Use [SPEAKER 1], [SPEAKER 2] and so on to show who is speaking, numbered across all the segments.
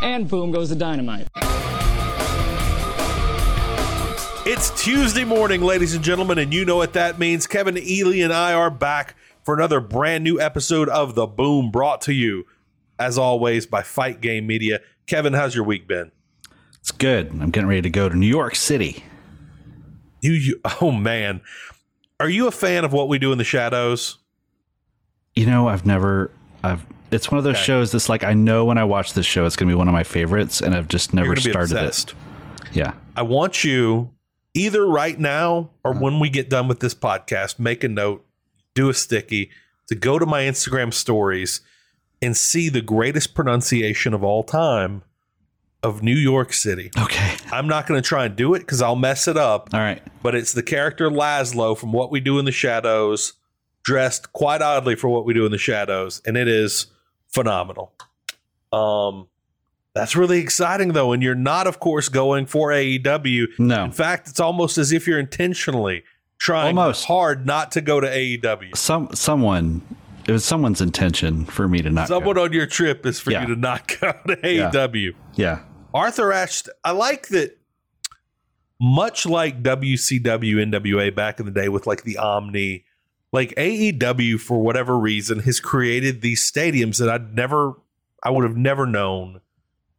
[SPEAKER 1] and boom goes the dynamite.
[SPEAKER 2] It's Tuesday morning, ladies and gentlemen, and you know what that means. Kevin Ely and I are back for another brand new episode of The Boom brought to you, as always, by Fight Game Media. Kevin, how's your week been?
[SPEAKER 3] It's good. I'm getting ready to go to New York City.
[SPEAKER 2] You, you oh man. Are you a fan of what we do in the shadows?
[SPEAKER 3] You know, I've never I've it's one of those
[SPEAKER 2] Okay.
[SPEAKER 3] shows that's like I know when I watch this show it's going to be one of my favorites and I've just never
[SPEAKER 2] gonna be
[SPEAKER 3] started
[SPEAKER 2] obsessed.
[SPEAKER 3] it. Yeah.
[SPEAKER 2] I want you either right now or when we get done with this podcast, make a note, do a sticky to go to my Instagram stories and see the greatest pronunciation of all time of New York City.
[SPEAKER 3] Okay.
[SPEAKER 2] I'm not going to try and do it because I'll mess it up,
[SPEAKER 3] All right.
[SPEAKER 2] but it's the character Laszlo from What We Do in the Shadows, dressed quite oddly for What We Do in the Shadows, and it is phenomenal. Um, that's really exciting though, and you're not, of course, going for E AEW.
[SPEAKER 3] No.
[SPEAKER 2] In fact, it's almost as if you're intentionally trying
[SPEAKER 3] Almost.
[SPEAKER 2] hard not to go to E AEW.
[SPEAKER 3] Some someone it was someone's intention for me to not go.
[SPEAKER 2] Someone on your trip is for
[SPEAKER 3] Yeah.
[SPEAKER 2] you to not go to E
[SPEAKER 3] Yeah.
[SPEAKER 2] AEW.
[SPEAKER 3] Yeah.
[SPEAKER 2] Arthur Ashe, I like that. Much like WCW, NWA back in the day with like the Omni, like AEW for whatever reason has created these stadiums that I'd never, I would have never known,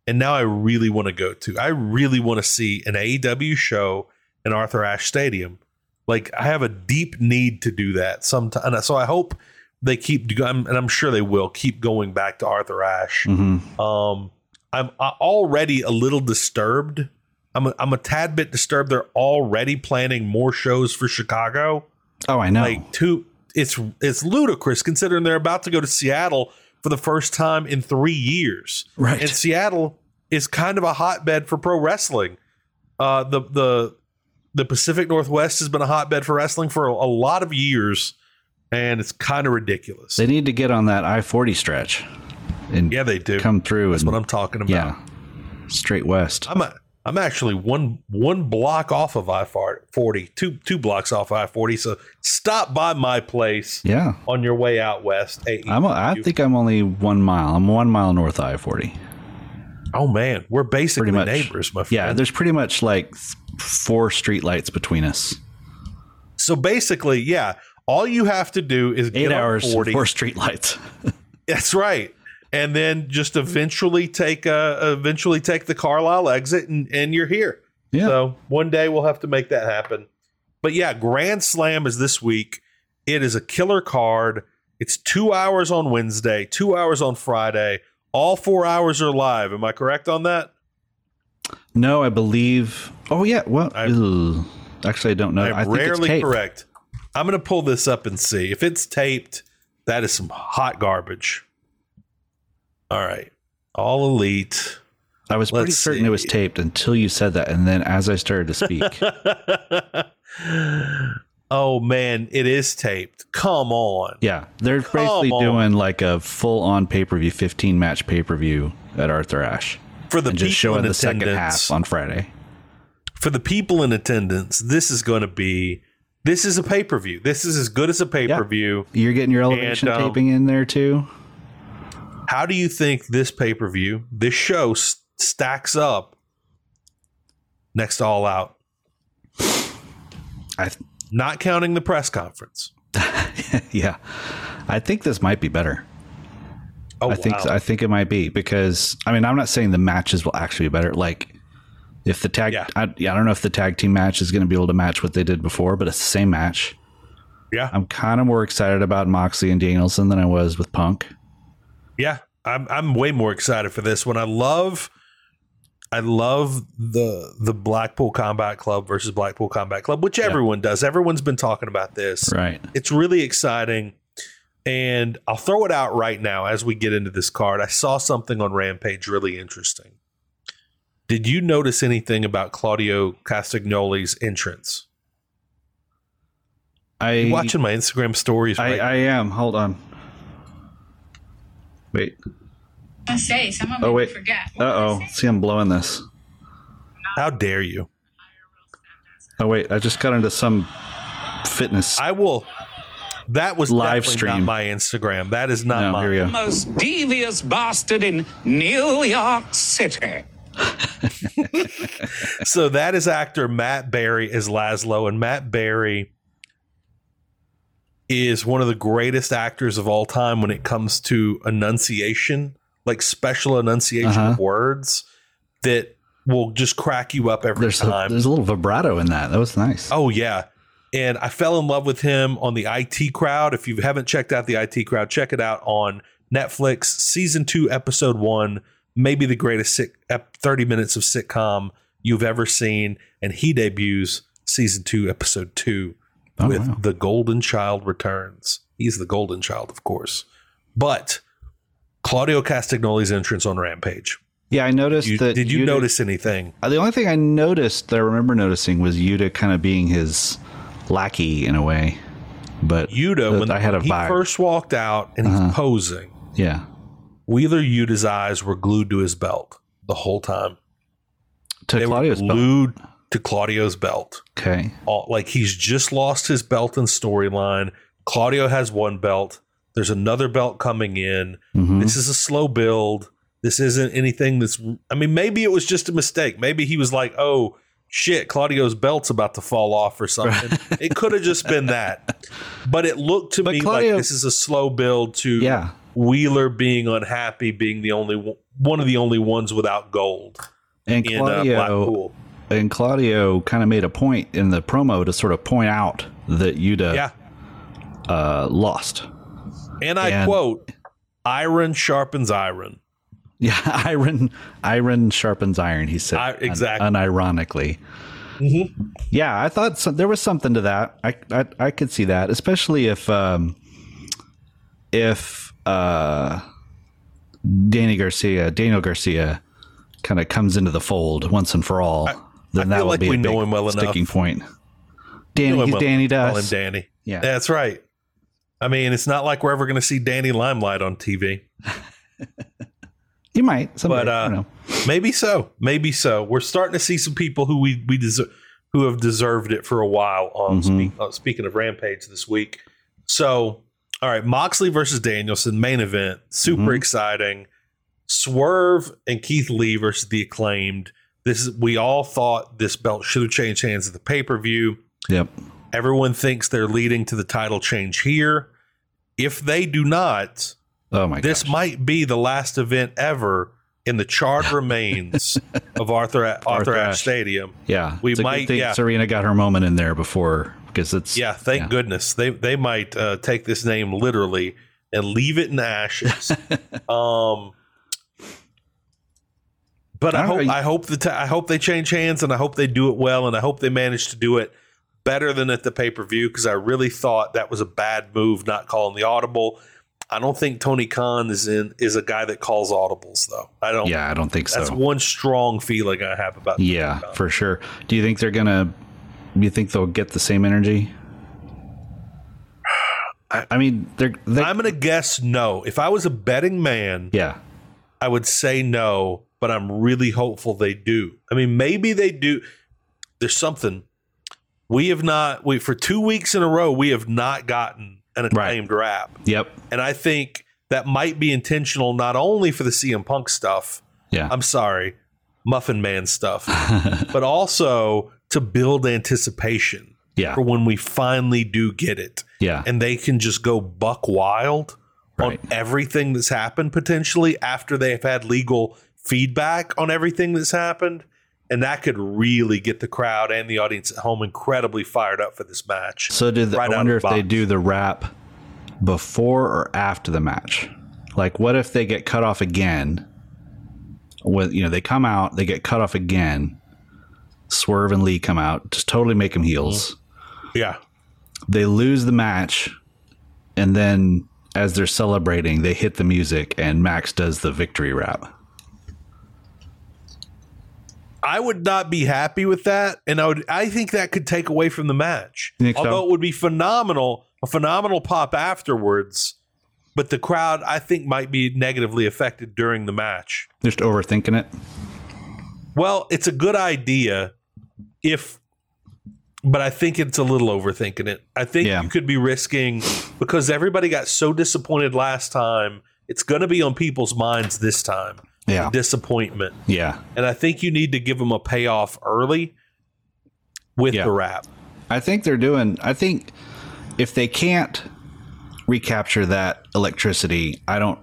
[SPEAKER 2] and now I really want to go to. I really want to see an AEW show in Arthur Ashe Stadium. Like I have a deep need to do that sometime, and so I hope they keep. I'm- And I'm sure they will keep going back to Arthur Ashe.
[SPEAKER 3] Mhm.
[SPEAKER 2] Um, I'm uh, already a little disturbed. I'm a, I'm a tad bit disturbed. They're already planning more shows for Chicago.
[SPEAKER 3] Oh, I know.
[SPEAKER 2] Like two, it's it's ludicrous considering they're about to go to Seattle for the first time in three years.
[SPEAKER 3] Right.
[SPEAKER 2] and Seattle is kind of a hotbed for pro wrestling. Uh, the the the Pacific Northwest has been a hotbed for wrestling for a, a lot of years, and it's kind of ridiculous.
[SPEAKER 3] they need to get on that I-40 stretch and
[SPEAKER 2] yeah, they do.
[SPEAKER 3] come through
[SPEAKER 2] That's
[SPEAKER 3] and
[SPEAKER 2] what I'm talking about.
[SPEAKER 3] yeah. Straight west.
[SPEAKER 2] I'm a, I'm actually one one block off of I forty, two two blocks off I forty. So stop by my place
[SPEAKER 3] yeah.
[SPEAKER 2] on your way out west. Hey,
[SPEAKER 3] I'm a, I think I'm only 1 mile. I'm 1 mile north of I-40.
[SPEAKER 2] oh man, we're basically
[SPEAKER 3] pretty much
[SPEAKER 2] neighbors, my
[SPEAKER 3] Yeah,
[SPEAKER 2] friend.
[SPEAKER 3] there's pretty much like th- four streetlights between us.
[SPEAKER 2] so basically, yeah, all you have to do is
[SPEAKER 3] Eight
[SPEAKER 2] get on
[SPEAKER 3] hours,
[SPEAKER 2] 40.
[SPEAKER 3] four streetlights.
[SPEAKER 2] That's right. And then just eventually take uh eventually take the Carlisle exit and, and you're here.
[SPEAKER 3] Yeah.
[SPEAKER 2] So one day we'll have to make that happen. But yeah, Grand Slam is this week. It is a killer card. It's two hours on Wednesday, two hours on Friday. All four hours are live. Am I correct on that?
[SPEAKER 3] No, I believe. Oh yeah. Well,
[SPEAKER 2] I-
[SPEAKER 3] ew. actually, I don't know. Uh, I
[SPEAKER 2] I'm
[SPEAKER 3] think it's
[SPEAKER 2] rarely
[SPEAKER 3] tape.
[SPEAKER 2] correct. I'm gonna pull this up and see. If it's taped, that is some hot garbage. All right. All elite.
[SPEAKER 3] I was pretty
[SPEAKER 2] Let's
[SPEAKER 3] certain it was
[SPEAKER 2] see.
[SPEAKER 3] taped until you said that, and then as I started to speak,
[SPEAKER 2] oh man, it is taped. Come on.
[SPEAKER 3] yeah, they're
[SPEAKER 2] Come
[SPEAKER 3] basically
[SPEAKER 2] on.
[SPEAKER 3] doing like a full-on pay-per-view, 15-match pay-per-view at Arthur Ashe,
[SPEAKER 2] For the
[SPEAKER 3] and just
[SPEAKER 2] people
[SPEAKER 3] showing
[SPEAKER 2] in
[SPEAKER 3] the second
[SPEAKER 2] attendance,
[SPEAKER 3] half on Friday.
[SPEAKER 2] for the people in attendance, this is going to be this is a pay-per-view. This is as good as a pay-per-view.
[SPEAKER 3] You're getting your elevation
[SPEAKER 2] um,
[SPEAKER 3] taping in there too.
[SPEAKER 2] How do you think this pay-per-view, this show s- stacks up next to all out?
[SPEAKER 3] I th-
[SPEAKER 2] Not counting the press conference.
[SPEAKER 3] yeah, I think this might be better.
[SPEAKER 2] Oh,
[SPEAKER 3] I think
[SPEAKER 2] wow.
[SPEAKER 3] I think it might be because I mean I'm not saying the matches will actually be better. Like if the tag,
[SPEAKER 2] Yeah.
[SPEAKER 3] I, yeah, I don't know if the tag team match is going to be able to match what they did before, but it's the same match.
[SPEAKER 2] yeah.
[SPEAKER 3] I'm kind of more excited about Moxley and Danielson than I was with Punk.
[SPEAKER 2] Yeah, I'm I'm way more excited for this one. I love I love the the Blackpool Combat Club versus Blackpool Combat Club, which everyone does. Everyone's been talking about this.
[SPEAKER 3] Right.
[SPEAKER 2] It's really exciting. And I'll throw it out right now as we get into this card. I saw something on Rampage really interesting. Did you notice anything about Claudio Castagnoli's entrance?
[SPEAKER 3] I
[SPEAKER 2] You watching my Instagram stories
[SPEAKER 3] I,
[SPEAKER 2] right
[SPEAKER 3] I am. Hold on. Wait.
[SPEAKER 4] I say, someone
[SPEAKER 3] Oh
[SPEAKER 4] made me
[SPEAKER 3] wait.
[SPEAKER 4] forget.
[SPEAKER 3] Uh oh. See, I'm blowing this.
[SPEAKER 2] How dare you?
[SPEAKER 3] Oh wait. I just got into some fitness.
[SPEAKER 2] I will That was
[SPEAKER 3] Live
[SPEAKER 2] definitely
[SPEAKER 3] stream.
[SPEAKER 2] not my Instagram. That is not
[SPEAKER 3] No,
[SPEAKER 2] mine.
[SPEAKER 3] here we go.
[SPEAKER 1] most devious bastard in New York City.
[SPEAKER 2] so that is actor Matt Berry as Laszlo, and Matt Berry is one of the greatest actors of all time when it comes to enunciation, like special enunciation
[SPEAKER 3] Uh-huh.
[SPEAKER 2] of words that will just crack you up every
[SPEAKER 3] There's a,
[SPEAKER 2] time.
[SPEAKER 3] there's a little vibrato in that. That was nice.
[SPEAKER 2] Oh yeah. And I fell in love with him on the IT crowd. If you haven't checked out the IT crowd, check it out on Netflix, season two, episode one, maybe the greatest sit- ep- 30 minutes of sitcom you've ever seen. And he debuts season two, episode two
[SPEAKER 3] Oh,
[SPEAKER 2] with
[SPEAKER 3] wow.
[SPEAKER 2] The Golden Child Returns. He's the Golden Child, of course. But Claudio Castagnoli's entrance on Rampage.
[SPEAKER 3] Yeah, I noticed
[SPEAKER 2] You-
[SPEAKER 3] that.
[SPEAKER 2] did you
[SPEAKER 3] Yuta-
[SPEAKER 2] notice anything?
[SPEAKER 3] Uh, The only thing I noticed that I remember noticing was Yuta kind of being his lackey in a way. But
[SPEAKER 2] Yuta,
[SPEAKER 3] that
[SPEAKER 2] when
[SPEAKER 3] I had a
[SPEAKER 2] he
[SPEAKER 3] vibe.
[SPEAKER 2] first walked out and
[SPEAKER 3] Uh-huh.
[SPEAKER 2] he's posing,
[SPEAKER 3] yeah,
[SPEAKER 2] Wheeler Yuta's eyes were glued to his belt the whole time.
[SPEAKER 3] to
[SPEAKER 2] they
[SPEAKER 3] Claudio's
[SPEAKER 2] were
[SPEAKER 3] belt.
[SPEAKER 2] glued to Claudio's belt.
[SPEAKER 3] Okay,
[SPEAKER 2] All, like he's just lost his belt in storyline. Claudio has one belt. There's another belt coming in.
[SPEAKER 3] Mhm.
[SPEAKER 2] This is a slow build. This isn't anything that's. I mean, maybe it was just a mistake. Maybe he was like, oh, shit, Claudio's belt's about to fall off or something. it could have just been that. But it looked to
[SPEAKER 3] But
[SPEAKER 2] me
[SPEAKER 3] Claudio-
[SPEAKER 2] like this is a slow build to
[SPEAKER 3] yeah,
[SPEAKER 2] Wheeler being unhappy, being the only one, one of the only ones without gold
[SPEAKER 3] and
[SPEAKER 2] in uh,
[SPEAKER 3] Claudio
[SPEAKER 2] Blackpool.
[SPEAKER 3] and Claudio kind of made a point in the promo to sort of point out that Yuta
[SPEAKER 2] Yeah,
[SPEAKER 3] uh, lost.
[SPEAKER 2] and I
[SPEAKER 3] and-
[SPEAKER 2] quote: "Iron sharpens iron."
[SPEAKER 3] Yeah, iron iron sharpens iron. He said
[SPEAKER 2] I- Mm-hmm.
[SPEAKER 3] un-
[SPEAKER 2] exactly.
[SPEAKER 3] unironically. Yeah, I thought so, there was something to that. I, I I could see that, especially if um, if uh, Danny Garcia, Daniel Garcia, kind of comes into the fold once and for all. then
[SPEAKER 2] I
[SPEAKER 3] that
[SPEAKER 2] feel
[SPEAKER 3] would
[SPEAKER 2] like
[SPEAKER 3] be
[SPEAKER 2] we
[SPEAKER 3] a big
[SPEAKER 2] know him well enough.
[SPEAKER 3] sticking point. Danny,
[SPEAKER 2] Call
[SPEAKER 3] he's
[SPEAKER 2] him- uh,
[SPEAKER 3] Danny to
[SPEAKER 2] Call him
[SPEAKER 3] us.
[SPEAKER 2] Danny.
[SPEAKER 3] Yeah.
[SPEAKER 2] that's right. I mean, it's not like we're ever going to see Danny Limelight on TV.
[SPEAKER 3] You might, someday,
[SPEAKER 2] But, uh,
[SPEAKER 3] I don't know.
[SPEAKER 2] Maybe so. Maybe so. We're starting to see some people who we we deserve who have deserved it for a while. On
[SPEAKER 3] Mhm.
[SPEAKER 2] speak, uh, speaking of Rampage this week, so all right, Moxley versus Danielson main event, super
[SPEAKER 3] Mhm.
[SPEAKER 2] exciting. Swerve and Keith Lee versus the acclaimed. This is, we all thought this belt should have changed hands at the pay per view.
[SPEAKER 3] Yep.
[SPEAKER 2] Everyone thinks they're leading to the title change here. If they do not,
[SPEAKER 3] Oh my
[SPEAKER 2] this
[SPEAKER 3] gosh.
[SPEAKER 2] might be the last event ever in the charred remains of Arthur Arthur,
[SPEAKER 3] Arthur
[SPEAKER 2] Ashe
[SPEAKER 3] Ashe.
[SPEAKER 2] Stadium.
[SPEAKER 3] Yeah,
[SPEAKER 2] we
[SPEAKER 3] it's a good
[SPEAKER 2] might-
[SPEAKER 3] Thing
[SPEAKER 2] yeah.
[SPEAKER 3] Serena got her moment in there before because it's
[SPEAKER 2] Yeah, thank
[SPEAKER 3] Yeah.
[SPEAKER 2] goodness they they might uh, take this name literally and leave it in ashes. um, but I,
[SPEAKER 3] I don't
[SPEAKER 2] hope
[SPEAKER 3] know.
[SPEAKER 2] I hope the ta- I hope they change hands and I hope they do it well and I hope they manage to do it better than at the pay per view because I really thought that was a bad move not calling the audible. I don't think Tony Khan is in is a guy that calls audibles though. I don't.
[SPEAKER 3] yeah. I don't think so.
[SPEAKER 2] Oh, That's one strong feeling I have about.
[SPEAKER 3] Yeah, for sure. Do you think they're gonna? You think they'll get the same energy? I, I mean, they're. They,
[SPEAKER 2] I'm gonna guess no. If I was a betting man,
[SPEAKER 3] yeah,
[SPEAKER 2] I would say no, but I'm really hopeful they do. I mean, maybe they do. There's something we have not. We for two weeks in a row we have not gotten an
[SPEAKER 3] Right.
[SPEAKER 2] acclaimed rap,
[SPEAKER 3] yep,
[SPEAKER 2] and I think that might be intentional, not only for the CM Punk stuff.
[SPEAKER 3] yeah,
[SPEAKER 2] I'm sorry, Muffin Man stuff, but also to build anticipation
[SPEAKER 3] yeah,
[SPEAKER 2] for when we finally do get it
[SPEAKER 3] yeah,
[SPEAKER 2] and they can just go buck wild
[SPEAKER 3] Right.
[SPEAKER 2] on everything that's happened potentially after they've had legal feedback on everything that's happened and that could really get the crowd and the audience at home incredibly fired up for this match
[SPEAKER 3] So, do the,
[SPEAKER 2] right out
[SPEAKER 3] I
[SPEAKER 2] of
[SPEAKER 3] wonder
[SPEAKER 2] the
[SPEAKER 3] if they
[SPEAKER 2] box.
[SPEAKER 3] do the wrap before or after the match? Like, what if they get cut off again? With you know, they come out, they get cut off again. Swerve and Lee come out, just totally make them
[SPEAKER 2] Mm-hmm.
[SPEAKER 3] heels.
[SPEAKER 2] yeah
[SPEAKER 3] they lose the match and then as they're celebrating they hit the music and max does the victory rap
[SPEAKER 2] i would not be happy with that and i would i think that could take away from the match
[SPEAKER 3] You think so?
[SPEAKER 2] although it would be phenomenal a phenomenal pop afterwards but the crowd i think might be negatively affected during the match
[SPEAKER 3] just overthinking it
[SPEAKER 2] Well, it's a good idea if but I think it's a little overthinking it. I think
[SPEAKER 3] Yeah.
[SPEAKER 2] you could be risking because everybody got so disappointed last time. It's going to be on people's minds this time.
[SPEAKER 3] Yeah.
[SPEAKER 2] Disappointment.
[SPEAKER 3] Yeah.
[SPEAKER 2] And I think you need to give them a payoff early with
[SPEAKER 3] Yeah.
[SPEAKER 2] the wrap.
[SPEAKER 3] I think they're doing. I think if they can't recapture that electricity, I don't.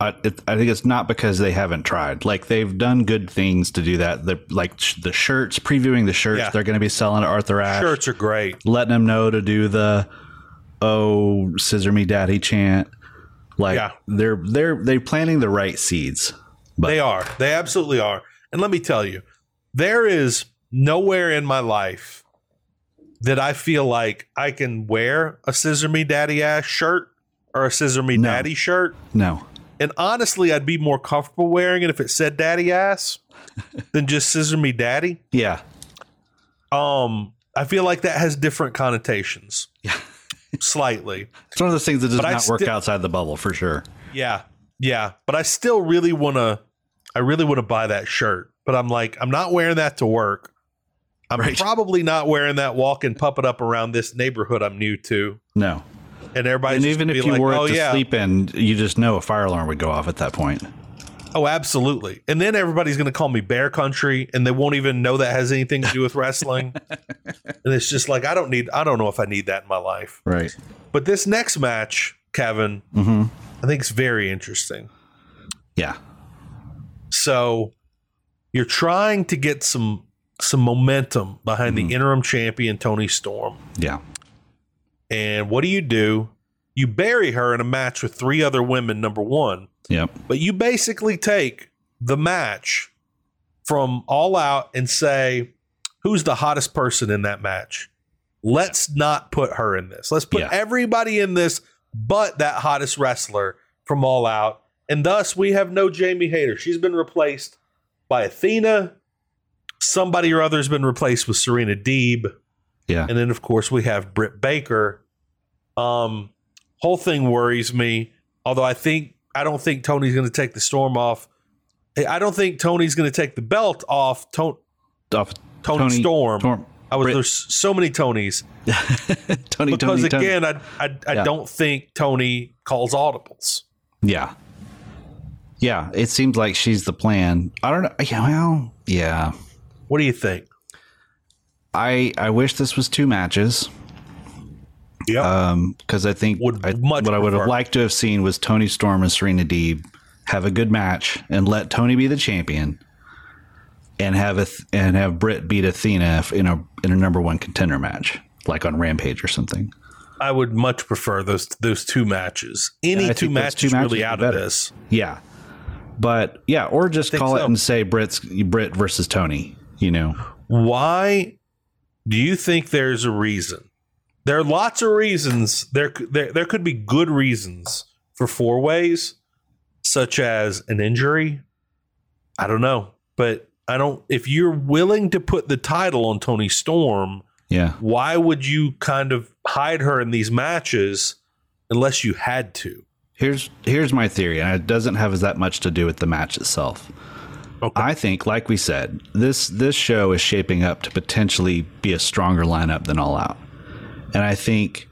[SPEAKER 3] I, it, I think it's not because they haven't tried. Like they've done good things to do that. The like sh- the shirts, previewing the shirts,
[SPEAKER 2] Yeah.
[SPEAKER 3] they're going to be selling at Arthur Ashe,
[SPEAKER 2] Shirts are great.
[SPEAKER 3] letting them know to do the "Oh, scissor me, daddy" chant. Like
[SPEAKER 2] Yeah.
[SPEAKER 3] they're they're they're planting the right seeds. But-
[SPEAKER 2] They are. They absolutely are. And let me tell you, there is nowhere in my life that I feel like I can wear a Scissor Me Daddy ass shirt or a Scissor Me
[SPEAKER 3] No.
[SPEAKER 2] Daddy shirt.
[SPEAKER 3] No,
[SPEAKER 2] And honestly, I'd be more comfortable wearing it if it said Daddy ass than just Scissor Me Daddy.
[SPEAKER 3] yeah,
[SPEAKER 2] Um, I feel like that has different connotations. Slightly.
[SPEAKER 3] it's one of those things that does
[SPEAKER 2] But I
[SPEAKER 3] not work
[SPEAKER 2] still-
[SPEAKER 3] outside the bubble for sure.
[SPEAKER 2] Yeah. Yeah. But I still really want to, I really want to buy that shirt. But I'm like, I'm not wearing that to work. I'm
[SPEAKER 3] Right.
[SPEAKER 2] probably not wearing that walking puppet up around this neighborhood I'm new to.
[SPEAKER 3] No,
[SPEAKER 2] And everybody's
[SPEAKER 3] and
[SPEAKER 2] just
[SPEAKER 3] even
[SPEAKER 2] gonna
[SPEAKER 3] if
[SPEAKER 2] be
[SPEAKER 3] you
[SPEAKER 2] like,
[SPEAKER 3] were
[SPEAKER 2] oh,
[SPEAKER 3] to
[SPEAKER 2] yeah.
[SPEAKER 3] sleep in, you just know a fire alarm would go off at that point.
[SPEAKER 2] Oh, absolutely. And then everybody's going to call me Bear Country and they won't even know that has anything to do with wrestling. and it's just like, I don't need, I don't know if I need that in my life.
[SPEAKER 3] Right.
[SPEAKER 2] But this next match, Kevin,
[SPEAKER 3] Mm-hmm.
[SPEAKER 2] I think is very interesting.
[SPEAKER 3] Yeah.
[SPEAKER 2] So you're trying to get some some momentum behind the interim champion Tony Storm.
[SPEAKER 3] Yeah.
[SPEAKER 2] And what do you do? You bury her in a match with three other women number 1,
[SPEAKER 3] Yep.
[SPEAKER 2] but you basically take the match from all out and say who's the hottest person in that match? Let's not put her in this. Let's put
[SPEAKER 3] Yeah.
[SPEAKER 2] everybody in this but that hottest wrestler from all out. And thus we have no Jamie Hayter. She's been replaced by Athena. Somebody or other has been replaced with Serena Deeb.
[SPEAKER 3] Yeah.
[SPEAKER 2] And then, of course, we have Britt Baker. Um, whole thing worries me. Although I think I don't think Tony's going to take the storm off. Hey, I don't think Tony's going to take the belt off. Ton-
[SPEAKER 3] Off
[SPEAKER 2] Tony, Storm.
[SPEAKER 3] Storm.
[SPEAKER 2] I was
[SPEAKER 3] Britt.
[SPEAKER 2] there's so many Tonys
[SPEAKER 3] Tony.
[SPEAKER 2] because
[SPEAKER 3] Tony.
[SPEAKER 2] again, I I, I
[SPEAKER 3] Yeah.
[SPEAKER 2] don't think Tony calls audibles.
[SPEAKER 3] Tony. Yeah. Yeah. It seems like she's the plan. I don't know. Yeah. Well. Yeah.
[SPEAKER 2] What do you think?
[SPEAKER 3] I I wish this was two matches.
[SPEAKER 2] Yeah.
[SPEAKER 3] Um. Because I think
[SPEAKER 2] Would
[SPEAKER 3] I,
[SPEAKER 2] much
[SPEAKER 3] what I would have
[SPEAKER 2] prefer.
[SPEAKER 3] liked to have seen was Tony Storm and Serena Deeb have a good match and let Tony be the champion. And have a and have Britt beat Athena in a in a number one contender match, like on Rampage or something.
[SPEAKER 2] I would much prefer those those two matches. Any
[SPEAKER 3] I
[SPEAKER 2] two
[SPEAKER 3] think those two
[SPEAKER 2] matches, really
[SPEAKER 3] matches
[SPEAKER 2] out
[SPEAKER 3] are
[SPEAKER 2] of
[SPEAKER 3] better.
[SPEAKER 2] this.
[SPEAKER 3] Yeah. But yeah, or just
[SPEAKER 2] think
[SPEAKER 3] call it
[SPEAKER 2] so.
[SPEAKER 3] and say Brit's Brit versus Tony, you know.
[SPEAKER 2] Why do you think there's a reason? There are lots of reasons. There, there, there could be good reasons for four ways, such as an injury. I don't know, but I don't. If you're willing to put the title on Tony Storm,
[SPEAKER 3] Yeah.
[SPEAKER 2] why would you kind of hide her in these matches unless you had to?
[SPEAKER 3] Here's here's my theory, and it doesn't have as that much to do with the match itself.
[SPEAKER 2] Okay.
[SPEAKER 3] I think, like we said, this this show is shaping up to potentially be a stronger lineup than All Out, and I think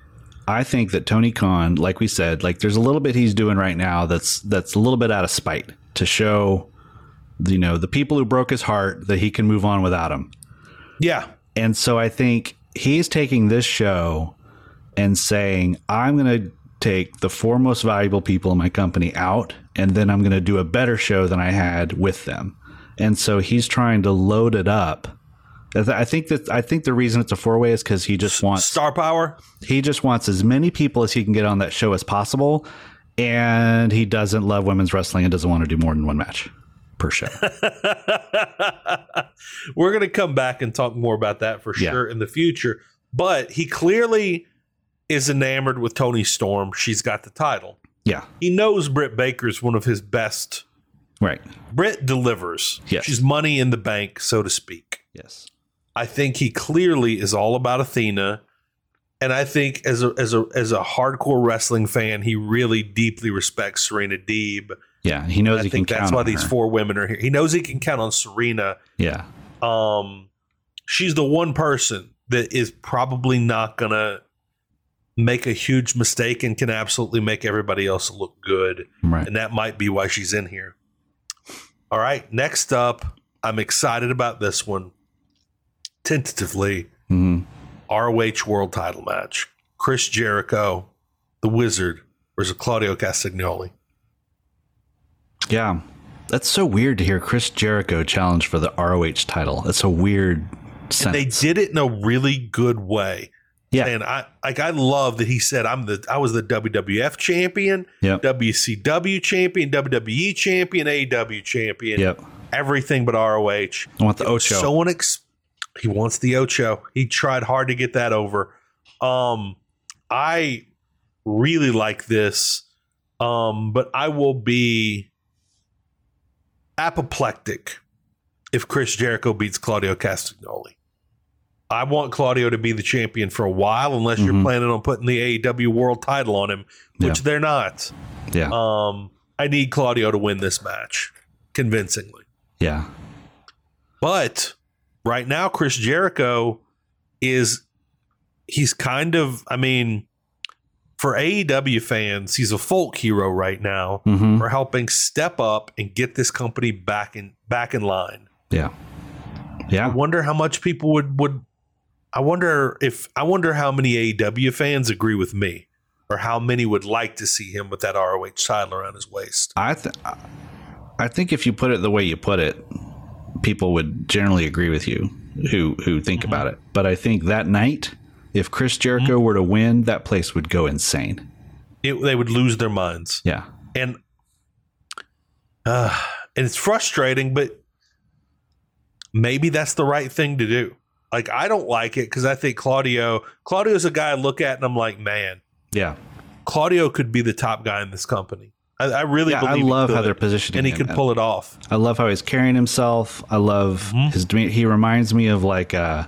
[SPEAKER 3] I think that Tony Khan, like we said, like there's a little bit he's doing right now that's that's a little bit out of spite to show, you know, the people who broke his heart that he can move on without him.
[SPEAKER 2] Yeah,
[SPEAKER 3] And so I think he's taking this show and saying, I'm going to take the four most valuable people in my company out, and then I'm going to do a better show than I had with them. And so he's trying to load it up. I th- I think that I think the reason it's a four way is because he just wants
[SPEAKER 2] star power.
[SPEAKER 3] he just wants as many people as he can get on that show as possible, and he doesn't love women's wrestling and doesn't want to do more than one match per show.
[SPEAKER 2] We're going to come back and talk more about that for
[SPEAKER 3] Yeah.
[SPEAKER 2] sure in the future. But he clearly is enamored with Tony Storm. She's got the title.
[SPEAKER 3] yeah,
[SPEAKER 2] He knows Britt Baker's one of his best.
[SPEAKER 3] right.
[SPEAKER 2] Britt delivers.
[SPEAKER 3] Yes.
[SPEAKER 2] She's money in the bank, so to speak.
[SPEAKER 3] Yes.
[SPEAKER 2] I think he clearly is all about Athena. And I think as a as a as a hardcore wrestling fan, he really deeply respects Serena Deeb.
[SPEAKER 3] Yeah, he knows
[SPEAKER 2] I
[SPEAKER 3] he can
[SPEAKER 2] think
[SPEAKER 3] count.
[SPEAKER 2] that's why
[SPEAKER 3] on
[SPEAKER 2] these
[SPEAKER 3] her.
[SPEAKER 2] four women are here. He knows he can count on Serena
[SPEAKER 3] Yeah,
[SPEAKER 2] um she's the one person that is probably not gonna make a huge mistake and can absolutely make everybody else look good.
[SPEAKER 3] Right.
[SPEAKER 2] And that might be why she's in here. All right, next up, I'm excited about this one. Tentatively,
[SPEAKER 3] hmm
[SPEAKER 2] ROH World Title match: Chris Jericho, the Wizard, versus Claudio Castagnoli.
[SPEAKER 3] Yeah. That's so weird to hear Chris Jericho challenge for the ROH title. That's a weird
[SPEAKER 2] And they
[SPEAKER 3] sentence.
[SPEAKER 2] did it in a really good way.
[SPEAKER 3] Yeah.
[SPEAKER 2] and I like I love that he said I'm the I was the WWF champion,
[SPEAKER 3] Yep.
[SPEAKER 2] WCW champion, WWE champion, AEW champion,
[SPEAKER 3] Yep.
[SPEAKER 2] everything but ROH.
[SPEAKER 3] I want the Ocho.
[SPEAKER 2] So unex- he wants the Ocho. He tried hard to get that over. Um, I really like this, um, but I will be apoplectic if Chris Jericho beats Claudio Castagnoli. I want Claudio to be the champion for a while, unless you're
[SPEAKER 3] Mhm.
[SPEAKER 2] planning on putting the AEW World Title on him, which
[SPEAKER 3] Yeah.
[SPEAKER 2] they're not.
[SPEAKER 3] yeah.
[SPEAKER 2] Um, I need Claudio to win this match convincingly.
[SPEAKER 3] yeah.
[SPEAKER 2] But right now, Chris Jericho is he's kind of I mean, for AEW fans, he's a folk hero right now
[SPEAKER 3] hmm
[SPEAKER 2] for helping step up and get this company back in back in line.
[SPEAKER 3] Yeah.
[SPEAKER 2] I
[SPEAKER 3] Yeah.
[SPEAKER 2] wonder how much people would would I wonder if I wonder how many AEW fans agree with me or how many would like to see him with that ROH title around his waist.
[SPEAKER 3] I th- I think if you put it the way you put it, people would generally agree with you who who think
[SPEAKER 2] Mm-hmm.
[SPEAKER 3] about it. But I think that night, if Chris Jericho were to win, that place would go insane.
[SPEAKER 2] It, they would lose their minds.
[SPEAKER 3] Yeah.
[SPEAKER 2] and uh, and it's frustrating, but maybe that's the right thing to do. Like I don't like it because I think Claudio Claudio's a guy I look at and I'm like, man,
[SPEAKER 3] Yeah.
[SPEAKER 2] Claudio could be the top guy in this company. I, I really
[SPEAKER 3] Yeah, I
[SPEAKER 2] believe he
[SPEAKER 3] love how
[SPEAKER 2] could,
[SPEAKER 3] they're positioning
[SPEAKER 2] and he
[SPEAKER 3] him
[SPEAKER 2] could
[SPEAKER 3] at-
[SPEAKER 2] pull it off.
[SPEAKER 3] I love how he's carrying himself. I love
[SPEAKER 2] Mm-hmm.
[SPEAKER 3] his demeanor. He reminds me of like uh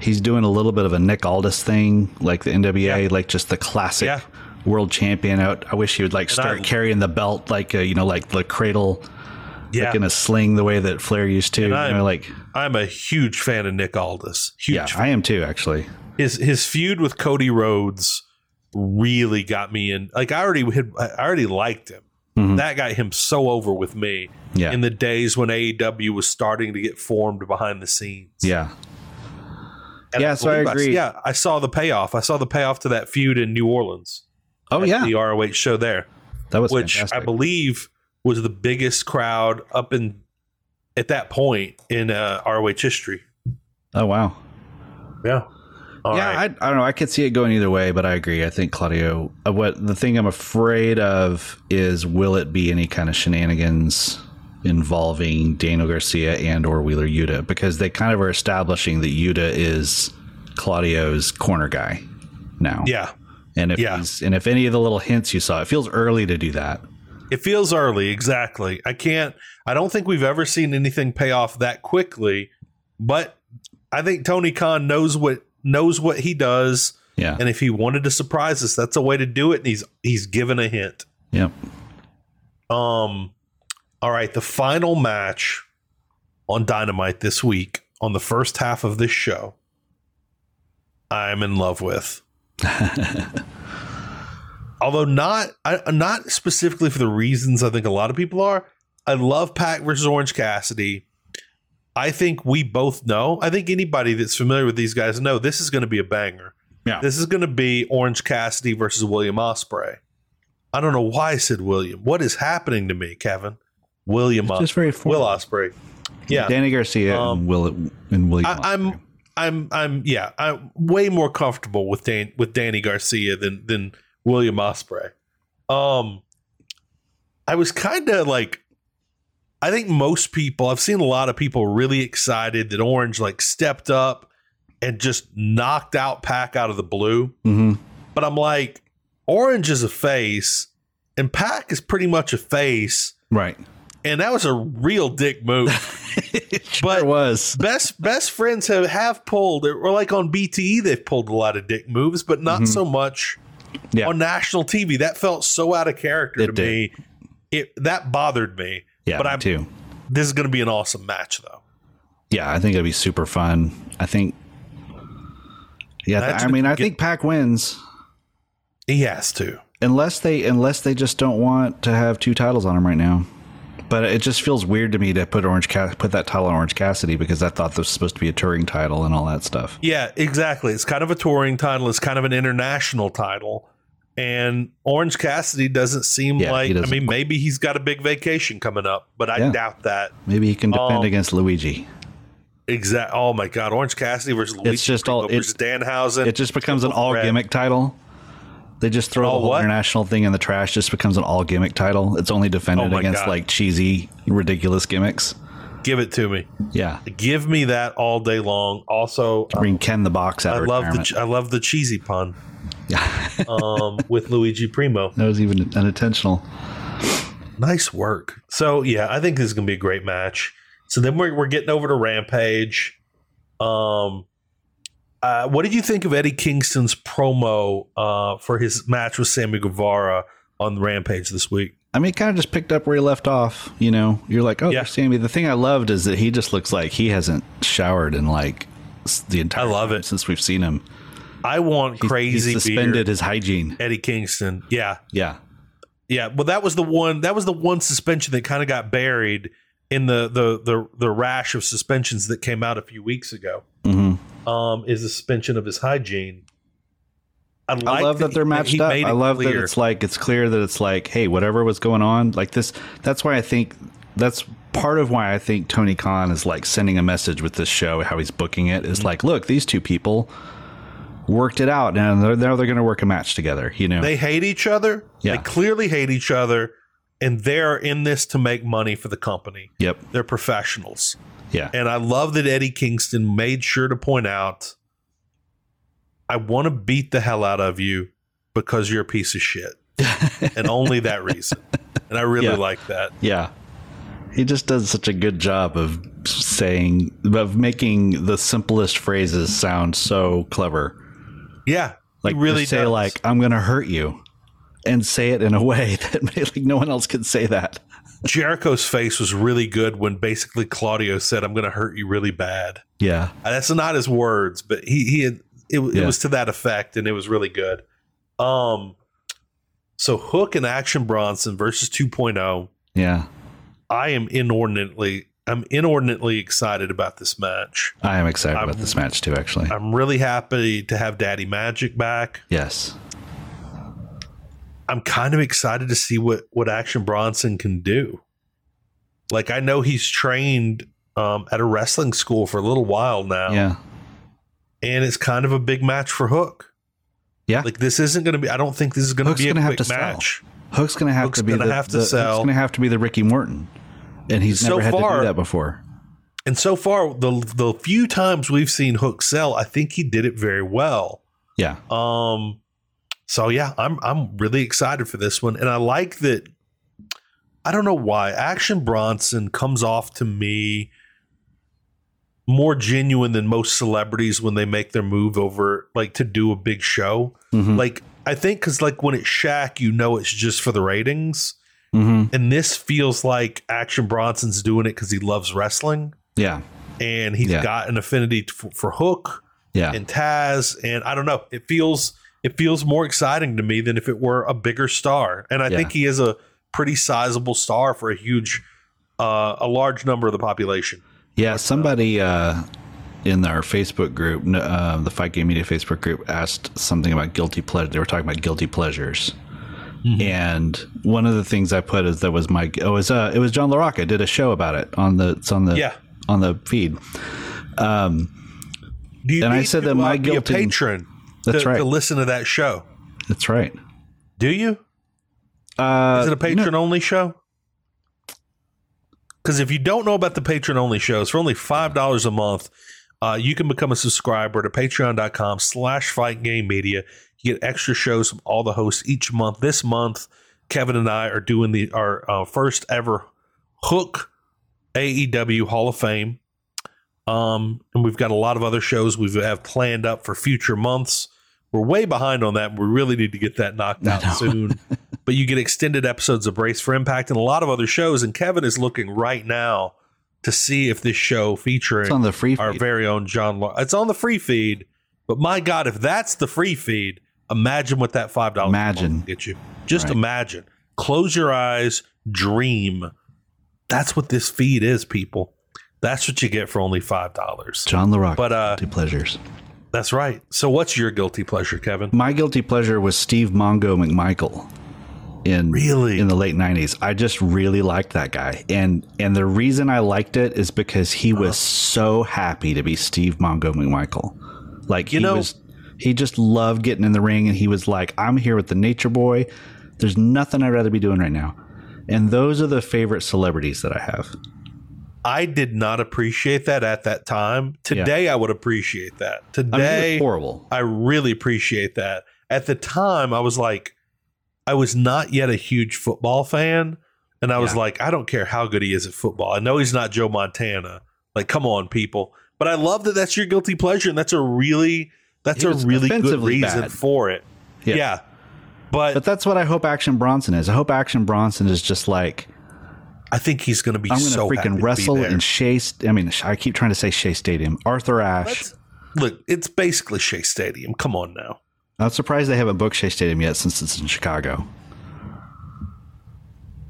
[SPEAKER 3] he's doing a little bit of a Nick Aldis thing, like the NWA, like just the classic
[SPEAKER 2] Yeah.
[SPEAKER 3] world champion. I, I wish he would like
[SPEAKER 2] I-
[SPEAKER 3] start carrying the belt like uh, you know, like the cradle
[SPEAKER 2] Yeah,
[SPEAKER 3] in a sling the way that Flair used to. You
[SPEAKER 2] I'm-
[SPEAKER 3] know, like
[SPEAKER 2] I'm a huge fan of Nick Aldis. Huge.
[SPEAKER 3] yeah,
[SPEAKER 2] fan.
[SPEAKER 3] I am too actually.
[SPEAKER 2] his his feud with Cody Rhodes really got me in. Like I already had, I already liked him. That got him so over with me.
[SPEAKER 3] Mm-hmm. Yeah.
[SPEAKER 2] In the days when AEW was starting to get formed behind the scenes.
[SPEAKER 3] Yeah.
[SPEAKER 2] And
[SPEAKER 3] Yeah, so I
[SPEAKER 2] believe
[SPEAKER 3] agree.
[SPEAKER 2] yeah, I saw the payoff. I saw the payoff to that feud in New Orleans.
[SPEAKER 3] Oh
[SPEAKER 2] at
[SPEAKER 3] yeah,
[SPEAKER 2] The ROH show there,
[SPEAKER 3] that was
[SPEAKER 2] which
[SPEAKER 3] fantastic.
[SPEAKER 2] I believe was the biggest crowd up in at that point in uh, ROH history.
[SPEAKER 3] oh wow.
[SPEAKER 2] Yeah. All
[SPEAKER 3] yeah,
[SPEAKER 2] right.
[SPEAKER 3] I, I don't know. I could see it going either way, but I agree. I think Claudio. Uh, what the thing I'm afraid of is will it be any kind of shenanigans involving Daniel Garcia and or Wheeler Yuta because they kind of are establishing that Yuta is Claudio's corner guy now.
[SPEAKER 2] yeah.
[SPEAKER 3] and if
[SPEAKER 2] yeah.
[SPEAKER 3] he's, and if any of the little hints you saw, it feels early to do that.
[SPEAKER 2] It feels early, exactly. I can't. I don't think we've ever seen anything pay off that quickly. But I think Tony Khan knows what knows what he does,
[SPEAKER 3] Yeah.
[SPEAKER 2] and if he wanted to surprise us, that's a way to do it. And he's he's given a hint.
[SPEAKER 3] yep.
[SPEAKER 2] Um, all right, the final match on Dynamite this week on the first half of this show. I'm in love with. Although not I, not specifically for the reasons I think a lot of people are. I love Pac versus Orange Cassidy. I think we both know. I think anybody that's familiar with these guys know this is going to be a banger.
[SPEAKER 3] Yeah.
[SPEAKER 2] This is going to be Orange Cassidy versus William Osprey. I don't know why I said William. What is happening to me, Kevin? William
[SPEAKER 3] It's
[SPEAKER 2] Osprey.
[SPEAKER 3] just very formal.
[SPEAKER 2] Will Osprey. Yeah.
[SPEAKER 3] Danny Garcia
[SPEAKER 2] Um,
[SPEAKER 3] and Will and William.
[SPEAKER 2] I, I'm I'm I'm yeah, I'm way more comfortable with Dan with Danny Garcia than than William Osprey. Um I was kind of like I think most people I've seen a lot of people really excited that Orange like stepped up and just knocked out Pack out of the blue.
[SPEAKER 3] hmm
[SPEAKER 2] But I'm like, Orange is a face, and Pack is pretty much a face,
[SPEAKER 3] Right.
[SPEAKER 2] and that was a real dick move.
[SPEAKER 3] But
[SPEAKER 2] But-
[SPEAKER 3] it was.
[SPEAKER 2] best best friends have have pulled or like on BTE they've pulled a lot of dick moves, but not so much
[SPEAKER 3] Mm-hmm. Yeah.
[SPEAKER 2] on national TV. That felt so out of character
[SPEAKER 3] It
[SPEAKER 2] to
[SPEAKER 3] did.
[SPEAKER 2] me. It that bothered me.
[SPEAKER 3] Yeah.
[SPEAKER 2] but
[SPEAKER 3] me
[SPEAKER 2] I'm
[SPEAKER 3] too.
[SPEAKER 2] this is going to be an awesome match though.
[SPEAKER 3] yeah, I think it'd be super fun. I think Yeah,
[SPEAKER 2] That's
[SPEAKER 3] I mean, I
[SPEAKER 2] get-
[SPEAKER 3] think Pac wins
[SPEAKER 2] He has to.
[SPEAKER 3] unless they unless they just don't want to have two titles on him right now. But it just feels weird to me to put Orange Ca- put that title on Orange Cassidy because I thought there was supposed to be a touring title and all that stuff.
[SPEAKER 2] Yeah, exactly. It's kind of a touring title. It's kind of an international title. And Orange Cassidy doesn't seem
[SPEAKER 3] Yeah,
[SPEAKER 2] like.
[SPEAKER 3] he
[SPEAKER 2] I
[SPEAKER 3] doesn't.
[SPEAKER 2] mean, maybe he's got a big vacation coming up, but I
[SPEAKER 3] Yeah.
[SPEAKER 2] doubt that.
[SPEAKER 3] Maybe he can defend
[SPEAKER 2] Um,
[SPEAKER 3] against Luigi.
[SPEAKER 2] Exact. Oh my God, Orange Cassidy versus Luigi
[SPEAKER 3] just all-
[SPEAKER 2] Primo
[SPEAKER 3] it's-
[SPEAKER 2] versus Danhausen.
[SPEAKER 3] It just becomes an all
[SPEAKER 2] Red.
[SPEAKER 3] gimmick title. They just throw
[SPEAKER 2] All
[SPEAKER 3] the whole
[SPEAKER 2] Oh, what?
[SPEAKER 3] international thing in the trash. Just becomes an all gimmick title. It's only defended
[SPEAKER 2] Oh my
[SPEAKER 3] against
[SPEAKER 2] God.
[SPEAKER 3] like cheesy, ridiculous gimmicks.
[SPEAKER 2] Give it to me.
[SPEAKER 3] Yeah,
[SPEAKER 2] Give me that all day long. Also,
[SPEAKER 3] bring Ken the box out.
[SPEAKER 2] I
[SPEAKER 3] of
[SPEAKER 2] love the
[SPEAKER 3] retirement.
[SPEAKER 2] ch- I love the cheesy pun
[SPEAKER 3] Yeah,
[SPEAKER 2] um, with Luigi Primo.
[SPEAKER 3] that was even unintentional.
[SPEAKER 2] Nice work. So yeah, I think this is gonna be a great match. So then we're we're getting over to Rampage. Um, uh, what did you think of Eddie Kingston's promo uh, for his match with Sammy Guevara on Rampage this week?
[SPEAKER 3] I mean, kind of just picked up where he left off. You know, you're like, oh,
[SPEAKER 2] Yeah.
[SPEAKER 3] there's Sammy. The thing I loved is that he just looks like he hasn't showered in like s- the entire.
[SPEAKER 2] I love
[SPEAKER 3] time
[SPEAKER 2] it.
[SPEAKER 3] since we've seen him.
[SPEAKER 2] I want
[SPEAKER 3] He's-
[SPEAKER 2] crazy
[SPEAKER 3] He's suspended
[SPEAKER 2] beard.
[SPEAKER 3] his hygiene.
[SPEAKER 2] Eddie Kingston. Yeah,
[SPEAKER 3] Yeah,
[SPEAKER 2] yeah. Well, that was the one. That was the one suspension that kind of got buried in the the the the rash of suspensions that came out a few weeks ago.
[SPEAKER 3] hmm
[SPEAKER 2] um, is the suspension of his hygiene.
[SPEAKER 3] I
[SPEAKER 2] like
[SPEAKER 3] love that,
[SPEAKER 2] he-
[SPEAKER 3] they're matched
[SPEAKER 2] he
[SPEAKER 3] up.
[SPEAKER 2] made
[SPEAKER 3] I
[SPEAKER 2] it
[SPEAKER 3] love that
[SPEAKER 2] clear.
[SPEAKER 3] it's like it's clear that it's like, hey, whatever was going on, like this. That's why I think that's part of why I think Tony Khan is like sending a message with this show, how he's booking it
[SPEAKER 2] Mm-hmm.
[SPEAKER 3] is like, look, these two people worked it out, and they're, now they're going to work a match together. You know,
[SPEAKER 2] they hate each other.
[SPEAKER 3] Yeah.
[SPEAKER 2] They clearly hate each other, and they're in this to make money for the company.
[SPEAKER 3] yep,
[SPEAKER 2] They're professionals,
[SPEAKER 3] yeah,
[SPEAKER 2] and I love that Eddie Kingston made sure to point out, "I want to beat the hell out of you because you're a piece of shit," and only that reason. And I really
[SPEAKER 3] Yeah.
[SPEAKER 2] like that.
[SPEAKER 3] yeah. He just does such a good job of saying of making the simplest phrases sound so clever.
[SPEAKER 2] Yeah,
[SPEAKER 3] like
[SPEAKER 2] he really
[SPEAKER 3] to say
[SPEAKER 2] does.
[SPEAKER 3] like i'm gonna hurt you and say it in a way that like no one else can say that
[SPEAKER 2] Jericho's face was really good when basically Claudio said, "I'm going to hurt you really bad."
[SPEAKER 3] yeah
[SPEAKER 2] Uh, That's not his words, but he he had, it, it
[SPEAKER 3] Yeah.
[SPEAKER 2] was to that effect, and it was really good. Um, so Hook and Action Bronson versus oh. 2.0.
[SPEAKER 3] yeah
[SPEAKER 2] I am inordinately I'm inordinately excited about this match.
[SPEAKER 3] i am excited
[SPEAKER 2] I'm-
[SPEAKER 3] about this match too actually
[SPEAKER 2] I'm really happy to have Daddy Magic back.
[SPEAKER 3] yes
[SPEAKER 2] I'm kind of excited to see what what Action Bronson can do. Like I know he's trained um, at a wrestling school for a little while now,
[SPEAKER 3] yeah
[SPEAKER 2] and it's kind of a big match for Hook.
[SPEAKER 3] Yeah.
[SPEAKER 2] like this isn't going to be. I don't think this is going to
[SPEAKER 3] Hook's
[SPEAKER 2] be a
[SPEAKER 3] gonna have
[SPEAKER 2] quick
[SPEAKER 3] to sell.
[SPEAKER 2] match.
[SPEAKER 3] hook's gonna have
[SPEAKER 2] Hook's
[SPEAKER 3] to be
[SPEAKER 2] gonna
[SPEAKER 3] the,
[SPEAKER 2] have to
[SPEAKER 3] the-
[SPEAKER 2] sell.
[SPEAKER 3] hook's gonna have to be the ricky morton and he's
[SPEAKER 2] So
[SPEAKER 3] never had to
[SPEAKER 2] far-
[SPEAKER 3] do that before
[SPEAKER 2] And so far, the the few times we've seen Hook sell, I think he did it very well.
[SPEAKER 3] yeah
[SPEAKER 2] Um, so yeah, I'm I'm really excited for this one, and I like that. I don't know why Action Bronson comes off to me more genuine than most celebrities when they make their move over, like to do a big show.
[SPEAKER 3] Mhm.
[SPEAKER 2] Like I think because like when it's Shaq, you know it's just for the ratings,
[SPEAKER 3] Mhm.
[SPEAKER 2] and this feels like Action Bronson's doing it because he loves wrestling
[SPEAKER 3] yeah
[SPEAKER 2] and he's
[SPEAKER 3] Yeah.
[SPEAKER 2] got an affinity t- for, for Hook
[SPEAKER 3] yeah
[SPEAKER 2] and Taz, and I don't know. It feels it feels more exciting to me than if it were a bigger star, and I
[SPEAKER 3] Yeah.
[SPEAKER 2] think he is a pretty sizable star for a huge, uh, a large number of the population.
[SPEAKER 3] Yeah, somebody uh, in our Facebook group, n- uh, the Fight Game Media Facebook group, asked something about guilty pleasure. They were talking about guilty pleasures,
[SPEAKER 2] Mm-hmm.
[SPEAKER 3] and one of the things I put is that was my oh, it was uh, it was John LaRocca did a show about it on the it's on the
[SPEAKER 2] Yeah.
[SPEAKER 3] on the feed. Um,
[SPEAKER 2] Do you
[SPEAKER 3] And I
[SPEAKER 2] need
[SPEAKER 3] said
[SPEAKER 2] to,
[SPEAKER 3] that
[SPEAKER 2] uh,
[SPEAKER 3] my
[SPEAKER 2] be a
[SPEAKER 3] guilty-
[SPEAKER 2] patron
[SPEAKER 3] That's
[SPEAKER 2] to,
[SPEAKER 3] right.
[SPEAKER 2] to listen to that show?
[SPEAKER 3] that's right.
[SPEAKER 2] Do you?
[SPEAKER 3] Uh,
[SPEAKER 2] Is it a patron only show? Because if you don't know about the patron only shows, for only five dollars a month, uh, you can become a subscriber to patreon.com slash fight game media. You get extra shows from all the hosts each month. This month, Kevin and I are doing the our uh, first ever Hook AEW E Hall of Fame. Um, and we've got a lot of other shows we have planned up for future months. We're way behind on that. We really need to get that knocked
[SPEAKER 3] I
[SPEAKER 2] out
[SPEAKER 3] know.
[SPEAKER 2] soon. but you get extended episodes of Brace for Impact and a lot of other shows. And Kevin is looking right now to see if this show featuring
[SPEAKER 3] it's on the free
[SPEAKER 2] our
[SPEAKER 3] feed.
[SPEAKER 2] very own John. Lar- it's on the free feed, But my God, if that's the free feed, imagine what that five dollars
[SPEAKER 3] Imagine.
[SPEAKER 2] get you. Just
[SPEAKER 3] Right.
[SPEAKER 2] imagine. Close your eyes, dream. That's what this feed is, people. That's what you get for only five dollars.
[SPEAKER 3] John LaRock.
[SPEAKER 2] But, uh,
[SPEAKER 3] guilty pleasures.
[SPEAKER 2] That's right. So, what's your guilty pleasure, Kevin?
[SPEAKER 3] My guilty pleasure was Steve Mongo McMichael in
[SPEAKER 2] Really?
[SPEAKER 3] in the late nineties. I just really liked that guy. And and the reason I liked it is because he
[SPEAKER 2] Uh-huh.
[SPEAKER 3] was so happy to be Steve Mongo McMichael. Like
[SPEAKER 2] You
[SPEAKER 3] he
[SPEAKER 2] know-
[SPEAKER 3] was he just loved getting in the ring and he was like, I'm here with the nature boy. There's nothing I'd rather be doing right now. And those are the favorite celebrities that I have.
[SPEAKER 2] I did not appreciate that at that time. Today, I would appreciate that.
[SPEAKER 3] I mean,
[SPEAKER 2] Today,
[SPEAKER 3] he was horrible.
[SPEAKER 2] I really appreciate that. At the time, I was like, I was not yet a huge football fan. And I was
[SPEAKER 3] Yeah.
[SPEAKER 2] like, I don't care how good he is at football. I know he's not Joe Montana. Like, come on, people. But I love that that's your guilty pleasure. And that's a really, that's
[SPEAKER 3] He
[SPEAKER 2] a
[SPEAKER 3] was
[SPEAKER 2] really good
[SPEAKER 3] offensively
[SPEAKER 2] reason
[SPEAKER 3] bad.
[SPEAKER 2] for it. Yeah.
[SPEAKER 3] Yeah.
[SPEAKER 2] But,
[SPEAKER 3] But that's what I hope Action Bronson is. I hope Action Bronson is just like
[SPEAKER 2] I think he's going to be
[SPEAKER 3] I'm gonna
[SPEAKER 2] so happy to
[SPEAKER 3] freaking
[SPEAKER 2] be
[SPEAKER 3] wrestle
[SPEAKER 2] there.
[SPEAKER 3] in Shea. St- I mean, I keep trying to say Shea Stadium, Arthur Ashe.
[SPEAKER 2] Let's- Look, it's basically Shea Stadium. Come on now.
[SPEAKER 3] I'm surprised they haven't booked Shea Stadium yet, since it's in Chicago.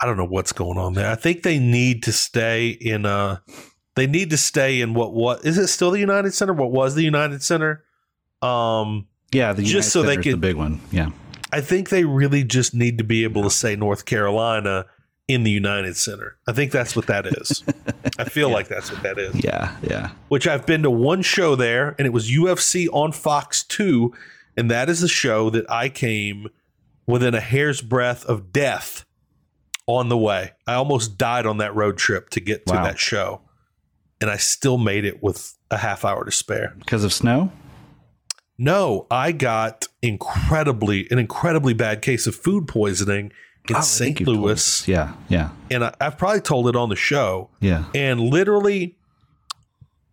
[SPEAKER 2] I don't know what's going on there. I think they need to stay in uh they need to stay in what what is it still the United Center? What was the United Center? Um
[SPEAKER 3] Yeah, the
[SPEAKER 2] Just
[SPEAKER 3] United
[SPEAKER 2] so they
[SPEAKER 3] Center's the
[SPEAKER 2] could-
[SPEAKER 3] big one. Yeah,
[SPEAKER 2] I think they really just need to be able to say North Carolina in the United Center. I think that's what that is. I feel like that's what that is.
[SPEAKER 3] yeah, yeah.
[SPEAKER 2] Which I've been to one show there and it was UFC on Fox 2 and that is the show that I came within a hair's breadth of death on the way. I almost died on that road trip to get to
[SPEAKER 3] Wow.
[SPEAKER 2] that show. And I still made it with a half hour to spare.
[SPEAKER 3] Because of snow.
[SPEAKER 2] No, I got incredibly an incredibly bad case of food poisoning in
[SPEAKER 3] Oh, I think
[SPEAKER 2] St.
[SPEAKER 3] you've told
[SPEAKER 2] Louis.
[SPEAKER 3] us. Yeah, yeah,
[SPEAKER 2] And I, I've probably told it on the show
[SPEAKER 3] yeah.
[SPEAKER 2] and literally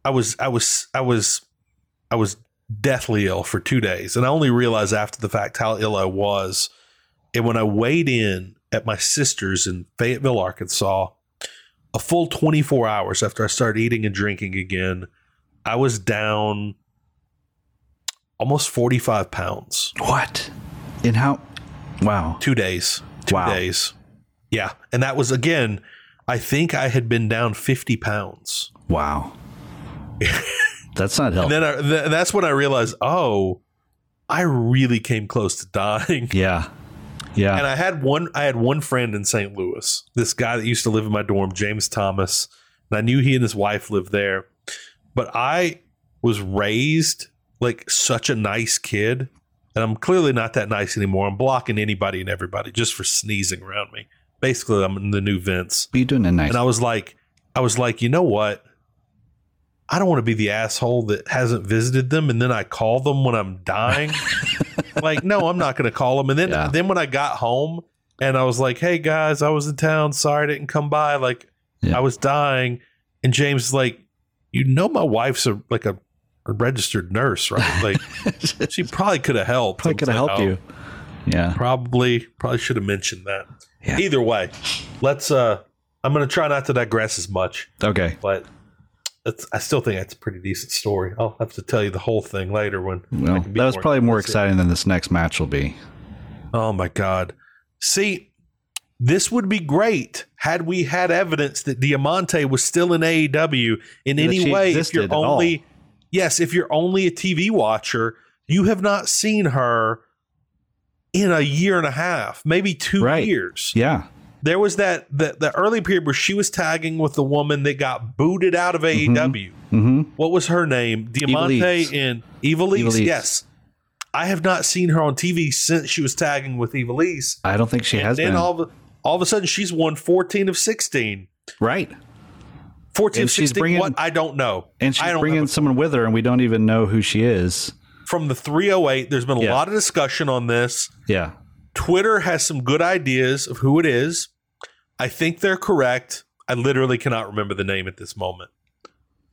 [SPEAKER 2] i was i was i was i was deathly ill for two days and i only realized after the fact how ill i was and when i weighed in at my sister's in fayetteville arkansas a full 24 hours after i started eating and drinking again i was down almost 45 pounds
[SPEAKER 3] What? And how? Wow.
[SPEAKER 2] two days two
[SPEAKER 3] Wow.
[SPEAKER 2] days yeah and that was again i think i had been down 50 pounds
[SPEAKER 3] Wow. That's not helpful.
[SPEAKER 2] And then I, th- that's when I realized, oh, I really came close to dying.
[SPEAKER 3] yeah, yeah.
[SPEAKER 2] And I had one, I had one friend in St. Louis, this guy that used to live in my dorm, James Thomas, and I knew he and his wife lived there. But I was raised like such a nice kid, and I'm clearly not that nice anymore. I'm blocking anybody and everybody just for sneezing around me. Basically, I'm in the new Vince.
[SPEAKER 3] Be doing a nice.
[SPEAKER 2] And I was like, I was like, you know what? I don't want to be the asshole that hasn't visited them and then I call them when I'm dying. like, no, I'm not going to call them. And then,
[SPEAKER 3] Yeah.
[SPEAKER 2] then when I got home and I was like, hey guys, I was in town. Sorry I didn't come by. Like,
[SPEAKER 3] Yeah.
[SPEAKER 2] I was dying. And James is like, you know, my wife's a like a, a registered nurse, right? Like, she probably could have helped.
[SPEAKER 3] Probably
[SPEAKER 2] I was
[SPEAKER 3] could have
[SPEAKER 2] like,
[SPEAKER 3] helped
[SPEAKER 2] "Oh,
[SPEAKER 3] you. Yeah.
[SPEAKER 2] probably probably should have mentioned that
[SPEAKER 3] Yeah.
[SPEAKER 2] either way let's uh i'm gonna try not to digress as much
[SPEAKER 3] Okay.
[SPEAKER 2] but it's, i still think that's a pretty decent story i'll have to tell you the whole thing later when I
[SPEAKER 3] Well,
[SPEAKER 2] can be
[SPEAKER 3] that was probably more
[SPEAKER 2] explicit.
[SPEAKER 3] exciting than this next match will be.
[SPEAKER 2] oh my god see this would be great had we had evidence that diamante was still in aew in
[SPEAKER 3] That
[SPEAKER 2] any
[SPEAKER 3] she
[SPEAKER 2] way if
[SPEAKER 3] existed
[SPEAKER 2] you're
[SPEAKER 3] at all.
[SPEAKER 2] only yes if you're only a tv watcher you have not seen her in a year and a half maybe two
[SPEAKER 3] Right.
[SPEAKER 2] years
[SPEAKER 3] Yeah.
[SPEAKER 2] there was that the, the early period where she was tagging with the woman that got booted out of AEW.
[SPEAKER 3] Mm-hmm.
[SPEAKER 2] What was her name? Diamante
[SPEAKER 3] Evilise.
[SPEAKER 2] and Evilise.
[SPEAKER 3] Evilise.
[SPEAKER 2] Yes, I have not seen her on TV since she was tagging with Evilise.
[SPEAKER 3] I don't think she has
[SPEAKER 2] Then
[SPEAKER 3] been.
[SPEAKER 2] all of, a- all of a sudden, she's won fourteen of sixteen.
[SPEAKER 3] right.
[SPEAKER 2] 14 of
[SPEAKER 3] And she's
[SPEAKER 2] 16
[SPEAKER 3] bringing-
[SPEAKER 2] what I don't know.
[SPEAKER 3] And
[SPEAKER 2] I
[SPEAKER 3] she's
[SPEAKER 2] don't
[SPEAKER 3] bringing
[SPEAKER 2] have
[SPEAKER 3] someone with her, and we don't even know who she is.
[SPEAKER 2] a- from the 308. There's been a
[SPEAKER 3] Yeah.
[SPEAKER 2] lot of discussion on this.
[SPEAKER 3] Yeah.
[SPEAKER 2] Twitter has some good ideas of who it is. I think they're correct. I literally cannot remember the name at this moment.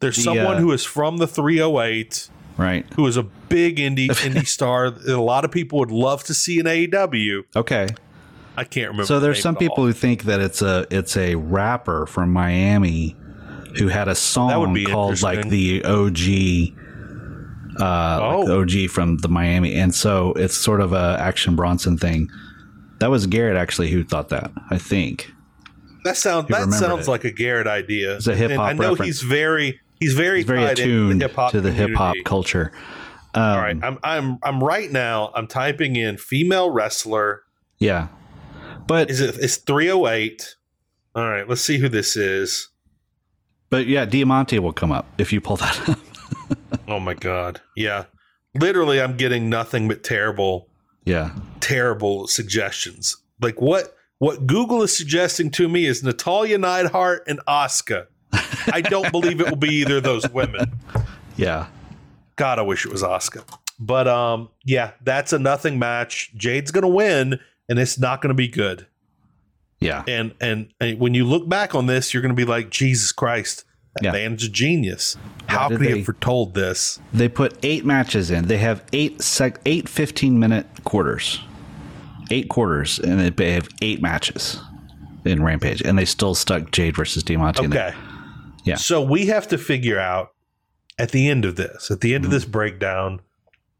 [SPEAKER 2] There's
[SPEAKER 3] The,
[SPEAKER 2] someone
[SPEAKER 3] uh,
[SPEAKER 2] who is from the 308
[SPEAKER 3] Right.
[SPEAKER 2] who is a big indie indie star that a lot of people would love to see in AEW.
[SPEAKER 3] Okay.
[SPEAKER 2] I can't remember.
[SPEAKER 3] So
[SPEAKER 2] the
[SPEAKER 3] there's
[SPEAKER 2] name
[SPEAKER 3] some
[SPEAKER 2] at all.
[SPEAKER 3] people who think that it's a it's a rapper from Miami who had a song
[SPEAKER 2] be
[SPEAKER 3] called like
[SPEAKER 2] interesting.
[SPEAKER 3] the OG uh, like
[SPEAKER 2] Oh.
[SPEAKER 3] the OG from the Miami, and so it's sort of a action Bronson thing. That was Garrett actually who thought that. I think.
[SPEAKER 2] That sounds
[SPEAKER 3] You
[SPEAKER 2] that
[SPEAKER 3] remembered
[SPEAKER 2] sounds
[SPEAKER 3] it.
[SPEAKER 2] like a Garrett idea.
[SPEAKER 3] It's a hip-hop
[SPEAKER 2] And I know he's
[SPEAKER 3] reference.
[SPEAKER 2] very he's very
[SPEAKER 3] He's very
[SPEAKER 2] tied into
[SPEAKER 3] attuned
[SPEAKER 2] hip-hop
[SPEAKER 3] to the hip hop
[SPEAKER 2] community.
[SPEAKER 3] culture.
[SPEAKER 2] All right, I'm I'm I'm right now. I'm typing in female wrestler.
[SPEAKER 3] Yeah, but
[SPEAKER 2] Is it? It's 308. All right, let's see who this is.
[SPEAKER 3] but yeah, Diamante will come up if you pull that up.
[SPEAKER 2] Oh my god. Yeah. Literally, I'm getting nothing but terrible,
[SPEAKER 3] yeah,
[SPEAKER 2] terrible suggestions. Like what? What Google is suggesting to me is Natalia Neidhart and Asuka. I don't believe it will be either of those women.
[SPEAKER 3] yeah.
[SPEAKER 2] God, I wish it was Oscar. But um, yeah, that's a nothing match. Jade's gonna win, and it's not gonna be good.
[SPEAKER 3] Yeah.
[SPEAKER 2] And and, and when you look back on this, you're gonna be like, Jesus Christ, that
[SPEAKER 3] Yeah.
[SPEAKER 2] man's a genius. How
[SPEAKER 3] did
[SPEAKER 2] could he
[SPEAKER 3] they-
[SPEAKER 2] have foretold this?
[SPEAKER 3] They put eight matches in. They have eight sec- eight 15 minute quarters, eight quarters, and they- they have eight matches in Rampage, and they still stuck Jade versus Diamante. in there.
[SPEAKER 2] Okay.
[SPEAKER 3] Yeah.
[SPEAKER 2] So we have to figure out at the end of this, at the end
[SPEAKER 3] Mm-hmm.
[SPEAKER 2] of this breakdown,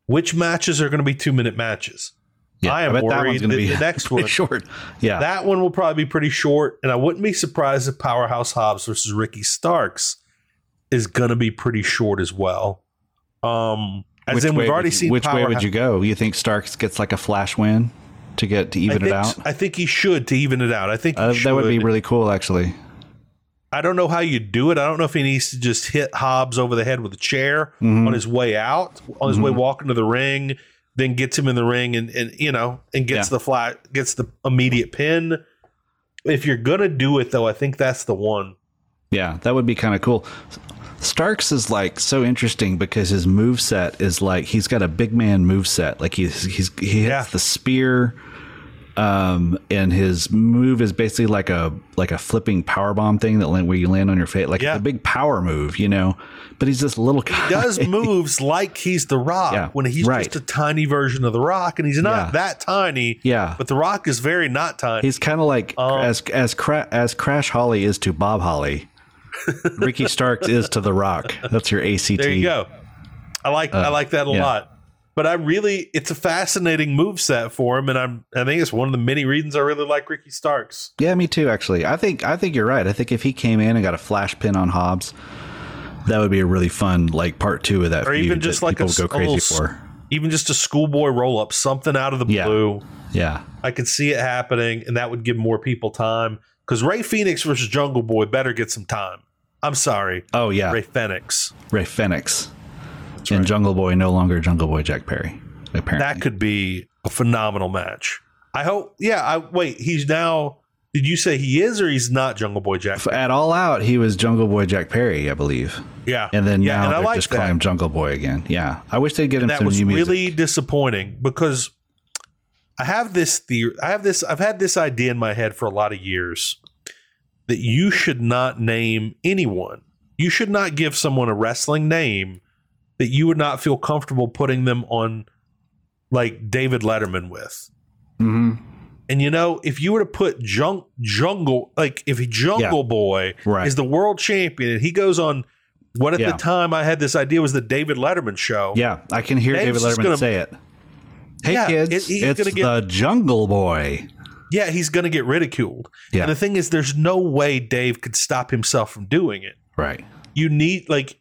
[SPEAKER 2] which matches are gonna be two minute matches.
[SPEAKER 3] Yeah,
[SPEAKER 2] I am
[SPEAKER 3] bet
[SPEAKER 2] worried
[SPEAKER 3] gonna
[SPEAKER 2] that the next
[SPEAKER 3] pretty
[SPEAKER 2] one-
[SPEAKER 3] short. Yeah,
[SPEAKER 2] That one will probably be pretty short, and I wouldn't be surprised if Powerhouse Hobbs versus Ricky Starks is gonna be pretty short as well. Um, as in
[SPEAKER 3] way
[SPEAKER 2] we've
[SPEAKER 3] would
[SPEAKER 2] already
[SPEAKER 3] you-
[SPEAKER 2] seen
[SPEAKER 3] Which way
[SPEAKER 2] Powerhou-
[SPEAKER 3] would you go? You think Starks gets like a flash win to get to
[SPEAKER 2] I
[SPEAKER 3] even
[SPEAKER 2] think,
[SPEAKER 3] it out?
[SPEAKER 2] I think he should to even it out. I think he
[SPEAKER 3] Uh, that would be
[SPEAKER 2] should.
[SPEAKER 3] really cool, actually.
[SPEAKER 2] I don't know how you do it. I don't know if he needs to just hit Hobbs over the head with a chair
[SPEAKER 3] Mm-hmm.
[SPEAKER 2] on his way out, on his way walking to the ring, then gets him in the ring and, and you know, and gets
[SPEAKER 3] Yeah.
[SPEAKER 2] the flat gets the immediate pin. If you're gonna do it though, I think that's the one.
[SPEAKER 3] Yeah, that would be kind of cool. Starks is like so interesting because his move set is like he's got a big man move set. Like he's he's he hits
[SPEAKER 2] Yeah.
[SPEAKER 3] the spear, um, and his move is basically like a like a flipping power bomb thing that land, where you land on your face, like
[SPEAKER 2] Yeah.
[SPEAKER 3] a big power move, you know. But he's this little guy.
[SPEAKER 2] does moves like he's the Rock
[SPEAKER 3] Yeah,
[SPEAKER 2] when he's
[SPEAKER 3] right.
[SPEAKER 2] just a tiny version of the Rock, and he's not
[SPEAKER 3] Yeah.
[SPEAKER 2] that tiny.
[SPEAKER 3] Yeah.
[SPEAKER 2] but the Rock is very not tiny.
[SPEAKER 3] He's kind of like
[SPEAKER 2] Oh.
[SPEAKER 3] as as cra- as Crash Holly is to Bob Holly. Ricky Starks is to The Rock. That's your ACT.
[SPEAKER 2] there you go. I like I like that a
[SPEAKER 3] Oh, yeah.
[SPEAKER 2] lot. But I really, it's a fascinating move set for him, and I'm I think it's one of the many reasons I really like Ricky Starks.
[SPEAKER 3] Yeah, me too. Actually, I think I think you're right. I think if he came in and got a flash pin on Hobbs, that would be a really fun like part two of that.
[SPEAKER 2] Or
[SPEAKER 3] feud
[SPEAKER 2] even just
[SPEAKER 3] that
[SPEAKER 2] like a,
[SPEAKER 3] people would
[SPEAKER 2] s-
[SPEAKER 3] go
[SPEAKER 2] a
[SPEAKER 3] crazy
[SPEAKER 2] little, s-
[SPEAKER 3] for.
[SPEAKER 2] even just a schoolboy roll up, something out of the
[SPEAKER 3] Yeah.
[SPEAKER 2] blue.
[SPEAKER 3] Yeah,
[SPEAKER 2] I could see it happening, and that would give more people time. Because Ray Phoenix versus Jungle Boy better get some time. I'm sorry,
[SPEAKER 3] Oh, yeah.
[SPEAKER 2] Ray Phoenix.
[SPEAKER 3] Ray Fenix and Jungle Boy, no longer Jungle Boy Jack Perry. Apparently,
[SPEAKER 2] That could be a phenomenal match. I hope. Yeah. I wait. He's now. Did you say he is or he's not Jungle Boy Jack?
[SPEAKER 3] F- at all out, he was Jungle Boy Jack Perry, I believe,
[SPEAKER 2] Yeah.
[SPEAKER 3] and then
[SPEAKER 2] yeah,
[SPEAKER 3] now
[SPEAKER 2] and I
[SPEAKER 3] they're
[SPEAKER 2] like
[SPEAKER 3] just
[SPEAKER 2] that.
[SPEAKER 3] calling him Jungle Boy again. Yeah, I wish they'd get him
[SPEAKER 2] that
[SPEAKER 3] some
[SPEAKER 2] was
[SPEAKER 3] new music.
[SPEAKER 2] really disappointing because I have this theory. I have this. I've had this idea in my head for a lot of years that you should not name anyone. You should not give someone a wrestling name that you would not feel comfortable putting them on, like David Letterman with.
[SPEAKER 3] Mhm.
[SPEAKER 2] And you know, if you were to put junk jungle, like if Jungle Boy
[SPEAKER 3] Right.
[SPEAKER 2] is the world champion and he goes on, what at
[SPEAKER 3] Yeah.
[SPEAKER 2] the time I had this idea was the David Letterman show.
[SPEAKER 3] Yeah, I can hear
[SPEAKER 2] Name's
[SPEAKER 3] David
[SPEAKER 2] just
[SPEAKER 3] Letterman
[SPEAKER 2] gonna-
[SPEAKER 3] say it. Hey
[SPEAKER 2] Yeah,
[SPEAKER 3] kids,
[SPEAKER 2] it- he's
[SPEAKER 3] it's
[SPEAKER 2] gonna get-
[SPEAKER 3] the Jungle Boy.
[SPEAKER 2] yeah, he's going to get ridiculed.
[SPEAKER 3] Yeah.
[SPEAKER 2] And the thing is, there's no way Dave could stop himself from doing it.
[SPEAKER 3] Right.
[SPEAKER 2] You need, like,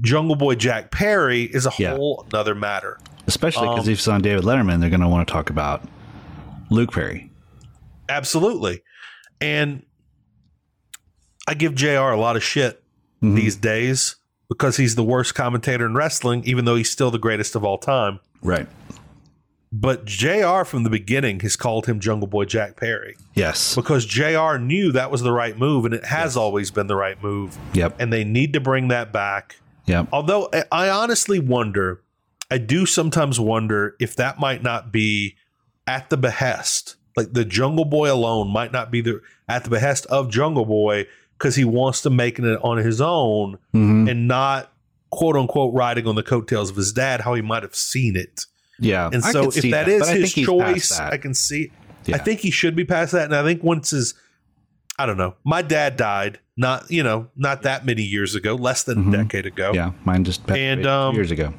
[SPEAKER 2] Jungle Boy Jack Perry is a
[SPEAKER 3] Yeah.
[SPEAKER 2] whole other matter.
[SPEAKER 3] Especially because
[SPEAKER 2] Um,
[SPEAKER 3] if it's on David Letterman, they're going to want to talk about Luke Perry.
[SPEAKER 2] Absolutely. And I give JR a lot of shit
[SPEAKER 3] Mhm.
[SPEAKER 2] these days because he's the worst commentator in wrestling, even though he's still the greatest of all time.
[SPEAKER 3] Right.
[SPEAKER 2] But JR from the beginning has called him Jungle Boy Jack Perry
[SPEAKER 3] Yes.
[SPEAKER 2] because JR knew that was the right move and it has always been the right move.
[SPEAKER 3] Yep.
[SPEAKER 2] And they need to bring that back.
[SPEAKER 3] Yep.
[SPEAKER 2] Although I- I honestly wonder, I do sometimes wonder if that might not be at the behest, like the Jungle Boy alone might not be the at the behest of Jungle Boy because he wants to make it on his own
[SPEAKER 3] hmm
[SPEAKER 2] and not quote unquote riding on the coattails of his dad, how he might have seen it.
[SPEAKER 3] Yeah.
[SPEAKER 2] And
[SPEAKER 3] I
[SPEAKER 2] so
[SPEAKER 3] could
[SPEAKER 2] if
[SPEAKER 3] see
[SPEAKER 2] that
[SPEAKER 3] but
[SPEAKER 2] is
[SPEAKER 3] I think
[SPEAKER 2] his
[SPEAKER 3] he's past
[SPEAKER 2] choice,
[SPEAKER 3] that.
[SPEAKER 2] I can see.
[SPEAKER 3] Yeah.
[SPEAKER 2] I think he should be past that. And I think once his, I don't know, my dad died not, you know, not that many years ago, less than a decade ago.
[SPEAKER 3] Mm-hmm. yeah. Mine just passed
[SPEAKER 2] And,
[SPEAKER 3] away two
[SPEAKER 2] um,
[SPEAKER 3] years ago.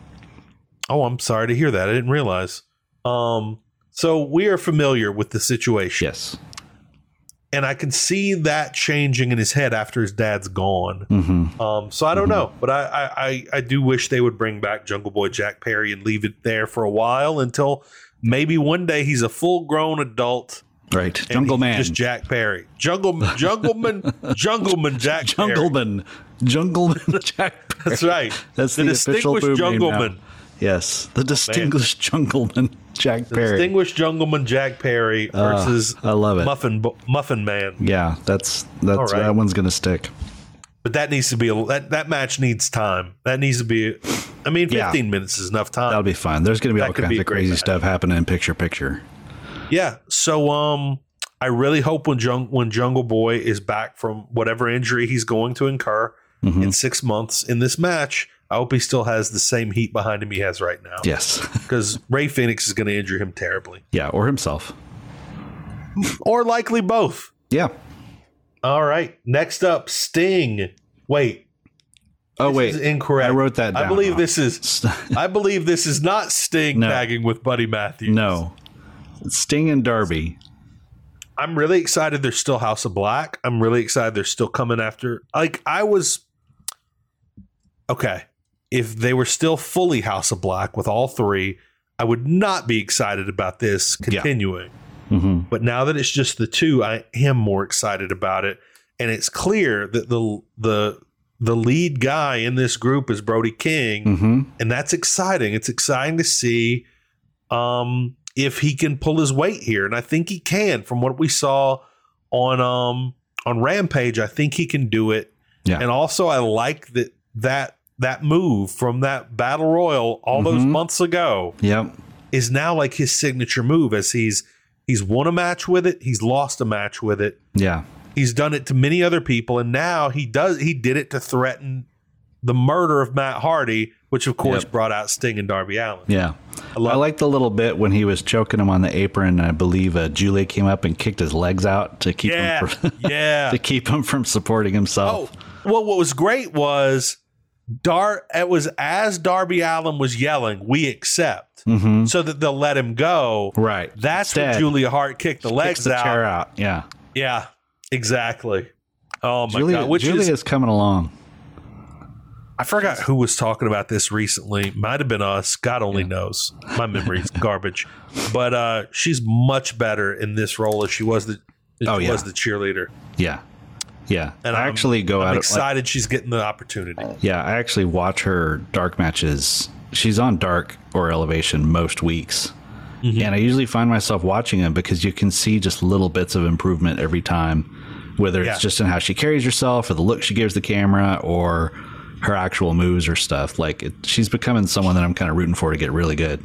[SPEAKER 2] Oh, I'm sorry to hear that. I didn't realize. Um, so we are familiar with the situation,
[SPEAKER 3] Yes.
[SPEAKER 2] and I can see that changing in his head after his dad's gone.
[SPEAKER 3] hmm
[SPEAKER 2] Um, so I don't know, but I, I, I, I do wish they would bring back Jungle Boy Jack Perry and leave it there for a while until maybe one day he's a full grown adult.
[SPEAKER 3] Right.
[SPEAKER 2] and
[SPEAKER 3] Jungle
[SPEAKER 2] he's
[SPEAKER 3] Man.
[SPEAKER 2] just Jack Perry, Jungle Jungleman, Jungleman Jack, Perry.
[SPEAKER 3] Jungleman. Jungleman Jack. Perry.
[SPEAKER 2] That's right.
[SPEAKER 3] That's the, official
[SPEAKER 2] distinguished
[SPEAKER 3] boom
[SPEAKER 2] Jungleman,
[SPEAKER 3] Yes, the distinguished Jungleman Jack
[SPEAKER 2] the
[SPEAKER 3] Perry. Ah,
[SPEAKER 2] distinguished Jungleman Jack Perry versus
[SPEAKER 3] I love it.
[SPEAKER 2] Muffin Bo- Muffin Man.
[SPEAKER 3] yeah, that's that's
[SPEAKER 2] All right.
[SPEAKER 3] that one's gonna stick.
[SPEAKER 2] But that needs to be a, that that match needs time. That needs to be. I mean,
[SPEAKER 3] Yeah.
[SPEAKER 2] fifteen minutes is enough
[SPEAKER 3] That'll
[SPEAKER 2] time.
[SPEAKER 3] be fun. There's gonna be
[SPEAKER 2] That
[SPEAKER 3] all
[SPEAKER 2] could
[SPEAKER 3] kinds
[SPEAKER 2] be a
[SPEAKER 3] of
[SPEAKER 2] great
[SPEAKER 3] crazy
[SPEAKER 2] match.
[SPEAKER 3] stuff happening in picture picture.
[SPEAKER 2] yeah. So um, I really hope when Jung when Jungle Boy is back from whatever injury he's going to incur
[SPEAKER 3] Mm-hmm.
[SPEAKER 2] in six months in this match, I hope he still has the same heat behind him he has right now.
[SPEAKER 3] Yes.
[SPEAKER 2] Because Ray Phoenix is going to injure him terribly,
[SPEAKER 3] yeah, or himself.
[SPEAKER 2] or likely both.
[SPEAKER 3] Yeah.
[SPEAKER 2] All right. Next up, Sting. Wait,
[SPEAKER 3] Oh
[SPEAKER 2] this
[SPEAKER 3] wait.
[SPEAKER 2] is incorrect.
[SPEAKER 3] I wrote that
[SPEAKER 2] I
[SPEAKER 3] down
[SPEAKER 2] believe
[SPEAKER 3] wrong.
[SPEAKER 2] this is. I believe this is not Sting
[SPEAKER 3] No.
[SPEAKER 2] tagging with Buddy Matthews.
[SPEAKER 3] no. Sting and Darby.
[SPEAKER 2] I'm really excited they're still House of Black. I'm really excited they're still coming after. Like I was Okay. If they were still fully House of Black with all three, I would not be excited about this continuing.
[SPEAKER 3] hmm
[SPEAKER 2] But now that it's just the two, I am more excited about it. And it's clear that the the the lead guy in this group is Brody King
[SPEAKER 3] hmm
[SPEAKER 2] and that's exciting. It's exciting to see um, if he can pull his weight here, and I think he can. From what we saw on um, on Rampage, I think he can do it.
[SPEAKER 3] Yeah.
[SPEAKER 2] And also, I like that that that move from that battle royal all those
[SPEAKER 3] Mhm.
[SPEAKER 2] months ago
[SPEAKER 3] Yep.
[SPEAKER 2] is now like his signature move. As he's he's won a match with it, he's lost a match with it.
[SPEAKER 3] Yeah.
[SPEAKER 2] He's done it to many other people, and now he does. He did it to threaten the murder of Matt Hardy, which of course
[SPEAKER 3] Yep.
[SPEAKER 2] brought out Sting and Darby Allen.
[SPEAKER 3] Yeah. I,
[SPEAKER 2] love-
[SPEAKER 3] liked the little bit when he was choking him on the apron. I believe uh, Julie came up and kicked his legs out to keep
[SPEAKER 2] Yeah,
[SPEAKER 3] him from,
[SPEAKER 2] yeah.
[SPEAKER 3] to keep him from supporting himself.
[SPEAKER 2] Oh, well, what was great was Dar. It was as Darby Allen was yelling, "We accept,"
[SPEAKER 3] Mm-hmm.
[SPEAKER 2] so that they'll let him go.
[SPEAKER 3] Right.
[SPEAKER 2] That's
[SPEAKER 3] Instead,
[SPEAKER 2] when Julia Hart kicked the
[SPEAKER 3] kicks
[SPEAKER 2] legs
[SPEAKER 3] the
[SPEAKER 2] out.
[SPEAKER 3] chair out. Yeah.
[SPEAKER 2] Yeah, exactly. Oh my
[SPEAKER 3] Julia,
[SPEAKER 2] god! Which
[SPEAKER 3] Julia
[SPEAKER 2] is,
[SPEAKER 3] is, coming along.
[SPEAKER 2] I forgot who was talking about this recently. Might have been us. God only knows. My memory's garbage. But uh, she's much better in this role as she was the as
[SPEAKER 3] Oh,
[SPEAKER 2] she
[SPEAKER 3] yeah.
[SPEAKER 2] was the cheerleader.
[SPEAKER 3] Yeah. Yeah.
[SPEAKER 2] And
[SPEAKER 3] I
[SPEAKER 2] I'm-
[SPEAKER 3] actually go
[SPEAKER 2] I'm
[SPEAKER 3] out. like- Oh.
[SPEAKER 2] excited she's getting the opportunity.
[SPEAKER 3] yeah. I actually watch her dark matches. She's on dark or elevation most weeks.
[SPEAKER 2] Mm-hmm.
[SPEAKER 3] And I usually find myself watching them because you can see just little bits of improvement every time, whether
[SPEAKER 2] Yeah.
[SPEAKER 3] it's just in how she carries herself or the look she gives the camera or her actual moves or stuff. Like it, she's becoming someone that I'm kind of rooting for to get really good.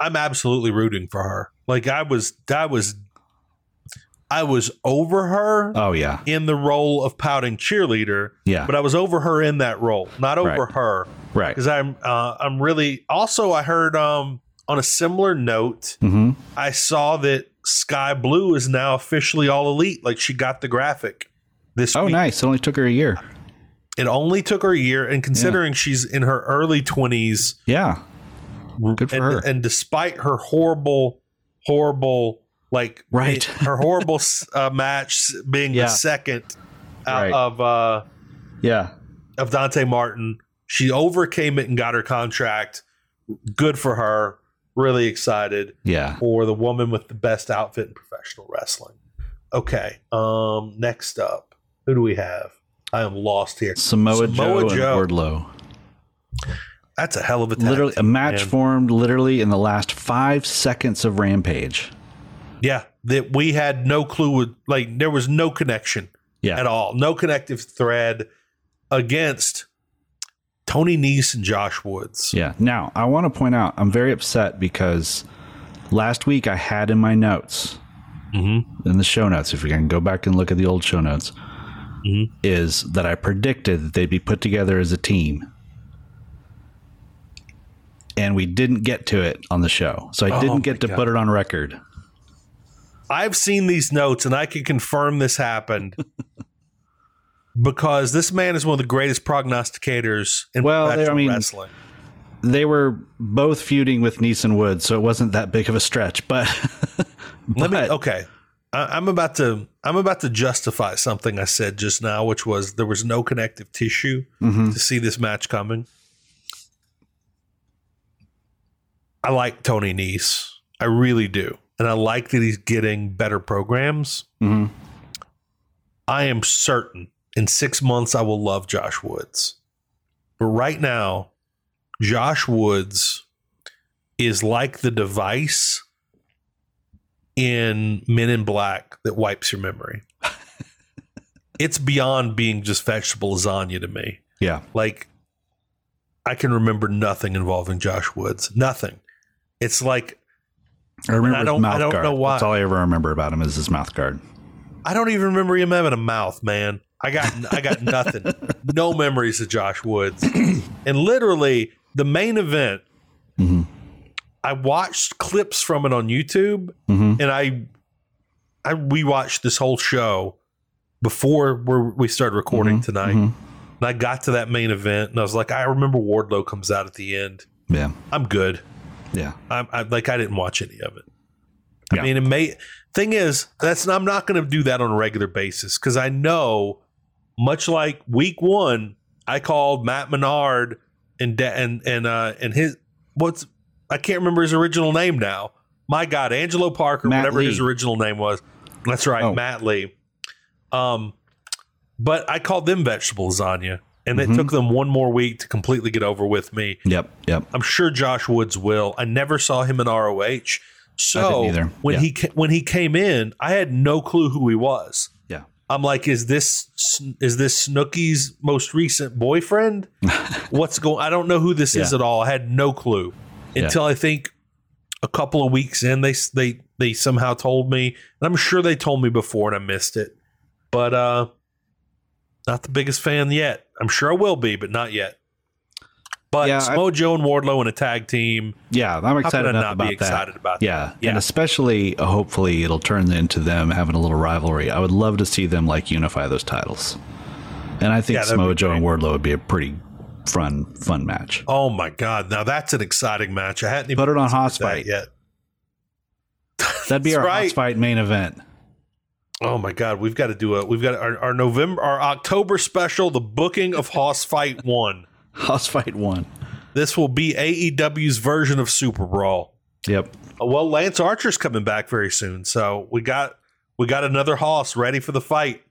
[SPEAKER 2] I'm absolutely rooting for her. Like I was I was I was over her
[SPEAKER 3] Oh, yeah.
[SPEAKER 2] in the role of pouting cheerleader.
[SPEAKER 3] Yeah.
[SPEAKER 2] But I was over her in that role, not over
[SPEAKER 3] Right.
[SPEAKER 2] her.
[SPEAKER 3] Right.
[SPEAKER 2] Because I'm uh, I'm really also I heard um on a similar note,
[SPEAKER 3] hmm
[SPEAKER 2] I saw that Sky Blue is now officially all elite. Like she got the graphic this
[SPEAKER 3] Oh,
[SPEAKER 2] week.
[SPEAKER 3] nice. It only took her a year.
[SPEAKER 2] It only took her a year, and considering she's in her early twenties,
[SPEAKER 3] Yeah. Good for
[SPEAKER 2] and,
[SPEAKER 3] her.
[SPEAKER 2] and despite her horrible, horrible, like
[SPEAKER 3] Right.
[SPEAKER 2] her horrible s- uh, match s- being
[SPEAKER 3] Yeah.
[SPEAKER 2] the second out
[SPEAKER 3] Right.
[SPEAKER 2] of uh,
[SPEAKER 3] yeah.
[SPEAKER 2] of Dante Martin, she overcame it and got her contract. Good for her. Really excited
[SPEAKER 3] Yeah.
[SPEAKER 2] for the woman with the best outfit in professional wrestling. Okay. Um. Next up, who do we have? I am lost here.
[SPEAKER 3] Samoa,
[SPEAKER 2] Samoa
[SPEAKER 3] Joe,
[SPEAKER 2] Joe.
[SPEAKER 3] and Wardlow.
[SPEAKER 2] That's a hell of a tag
[SPEAKER 3] Literally, a
[SPEAKER 2] team,
[SPEAKER 3] match
[SPEAKER 2] man.
[SPEAKER 3] formed literally in the last five seconds of Rampage.
[SPEAKER 2] Yeah, that we had no clue. With, like there was no connection
[SPEAKER 3] Yeah.
[SPEAKER 2] at all, no connective thread against Tony Nese and Josh Woods.
[SPEAKER 3] Yeah. Now, I want to point out, I'm very upset because last week I had in my notes, in the show notes, if you can go back and look at the old show notes, is that I predicted that they'd be put together as a team. And we didn't get to it on the show. So I didn't get to put it on record.
[SPEAKER 2] I've seen these notes, and I can confirm this happened because this man is one of the greatest prognosticators in
[SPEAKER 3] Well, they- I
[SPEAKER 2] professional
[SPEAKER 3] mean-
[SPEAKER 2] wrestling.
[SPEAKER 3] they were both feuding with Neeson Wood, so it wasn't that big of a stretch. But,
[SPEAKER 2] Let me. oh.
[SPEAKER 3] but-
[SPEAKER 2] Okay, I, I'm about to. I'm about to justify something I said just now, which was there was no connective tissue
[SPEAKER 3] Mhm.
[SPEAKER 2] to see this match coming. I like Tony Nese. I really do, and I like that he's getting better programs.
[SPEAKER 3] Mhm.
[SPEAKER 2] I am certain in six months I will love Josh Woods. But right now, Josh Woods is like the device in Men in Black that wipes your memory. it's beyond being just vegetable lasagna to me.
[SPEAKER 3] yeah,
[SPEAKER 2] Like, I can remember nothing involving Josh Woods. Nothing. It's like
[SPEAKER 3] I remember
[SPEAKER 2] I
[SPEAKER 3] his
[SPEAKER 2] don't-
[SPEAKER 3] mouth
[SPEAKER 2] I don't
[SPEAKER 3] guard.
[SPEAKER 2] know why.
[SPEAKER 3] That's all I ever remember about him is his mouth guard.
[SPEAKER 2] I don't even remember him having a mouth, man. I got I got nothing. No memories of Josh Woods. And literally the main event,
[SPEAKER 3] Mhm.
[SPEAKER 2] I watched clips from it on YouTube
[SPEAKER 3] hmm
[SPEAKER 2] and I I rewatched this whole show before we're, we started recording
[SPEAKER 3] Mhm,
[SPEAKER 2] tonight.
[SPEAKER 3] mhm.
[SPEAKER 2] And I got to that main event and I was like, I remember Wardlow comes out at the end.
[SPEAKER 3] Yeah,
[SPEAKER 2] I'm good.
[SPEAKER 3] yeah.
[SPEAKER 2] I'm, I like I didn't watch any of it.
[SPEAKER 3] Yeah.
[SPEAKER 2] I mean, it may thing is that's I'm not going to do that on a regular basis because I know, much like week one, I called Matt Menard and da- and and uh and his what's I can't remember his original name now. My God, Angelo Parker,
[SPEAKER 3] Matt
[SPEAKER 2] whatever his
[SPEAKER 3] Lee.
[SPEAKER 2] original name was. That's right,
[SPEAKER 3] Oh.
[SPEAKER 2] Matt Lee. Um, but I called them vegetable lasagna, and
[SPEAKER 3] Mhm.
[SPEAKER 2] it took them one more week to completely get over with me.
[SPEAKER 3] Yep, yep.
[SPEAKER 2] I'm sure Josh Woods will. I never saw him in ROH. So
[SPEAKER 3] either.
[SPEAKER 2] when
[SPEAKER 3] Yeah.
[SPEAKER 2] he ca- when he came in, I had no clue who he was.
[SPEAKER 3] Yeah.
[SPEAKER 2] I'm like, is this Sn- is this Snooky's most recent boyfriend? What's going? I don't know who this is
[SPEAKER 3] Yeah.
[SPEAKER 2] at all. I had no clue
[SPEAKER 3] Yeah.
[SPEAKER 2] until I think a couple of weeks in, they s- they they somehow told me, and I'm sure they told me before, and I missed it. But uh, not the biggest fan yet. I'm sure I will be, but not yet. But
[SPEAKER 3] Yeah, I-
[SPEAKER 2] Smojo and Wardlow in a tag team.
[SPEAKER 3] Yeah, I'm
[SPEAKER 2] How
[SPEAKER 3] excited
[SPEAKER 2] could I
[SPEAKER 3] enough
[SPEAKER 2] not
[SPEAKER 3] about
[SPEAKER 2] be
[SPEAKER 3] that.
[SPEAKER 2] excited about that?
[SPEAKER 3] Yeah,
[SPEAKER 2] Yeah.
[SPEAKER 3] and especially uh, hopefully it'll turn into them having a little rivalry. I would love to see them like unify those titles, and I think
[SPEAKER 2] Yeah, that'd be
[SPEAKER 3] Smojo
[SPEAKER 2] great.
[SPEAKER 3] and Wardlow would be a pretty fun fun match.
[SPEAKER 2] Oh my god! Now that's an exciting match. I hadn't even
[SPEAKER 3] Put it on Hoss
[SPEAKER 2] that
[SPEAKER 3] Fight.
[SPEAKER 2] yet.
[SPEAKER 3] That'd be
[SPEAKER 2] That's
[SPEAKER 3] our
[SPEAKER 2] right.
[SPEAKER 3] Hoss Fight main event.
[SPEAKER 2] Oh my god! We've got to do a. We've got our, our November, our October special, the booking of Hoss Fight One.
[SPEAKER 3] Hoss Fight one.
[SPEAKER 2] This will be AEW's version of Super Brawl.
[SPEAKER 3] Yep.
[SPEAKER 2] Uh, Well, Lance Archer's coming back very soon, so we got we got another hoss ready for the fight.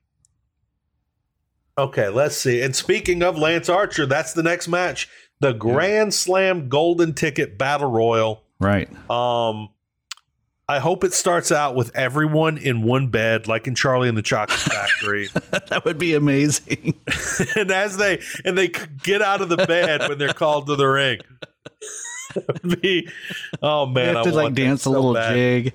[SPEAKER 2] Okay, let's see. And speaking of Lance Archer, that's the next match, the Grand Slam Golden Ticket Battle Royal.
[SPEAKER 3] Right.
[SPEAKER 2] Um I hope it starts out with everyone in one bed, like in Charlie and the Chocolate Factory.
[SPEAKER 3] that would be amazing.
[SPEAKER 2] and as they and they c- get out of the bed when they're called to the ring. Be- oh
[SPEAKER 3] they
[SPEAKER 2] man,
[SPEAKER 3] have to
[SPEAKER 2] I
[SPEAKER 3] like
[SPEAKER 2] want that
[SPEAKER 3] dance a
[SPEAKER 2] so
[SPEAKER 3] little
[SPEAKER 2] bad.
[SPEAKER 3] jig,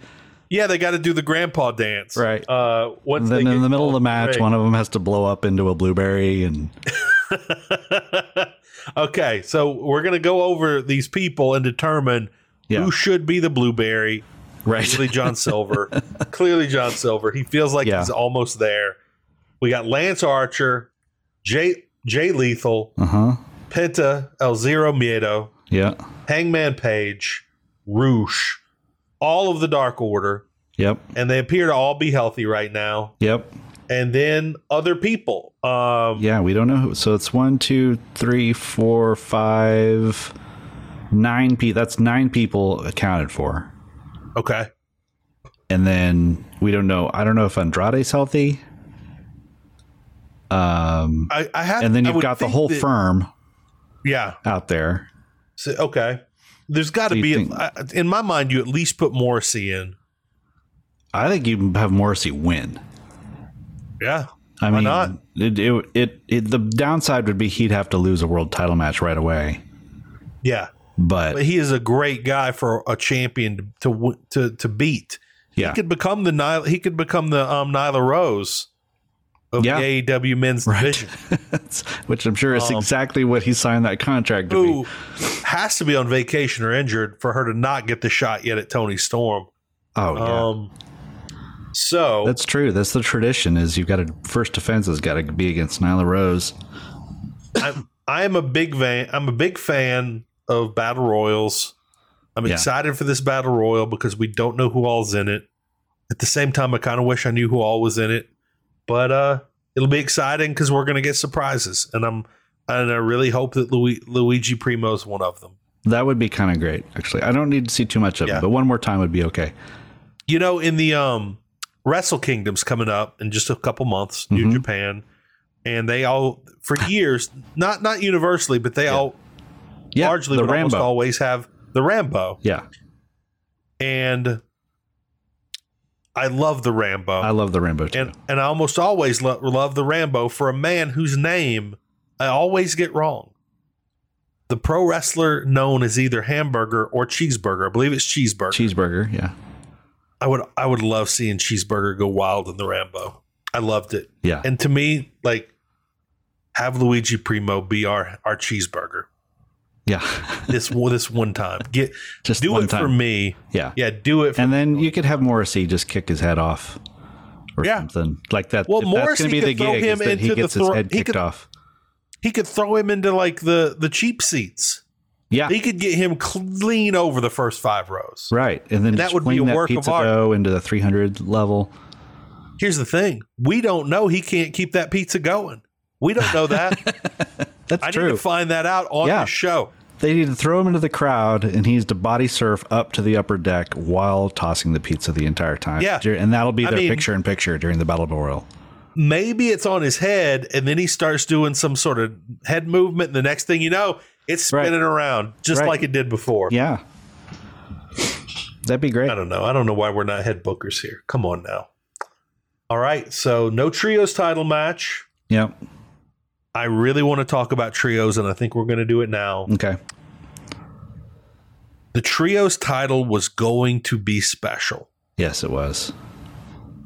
[SPEAKER 2] Yeah, they got to do the grandpa dance,
[SPEAKER 3] Right.
[SPEAKER 2] Uh, once
[SPEAKER 3] and
[SPEAKER 2] they
[SPEAKER 3] then
[SPEAKER 2] get
[SPEAKER 3] in the middle of the
[SPEAKER 2] called
[SPEAKER 3] match,
[SPEAKER 2] to
[SPEAKER 3] one of them has to blow up into a blueberry, and
[SPEAKER 2] ring. okay, so we're gonna go over these people and determine
[SPEAKER 3] Yeah.
[SPEAKER 2] who should be the blueberry.
[SPEAKER 3] right.
[SPEAKER 2] Clearly, John Silver. Clearly, John Silver. He feels like
[SPEAKER 3] Yeah.
[SPEAKER 2] he's almost there. We got Lance Archer, Jay Jay Lethal,
[SPEAKER 3] Uh huh.
[SPEAKER 2] Penta, El Zero Miedo,
[SPEAKER 3] Yeah.
[SPEAKER 2] Hangman Page, Roosh, all of the Dark Order,
[SPEAKER 3] Yep.
[SPEAKER 2] and they appear to all be healthy right now.
[SPEAKER 3] Yep.
[SPEAKER 2] and then other people. Um,
[SPEAKER 3] Yeah, we don't know who. So it's one, two, three, four, five, nine people. That's nine people accounted for.
[SPEAKER 2] Okay.
[SPEAKER 3] And then we don't know. I don't know if Andrade's healthy. Um,
[SPEAKER 2] I, I have,
[SPEAKER 3] and then
[SPEAKER 2] I
[SPEAKER 3] you've
[SPEAKER 2] would
[SPEAKER 3] got the
[SPEAKER 2] think
[SPEAKER 3] whole
[SPEAKER 2] that-
[SPEAKER 3] firm
[SPEAKER 2] Yeah.
[SPEAKER 3] out there.
[SPEAKER 2] So, okay. There's got to
[SPEAKER 3] So you
[SPEAKER 2] be,
[SPEAKER 3] think-
[SPEAKER 2] I, in my mind, you at least put Morrissey in.
[SPEAKER 3] I think you have Morrissey win.
[SPEAKER 2] Yeah.
[SPEAKER 3] I
[SPEAKER 2] Why
[SPEAKER 3] mean,
[SPEAKER 2] not?
[SPEAKER 3] It, it, it, it, the downside would be he'd have to lose a world title match right away.
[SPEAKER 2] Yeah.
[SPEAKER 3] But,
[SPEAKER 2] But he is a great guy for a champion to to w- to, to beat.
[SPEAKER 3] yeah,
[SPEAKER 2] He could become the Nyla, he could become the um, Nyla Rose of
[SPEAKER 3] Yeah.
[SPEAKER 2] the AEW men's division,
[SPEAKER 3] which I'm sure
[SPEAKER 2] Um,
[SPEAKER 3] is exactly what he signed that contract to
[SPEAKER 2] who
[SPEAKER 3] be.
[SPEAKER 2] has to be on vacation or injured for her to not get the shot yet at Tony Storm.
[SPEAKER 3] Oh, yeah.
[SPEAKER 2] Um, so
[SPEAKER 3] That's true. That's the tradition. Is you've got to first defense has got to be against Nyla Rose.
[SPEAKER 2] I'm I am a big fan. I'm a big fan of battle royals. I'm
[SPEAKER 3] Yeah.
[SPEAKER 2] excited for this battle royal because we don't know who all's in it. At the same time, I kind of wish I knew who all was in it, but uh, it'll be exciting because we're gonna get surprises, and I'm and I really hope that Lu- Luigi Primo is one of them.
[SPEAKER 3] That would be kind of great, actually. I don't need to see too much of
[SPEAKER 2] Yeah.
[SPEAKER 3] it, but one more time would be okay.
[SPEAKER 2] you know, in the um Wrestle Kingdom's coming up in just a couple months, New
[SPEAKER 3] Mhm.
[SPEAKER 2] Japan, and they all for years, not not universally, but they all
[SPEAKER 3] Yeah,
[SPEAKER 2] largely
[SPEAKER 3] the
[SPEAKER 2] would almost
[SPEAKER 3] Rambo.
[SPEAKER 2] always have the Rambo.
[SPEAKER 3] Yeah,
[SPEAKER 2] And I love the Rambo.
[SPEAKER 3] I love the Rambo too.
[SPEAKER 2] and and I almost always lo- love the Rambo for a man whose name I always get wrong. The pro wrestler known as either hamburger or cheeseburger. I believe it's cheeseburger.
[SPEAKER 3] Cheeseburger, yeah,
[SPEAKER 2] I would I would love seeing Cheeseburger go wild in the Rambo. I loved it.
[SPEAKER 3] yeah,
[SPEAKER 2] And to me, like have Luigi Primo be our our cheeseburger.
[SPEAKER 3] yeah.
[SPEAKER 2] This this one time. Get
[SPEAKER 3] Just
[SPEAKER 2] do
[SPEAKER 3] one
[SPEAKER 2] it
[SPEAKER 3] time.
[SPEAKER 2] for me.
[SPEAKER 3] Yeah,
[SPEAKER 2] Yeah, do it for
[SPEAKER 3] and then you could have Morrissey just kick his head off, or
[SPEAKER 2] Yeah.
[SPEAKER 3] something like that.
[SPEAKER 2] Well,
[SPEAKER 3] If that's
[SPEAKER 2] Morrissey
[SPEAKER 3] going to be the
[SPEAKER 2] could throw
[SPEAKER 3] gig.
[SPEAKER 2] him
[SPEAKER 3] Is that he
[SPEAKER 2] into the
[SPEAKER 3] gets his
[SPEAKER 2] thro-
[SPEAKER 3] head
[SPEAKER 2] he
[SPEAKER 3] kicked
[SPEAKER 2] could-
[SPEAKER 3] off.
[SPEAKER 2] he could throw him into like the the cheap seats.
[SPEAKER 3] Yeah,
[SPEAKER 2] He could get him clean over the first five rows.
[SPEAKER 3] right. And then
[SPEAKER 2] that
[SPEAKER 3] just
[SPEAKER 2] would be
[SPEAKER 3] wing
[SPEAKER 2] a
[SPEAKER 3] that
[SPEAKER 2] work of
[SPEAKER 3] pizza
[SPEAKER 2] art.
[SPEAKER 3] dough into the 300 level.
[SPEAKER 2] Here's the thing. We don't know he can't keep that pizza going. We don't know that.
[SPEAKER 3] That's
[SPEAKER 2] I need
[SPEAKER 3] true.
[SPEAKER 2] to find that out on
[SPEAKER 3] Yeah.
[SPEAKER 2] the show.
[SPEAKER 3] They need to throw him into the crowd, and he's to body surf up to the upper deck while tossing the pizza the entire time.
[SPEAKER 2] Yeah.
[SPEAKER 3] Dur- and that'll be
[SPEAKER 2] I
[SPEAKER 3] their
[SPEAKER 2] mean-
[SPEAKER 3] picture in picture during the battle royal.
[SPEAKER 2] maybe it's on his head and then he starts doing some sort of head movement and the next thing you know it's
[SPEAKER 3] Right.
[SPEAKER 2] spinning around just
[SPEAKER 3] Right.
[SPEAKER 2] like it did before
[SPEAKER 3] Yeah, that'd be great.
[SPEAKER 2] i don't know i don't know why we're not head bookers here come on now all right so no trios title match
[SPEAKER 3] Yeah.
[SPEAKER 2] i really want to talk about trios and i think we're going to do it now
[SPEAKER 3] Okay.
[SPEAKER 2] the trios title was going to be special
[SPEAKER 3] Yes, it was.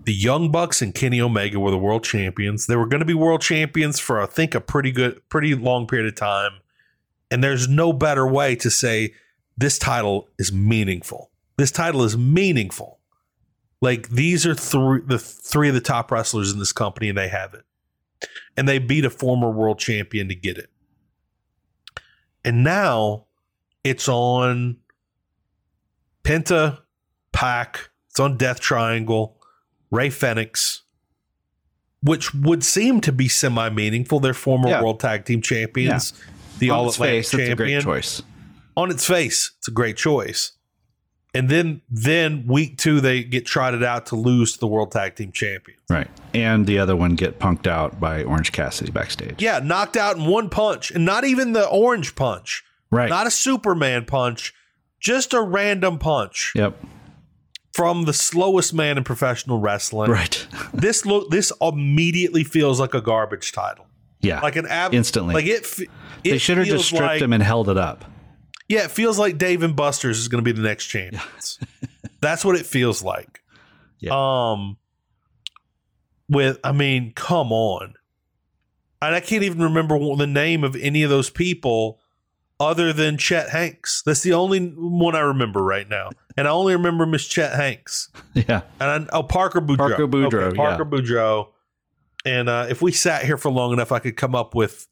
[SPEAKER 2] the young bucks and kenny omega were the world champions they were going to be world champions for i think a pretty good pretty long period of time and there's no better way to say this title is meaningful this title is meaningful like these are three the three of the top wrestlers in this company and they have it and they beat a former world champion to get it and now it's on penta pack it's on death triangle Ray Fenix, which would seem to be semi meaningful. They're former
[SPEAKER 3] Yeah.
[SPEAKER 2] world tag team champions, the
[SPEAKER 3] On
[SPEAKER 2] All
[SPEAKER 3] its
[SPEAKER 2] Atlantic
[SPEAKER 3] face, that's a great
[SPEAKER 2] champion.
[SPEAKER 3] choice.
[SPEAKER 2] On its face, it's a great choice. And then, then week two, they get trotted out to lose to the world tag team champion.
[SPEAKER 3] Right. And the other one get punked out by Orange Cassidy backstage.
[SPEAKER 2] Yeah, knocked out in one punch, and not even the orange punch,
[SPEAKER 3] Right.
[SPEAKER 2] not a Superman punch, just a random punch
[SPEAKER 3] yep.
[SPEAKER 2] from the slowest man in professional wrestling.
[SPEAKER 3] Right.
[SPEAKER 2] This look, this immediately feels like a garbage title.
[SPEAKER 3] yeah.
[SPEAKER 2] like an ab
[SPEAKER 3] Instantly.
[SPEAKER 2] Like it, fe- it
[SPEAKER 3] they should have
[SPEAKER 2] feels
[SPEAKER 3] just stripped
[SPEAKER 2] like,
[SPEAKER 3] him and held it up.
[SPEAKER 2] Yeah, it feels like Dave and Buster's is going to be the next champions. That's what it feels like.
[SPEAKER 3] Yeah.
[SPEAKER 2] Um. With I mean, come on, and I can't even remember wh- the name of any of those people other than Chet Hanks. That's the only one I remember right now, and I only remember Miss Chet Hanks.
[SPEAKER 3] Yeah.
[SPEAKER 2] And I, oh, Parker Boudreaux.
[SPEAKER 3] Parker Boudreaux, yeah.
[SPEAKER 2] Parker Boudreaux. And uh, if we sat here for long enough, I could come up with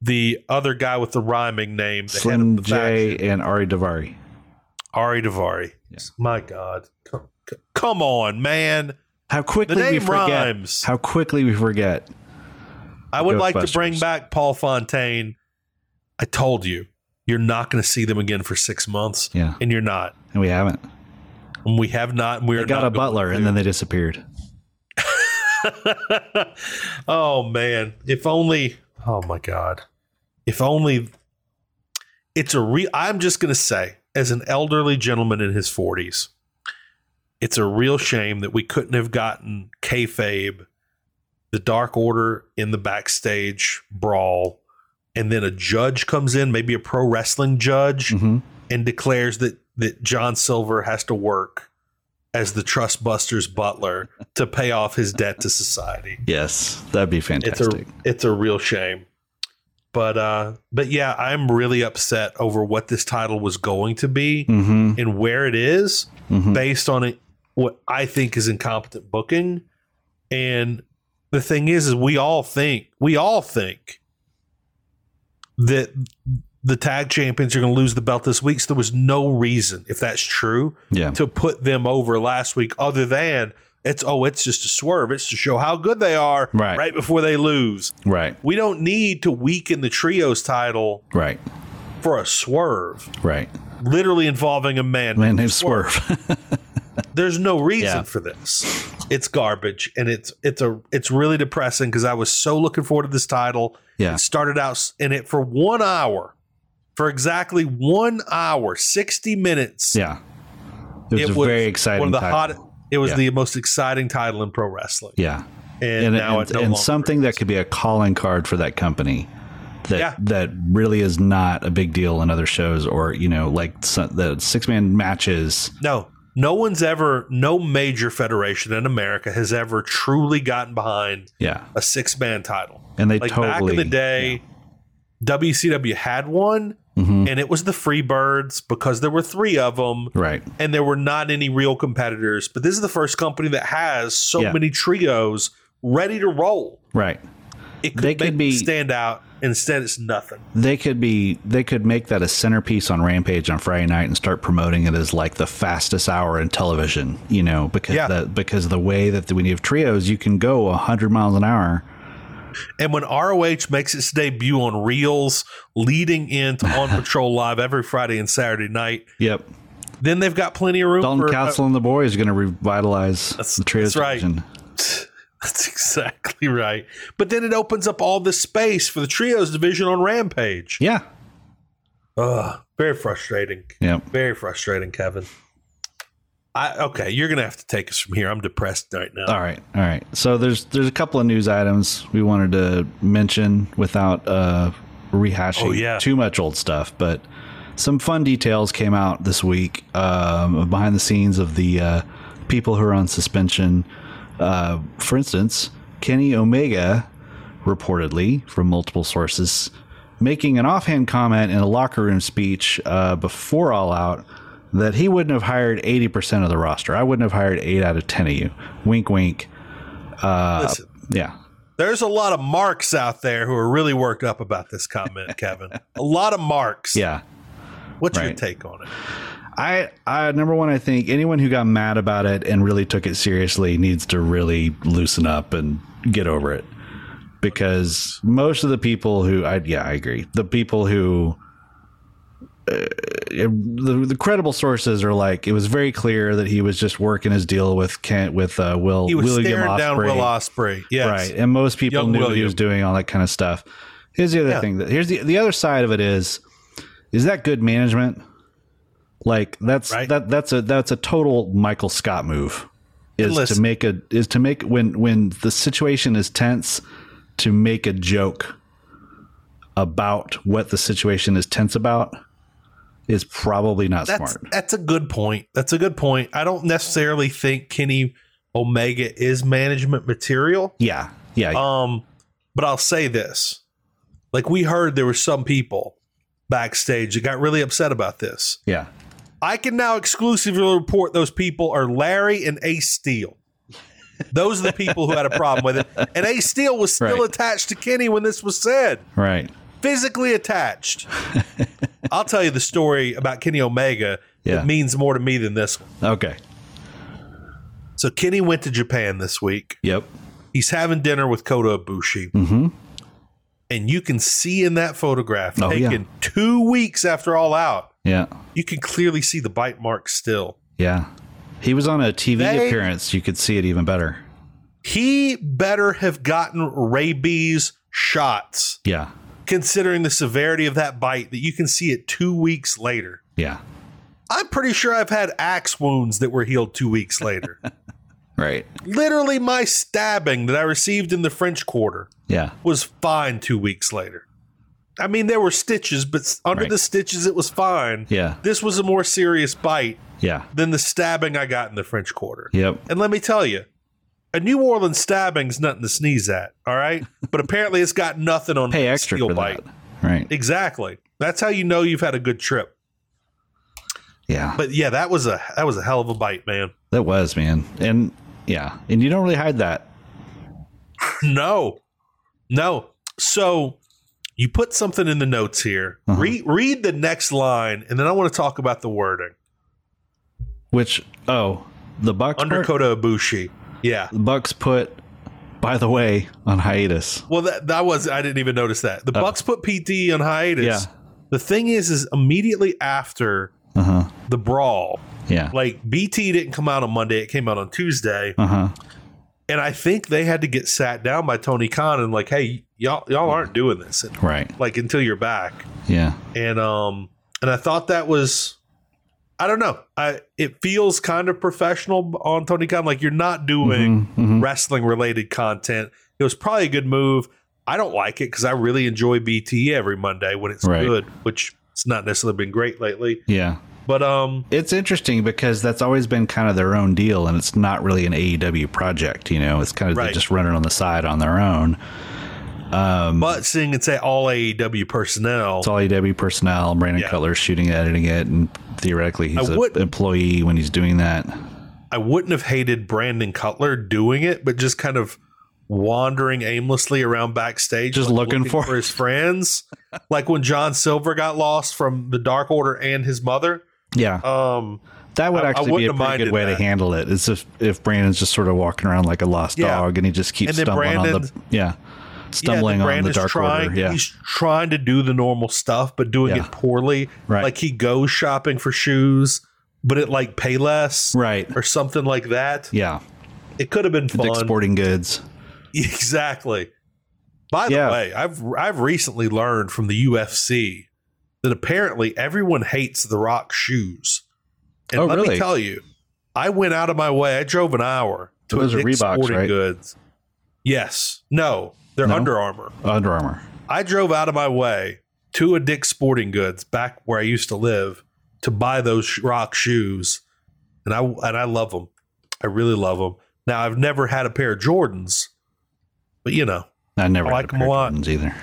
[SPEAKER 2] the other guy with the rhyming name. The head
[SPEAKER 3] Slim
[SPEAKER 2] of the
[SPEAKER 3] J
[SPEAKER 2] faction.
[SPEAKER 3] and Ari Davari.
[SPEAKER 2] Ari Davari.
[SPEAKER 3] Yeah.
[SPEAKER 2] My God. Come, come on, man.
[SPEAKER 3] How quickly
[SPEAKER 2] The
[SPEAKER 3] we
[SPEAKER 2] name
[SPEAKER 3] forget.
[SPEAKER 2] rhymes.
[SPEAKER 3] How quickly we forget.
[SPEAKER 2] I would like to bring
[SPEAKER 3] Ghostbusters.
[SPEAKER 2] back Paul Fontaine. I told you, you're not going to see them again for six months.
[SPEAKER 3] Yeah.
[SPEAKER 2] And you're not.
[SPEAKER 3] And we haven't.
[SPEAKER 2] And we have not. And we
[SPEAKER 3] They
[SPEAKER 2] are
[SPEAKER 3] got
[SPEAKER 2] not
[SPEAKER 3] a
[SPEAKER 2] going
[SPEAKER 3] butler and then they disappeared.
[SPEAKER 2] oh man, if only oh my god. If only it's a real I'm just going to say as an elderly gentleman in his 40s, it's a real shame that we couldn't have gotten kayfabe, the Dark Order in the backstage brawl, and then a judge comes in, maybe a pro wrestling judge,
[SPEAKER 3] Mhm.
[SPEAKER 2] and declares that that John Silver has to work as the Trust Buster's butler to pay off his debt to society.
[SPEAKER 3] Yes. That'd be
[SPEAKER 2] It's a
[SPEAKER 3] fantastic.
[SPEAKER 2] it's a real shame. But uh but yeah, I'm really upset over what this title was going to be
[SPEAKER 3] mm-hmm.
[SPEAKER 2] and where it is
[SPEAKER 3] Mhm.
[SPEAKER 2] based on it what I think is incompetent booking. And the thing is is we all think we all think that the tag champions are going to lose the belt this week. So there was no reason, if that's true,
[SPEAKER 3] Yeah.
[SPEAKER 2] to put them over last week, other than it's oh, it's just a swerve. It's to show how good they are
[SPEAKER 3] Right.
[SPEAKER 2] right before they lose.
[SPEAKER 3] Right.
[SPEAKER 2] We don't need to weaken the trios title
[SPEAKER 3] Right.
[SPEAKER 2] for a swerve,
[SPEAKER 3] Right.
[SPEAKER 2] literally involving a man.
[SPEAKER 3] Man named Swerve.
[SPEAKER 2] There's no reason
[SPEAKER 3] Yeah.
[SPEAKER 2] for this. It's garbage, and it's it's a it's really depressing because I was so looking forward to this title.
[SPEAKER 3] Yeah.
[SPEAKER 2] It started out s- in it for one hour, for exactly one hour, sixty minutes.
[SPEAKER 3] yeah. It was, a very exciting
[SPEAKER 2] One of the
[SPEAKER 3] title.
[SPEAKER 2] hot. It was
[SPEAKER 3] Yeah.
[SPEAKER 2] the most exciting title in pro wrestling.
[SPEAKER 3] Yeah.
[SPEAKER 2] And,
[SPEAKER 3] And,
[SPEAKER 2] now
[SPEAKER 3] and,
[SPEAKER 2] it no
[SPEAKER 3] and
[SPEAKER 2] longer
[SPEAKER 3] something
[SPEAKER 2] is.
[SPEAKER 3] that could be a calling card for that company that
[SPEAKER 2] Yeah.
[SPEAKER 3] that really is not a big deal in other shows or, you know, like some, the six man matches.
[SPEAKER 2] no, no one's ever, no major federation in America has ever truly gotten behind
[SPEAKER 3] Yeah.
[SPEAKER 2] a six man title.
[SPEAKER 3] And they
[SPEAKER 2] Like
[SPEAKER 3] totally.
[SPEAKER 2] back in the day, WCW had one,
[SPEAKER 3] Mhm.
[SPEAKER 2] and it was the Freebirds because there were three of them.
[SPEAKER 3] Right.
[SPEAKER 2] and there were not any real competitors. But this is the first company that has so
[SPEAKER 3] Yeah.
[SPEAKER 2] many trios ready to roll.
[SPEAKER 3] Right.
[SPEAKER 2] It could,
[SPEAKER 3] They could
[SPEAKER 2] make
[SPEAKER 3] be-
[SPEAKER 2] be stand out. Instead, it's nothing.
[SPEAKER 3] they could be they could make that a centerpiece on Rampage on Friday night and start promoting it as like the fastest hour in television, you know, because
[SPEAKER 2] Yeah.
[SPEAKER 3] the because the way that when you have trios, you can go 100 miles an hour.
[SPEAKER 2] And when ROH makes its debut on reels leading into On Patrol Live every Friday and Saturday night,
[SPEAKER 3] Yep.
[SPEAKER 2] then they've got plenty of room
[SPEAKER 3] Dalton
[SPEAKER 2] for. uh,
[SPEAKER 3] Castle and the boys are going to revitalize the trios
[SPEAKER 2] that's right.
[SPEAKER 3] division.
[SPEAKER 2] That's exactly right. But then it opens up all this space for the trios division on Rampage.
[SPEAKER 3] Yeah.
[SPEAKER 2] Ugh, very frustrating.
[SPEAKER 3] Yep.
[SPEAKER 2] Very frustrating, Kevin. I okay, you're gonna have to take us from here. I'm depressed right now.
[SPEAKER 3] All right. All right. So there's there's a couple of news items we wanted to mention without uh rehashing
[SPEAKER 2] Oh, yeah.
[SPEAKER 3] too much old stuff, but some fun details came out this week um, of behind the scenes of the uh, people who are on suspension. Uh, for instance, Kenny Omega reportedly, from multiple sources, making an offhand comment in a locker room speech uh, before All Out that he wouldn't have hired 80% of the roster. I wouldn't have hired 8 out of 10 of you. Wink, wink. Uh,
[SPEAKER 2] Listen,
[SPEAKER 3] Yeah.
[SPEAKER 2] there's a lot of marks out there who are really worked up about this comment, Kevin. A lot of marks.
[SPEAKER 3] Yeah.
[SPEAKER 2] What's your
[SPEAKER 3] right.
[SPEAKER 2] take on it?
[SPEAKER 3] I, I number one, I think anyone who got mad about it and really took it seriously needs to really loosen up and get over it, because most of the people who I yeah I agree the people who uh, the the credible sources are like it was very clear that he was just working his deal with Kent with uh, Will
[SPEAKER 2] He was
[SPEAKER 3] William
[SPEAKER 2] staring down
[SPEAKER 3] Ospreagh.
[SPEAKER 2] Will Osprey. Yes.
[SPEAKER 3] Right. And most people
[SPEAKER 2] Young
[SPEAKER 3] knew what he
[SPEAKER 2] William.
[SPEAKER 3] was doing all that kind of stuff. Here's the other
[SPEAKER 2] Yeah.
[SPEAKER 3] thing that here's the the other side of it is is that good management? Like that's
[SPEAKER 2] Right.
[SPEAKER 3] that that's a that's a total Michael Scott move. Is to
[SPEAKER 2] listen.
[SPEAKER 3] make a is to make when when the situation is tense to make a joke about what the situation is tense about is probably not
[SPEAKER 2] That's
[SPEAKER 3] smart.
[SPEAKER 2] that's a good point. That's a good point. I don't necessarily think Kenny Omega is management material.
[SPEAKER 3] Yeah. Yeah.
[SPEAKER 2] Um, but I'll say this: like we heard, there were some people backstage that got really upset about this.
[SPEAKER 3] yeah.
[SPEAKER 2] I can now exclusively report those people are Larry and Ace Steele. Those are the people who had a problem with it. And Ace Steele was still
[SPEAKER 3] Right.
[SPEAKER 2] attached to Kenny when this was said,
[SPEAKER 3] Right.
[SPEAKER 2] physically attached. I'll tell you the story about Kenny Omega
[SPEAKER 3] Yeah.
[SPEAKER 2] that means more to me than this one.
[SPEAKER 3] Okay.
[SPEAKER 2] So Kenny went to Japan this week.
[SPEAKER 3] Yep.
[SPEAKER 2] He's having dinner with Kota Ibushi.
[SPEAKER 3] Mm-hmm.
[SPEAKER 2] And you can see in that photograph,
[SPEAKER 3] Oh, yeah.
[SPEAKER 2] taken two weeks after All Out,
[SPEAKER 3] Yeah.
[SPEAKER 2] you can clearly see the bite marks still.
[SPEAKER 3] Yeah. He was on a TV
[SPEAKER 2] They-
[SPEAKER 3] appearance. You could see it even better.
[SPEAKER 2] He better have gotten rabies shots,
[SPEAKER 3] Yeah.
[SPEAKER 2] considering the severity of that bite that you can see it two weeks later.
[SPEAKER 3] Yeah.
[SPEAKER 2] I'm pretty sure I've had axe wounds that were healed two weeks later.
[SPEAKER 3] Right.
[SPEAKER 2] Literally, my stabbing that I received in the French Quarter
[SPEAKER 3] Yeah.
[SPEAKER 2] was fine two weeks later. I mean, there were stitches, but s- under
[SPEAKER 3] Right.
[SPEAKER 2] the stitches, it was fine.
[SPEAKER 3] Yeah.
[SPEAKER 2] This was a more serious bite
[SPEAKER 3] Yeah.
[SPEAKER 2] than the stabbing I got in the French Quarter.
[SPEAKER 3] Yep.
[SPEAKER 2] And let me tell you, a New Orleans stabbing's nothing to sneeze at. All right, but apparently it's got nothing on
[SPEAKER 3] Pay extra
[SPEAKER 2] steel
[SPEAKER 3] for that. Right.
[SPEAKER 2] Exactly. That's how you know you've had a good trip.
[SPEAKER 3] Yeah.
[SPEAKER 2] But yeah, that was a that was a hell of a bite, man.
[SPEAKER 3] that was, man. And yeah. And you don't really hide that.
[SPEAKER 2] No, no. So You put something in the notes here.
[SPEAKER 3] Uh-huh.
[SPEAKER 2] Read read the next line, and then I want to talk about the wording.
[SPEAKER 3] Which oh, the Bucks
[SPEAKER 2] Under
[SPEAKER 3] part,
[SPEAKER 2] Kota Ibushi. Yeah.
[SPEAKER 3] the Bucks put by the way on hiatus.
[SPEAKER 2] Well, that that was I didn't even notice that. The
[SPEAKER 3] Oh.
[SPEAKER 2] Bucks put PT on hiatus.
[SPEAKER 3] Yeah.
[SPEAKER 2] The thing is, is immediately after
[SPEAKER 3] Uh huh.
[SPEAKER 2] the brawl,
[SPEAKER 3] Yeah.
[SPEAKER 2] like BT didn't come out on Monday. It came out on Tuesday,
[SPEAKER 3] Uh huh.
[SPEAKER 2] and I think they had to get sat down by Tony Khan and like, hey, y'all y'all aren't doing this,
[SPEAKER 3] Right.
[SPEAKER 2] like until you're back.
[SPEAKER 3] Yeah.
[SPEAKER 2] and um and I thought that was I don't know. I it feels kind of professional on Tony Khan like you're not doing
[SPEAKER 3] Mhm, mhm.
[SPEAKER 2] wrestling related content. It was probably a good move. I don't like it cuz I really enjoy BT every Monday when it's
[SPEAKER 3] Right.
[SPEAKER 2] good, which it's not necessarily been great lately.
[SPEAKER 3] Yeah.
[SPEAKER 2] But um
[SPEAKER 3] It's interesting because that's always been kind of their own deal, and it's not really an AEW project. You know, it's kind of they
[SPEAKER 2] Right.
[SPEAKER 3] just running on the side on their own. Um,
[SPEAKER 2] but seeing it's at all AEW personnel,
[SPEAKER 3] it's all AEW personnel. Brandon
[SPEAKER 2] Yeah.
[SPEAKER 3] Cutler shooting, editing it, and theoretically he's
[SPEAKER 2] I
[SPEAKER 3] an
[SPEAKER 2] would-
[SPEAKER 3] employee when he's doing that.
[SPEAKER 2] I wouldn't have hated Brandon Cutler doing it, but just kind of wandering aimlessly around backstage,
[SPEAKER 3] Just
[SPEAKER 2] like,
[SPEAKER 3] looking for-
[SPEAKER 2] his friends. like when John Silver got lost from the Dark Order and his mother.
[SPEAKER 3] Yeah,
[SPEAKER 2] Um,
[SPEAKER 3] that would
[SPEAKER 2] I- I
[SPEAKER 3] actually be a
[SPEAKER 2] wouldn't have
[SPEAKER 3] pretty
[SPEAKER 2] minded
[SPEAKER 3] good way
[SPEAKER 2] that.
[SPEAKER 3] to handle it. Is if if Brandon's just sort of walking around like a lost
[SPEAKER 2] Yeah.
[SPEAKER 3] dog, and he just keeps
[SPEAKER 2] And then
[SPEAKER 3] stumbling on the
[SPEAKER 2] Brandon-
[SPEAKER 3] yeah, stumbling
[SPEAKER 2] yeah,
[SPEAKER 3] on the
[SPEAKER 2] Brandon's
[SPEAKER 3] dark
[SPEAKER 2] trying,
[SPEAKER 3] order. Yeah,
[SPEAKER 2] he's trying to do the normal stuff, but doing
[SPEAKER 3] Yeah.
[SPEAKER 2] it poorly.
[SPEAKER 3] Right.
[SPEAKER 2] Like he goes shopping for shoes, but it like pay less
[SPEAKER 3] right.
[SPEAKER 2] or something like that.
[SPEAKER 3] Yeah,
[SPEAKER 2] It could have been
[SPEAKER 3] Dick's
[SPEAKER 2] fun.
[SPEAKER 3] Sporting Goods.
[SPEAKER 2] Exactly. By the
[SPEAKER 3] Yeah.
[SPEAKER 2] way, I've I've recently learned from the UFC that apparently everyone hates The Rock shoes. And
[SPEAKER 3] Oh,
[SPEAKER 2] let
[SPEAKER 3] really?
[SPEAKER 2] me tell you, I went out of my way. I drove an hour to
[SPEAKER 3] Those are
[SPEAKER 2] Dick's
[SPEAKER 3] Reeboks,
[SPEAKER 2] Sporting
[SPEAKER 3] right?
[SPEAKER 2] Goods. Yes. No, they're
[SPEAKER 3] No?
[SPEAKER 2] Under Armour.
[SPEAKER 3] Under Armour.
[SPEAKER 2] I drove out of my way to a Dick's Sporting Goods back where I used to live to buy those sh- rock shoes, and I and I love them. I really love them. Now I've never had a pair of Jordans, but you know,
[SPEAKER 3] I never
[SPEAKER 2] I
[SPEAKER 3] had
[SPEAKER 2] like
[SPEAKER 3] a pair
[SPEAKER 2] 'em a
[SPEAKER 3] of
[SPEAKER 2] lot.
[SPEAKER 3] Jordans either.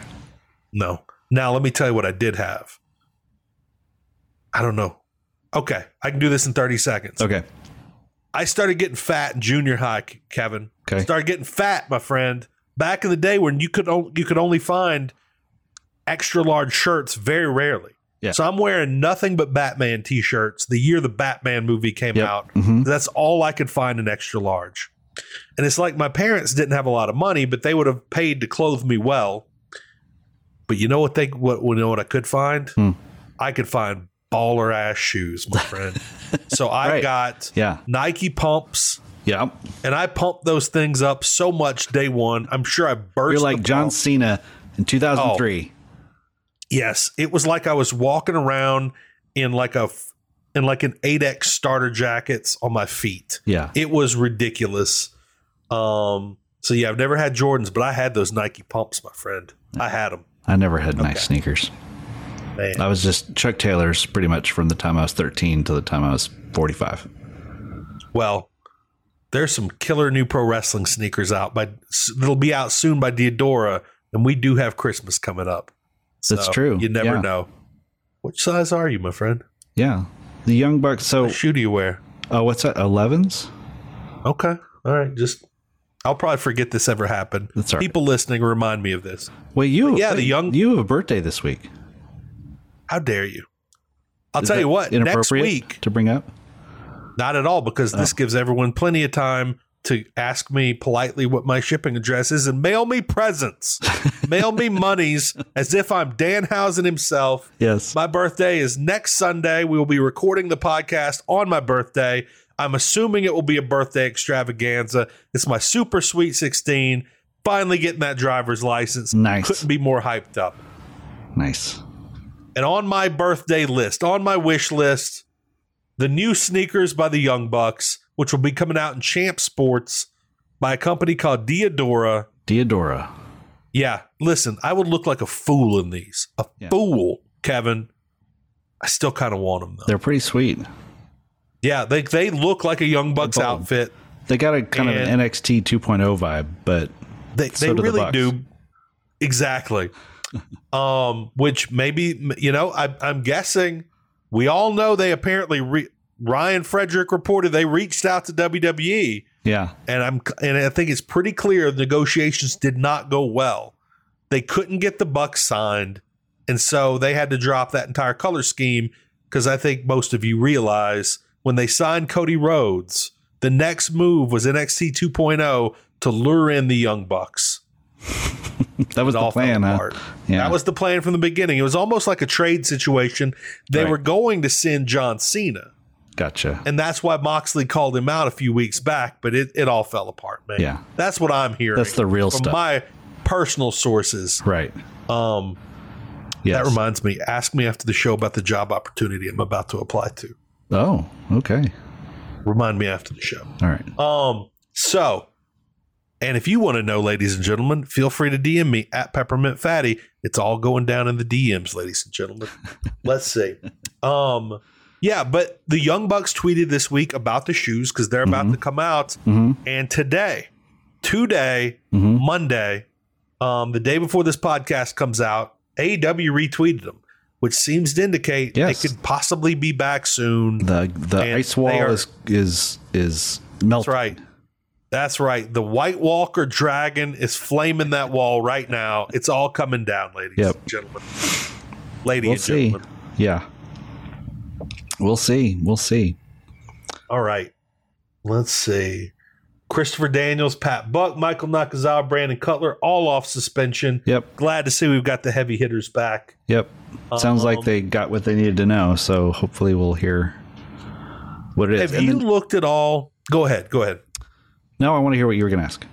[SPEAKER 2] no. Now let me tell you what I did have. I don't know. Okay, I can do this in thirty seconds.
[SPEAKER 3] Okay.
[SPEAKER 2] I started getting fat in junior high, K- Kevin.
[SPEAKER 3] Okay.
[SPEAKER 2] Started getting fat, my friend. Back in the day when you could on, you could only find extra large shirts very rarely.
[SPEAKER 3] Yeah.
[SPEAKER 2] So I'm wearing nothing but Batman t-shirts the year the Batman movie came
[SPEAKER 3] Yep.
[SPEAKER 2] out.
[SPEAKER 3] Mhm.
[SPEAKER 2] That's all I could find in extra large. And it's like my parents didn't have a lot of money, but they would have paid to clothe me well. But you know what they what you know what I could find?
[SPEAKER 3] Hmm.
[SPEAKER 2] I could find baller ass shoes, my friend. so I
[SPEAKER 3] Right.
[SPEAKER 2] got
[SPEAKER 3] Yeah.
[SPEAKER 2] Nike pumps,
[SPEAKER 3] Yeah.
[SPEAKER 2] and I pumped those things up so much day one. I'm sure I burst.
[SPEAKER 3] You're like
[SPEAKER 2] the
[SPEAKER 3] John
[SPEAKER 2] pump.
[SPEAKER 3] Cena in
[SPEAKER 2] Oh.
[SPEAKER 3] 2003.
[SPEAKER 2] Yes, it was like I was walking around in like a f- in like an 8x starter jackets on my feet.
[SPEAKER 3] Yeah.
[SPEAKER 2] It was ridiculous. Um. So yeah, I've never had Jordans, but I had those Nike pumps, my friend. I had them.
[SPEAKER 3] I never had nice sneakers.
[SPEAKER 2] Man.
[SPEAKER 3] I was just Chuck Taylor's pretty much from the time I was 13 to the time I was 45.
[SPEAKER 2] Well, there's some killer new pro wrestling sneakers out by that'll be out soon by Deodora, and we do have Christmas coming up.
[SPEAKER 3] That's true.
[SPEAKER 2] You never
[SPEAKER 3] Yeah.
[SPEAKER 2] know. Which size are you, my friend?
[SPEAKER 3] Yeah. The Young Bucks. So,
[SPEAKER 2] What shoe do you wear?
[SPEAKER 3] uh, what's that? 11s?
[SPEAKER 2] Okay. All right. Just I'll probably forget this ever happened.
[SPEAKER 3] That's all right.
[SPEAKER 2] People listening remind me of this.
[SPEAKER 3] Wait, you.
[SPEAKER 2] Yeah, the
[SPEAKER 3] wait,
[SPEAKER 2] Young-
[SPEAKER 3] You have a birthday this week.
[SPEAKER 2] How dare you? I'll
[SPEAKER 3] Is
[SPEAKER 2] tell
[SPEAKER 3] that
[SPEAKER 2] you what, next
[SPEAKER 3] Inappropriate Oh.
[SPEAKER 2] week,
[SPEAKER 3] to bring up.
[SPEAKER 2] not at all, because this gives everyone plenty of time to ask me politely what my shipping address is and mail me presents. mail me monies as if I'm Danhausen himself.
[SPEAKER 3] Yes.
[SPEAKER 2] My birthday is next Sunday. We will be recording the podcast on my birthday. I'm assuming it will be a birthday extravaganza. It's my super sweet 16. Finally getting that driver's license.
[SPEAKER 3] Nice.
[SPEAKER 2] Couldn't be more hyped up.
[SPEAKER 3] Nice.
[SPEAKER 2] And on my birthday list, on my wish list, the new sneakers by the Young Bucks, which will be coming out in Champ Sports by a company called Diodora.
[SPEAKER 3] Deodora.
[SPEAKER 2] Yeah, listen, I would look like a fool in these. A
[SPEAKER 3] Yeah.
[SPEAKER 2] fool, Kevin. I still kind of want them though.
[SPEAKER 3] They're pretty sweet.
[SPEAKER 2] Yeah, they they look like a Young Bucks
[SPEAKER 3] They're bold.
[SPEAKER 2] outfit.
[SPEAKER 3] They got a kind of an
[SPEAKER 2] And-
[SPEAKER 3] NXT 2.0 vibe, but
[SPEAKER 2] They
[SPEAKER 3] So
[SPEAKER 2] they
[SPEAKER 3] do the
[SPEAKER 2] really
[SPEAKER 3] Bucks.
[SPEAKER 2] do. Exactly. um, which maybe you know, I, I'm guessing we all know they apparently re- Ryan Frederick reported they reached out to E. WWE,
[SPEAKER 3] yeah.
[SPEAKER 2] and I'm and I think it's pretty clear the negotiations did not go well. They couldn't get the Bucks signed, and so they had to drop that entire color scheme because I think most of you realize when they signed Cody Rhodes, the next move was NXT 2.0 to lure in the Young Bucks.
[SPEAKER 3] that was
[SPEAKER 2] It
[SPEAKER 3] the
[SPEAKER 2] all fell
[SPEAKER 3] plan. Huh?
[SPEAKER 2] apart.
[SPEAKER 3] Yeah.
[SPEAKER 2] That was the plan from the beginning. It was almost like a trade situation. They
[SPEAKER 3] Right.
[SPEAKER 2] were going to send John Cena,
[SPEAKER 3] gotcha.
[SPEAKER 2] and that's why Moxley called him out a few weeks back. But it, it all fell apart, man.
[SPEAKER 3] Yeah.
[SPEAKER 2] that's what I'm hearing.
[SPEAKER 3] That's the real
[SPEAKER 2] from
[SPEAKER 3] stuff.
[SPEAKER 2] My personal sources.
[SPEAKER 3] Right.
[SPEAKER 2] Um,
[SPEAKER 3] Yes.
[SPEAKER 2] that reminds me. Ask me after the show about the job opportunity I'm about to apply to.
[SPEAKER 3] oh, okay.
[SPEAKER 2] Remind me after the show.
[SPEAKER 3] All right.
[SPEAKER 2] Um, so, and if you want to know, ladies and gentlemen, feel free to DM me at Peppermint Fatty. It's all going down in the DMs, ladies and gentlemen. Let's see. Um, yeah, but the Young Bucks tweeted this week about the shoes because they're about to come out.
[SPEAKER 3] Mhm.
[SPEAKER 2] And today, today,
[SPEAKER 3] Mhm.
[SPEAKER 2] Monday, um, the day before this podcast comes out, AEW retweeted them, which seems to indicate
[SPEAKER 3] Yes.
[SPEAKER 2] they could possibly be back soon.
[SPEAKER 3] The the
[SPEAKER 2] And
[SPEAKER 3] ice wall
[SPEAKER 2] they are-
[SPEAKER 3] is is is melting.
[SPEAKER 2] That's right. That's right. The White Walker dragon is flaming that wall right now. It's all coming down, ladies
[SPEAKER 3] Yep.
[SPEAKER 2] and gentlemen. Ladies
[SPEAKER 3] We'll
[SPEAKER 2] and
[SPEAKER 3] see.
[SPEAKER 2] gentlemen.
[SPEAKER 3] Yeah. We'll see. We'll see.
[SPEAKER 2] All right. Let's see. Christopher Daniels, Pat Buck, Michael Nakazawa, Brandon Cutler, all off suspension.
[SPEAKER 3] Yep.
[SPEAKER 2] Glad to see we've got the heavy hitters back.
[SPEAKER 3] Yep. Sounds like
[SPEAKER 2] Um,
[SPEAKER 3] they got what they needed to know. So hopefully we'll hear what it is.
[SPEAKER 2] Have
[SPEAKER 3] And
[SPEAKER 2] you
[SPEAKER 3] then-
[SPEAKER 2] looked at all? Go ahead. Go ahead.
[SPEAKER 3] no, I want to hear what you were going to ask.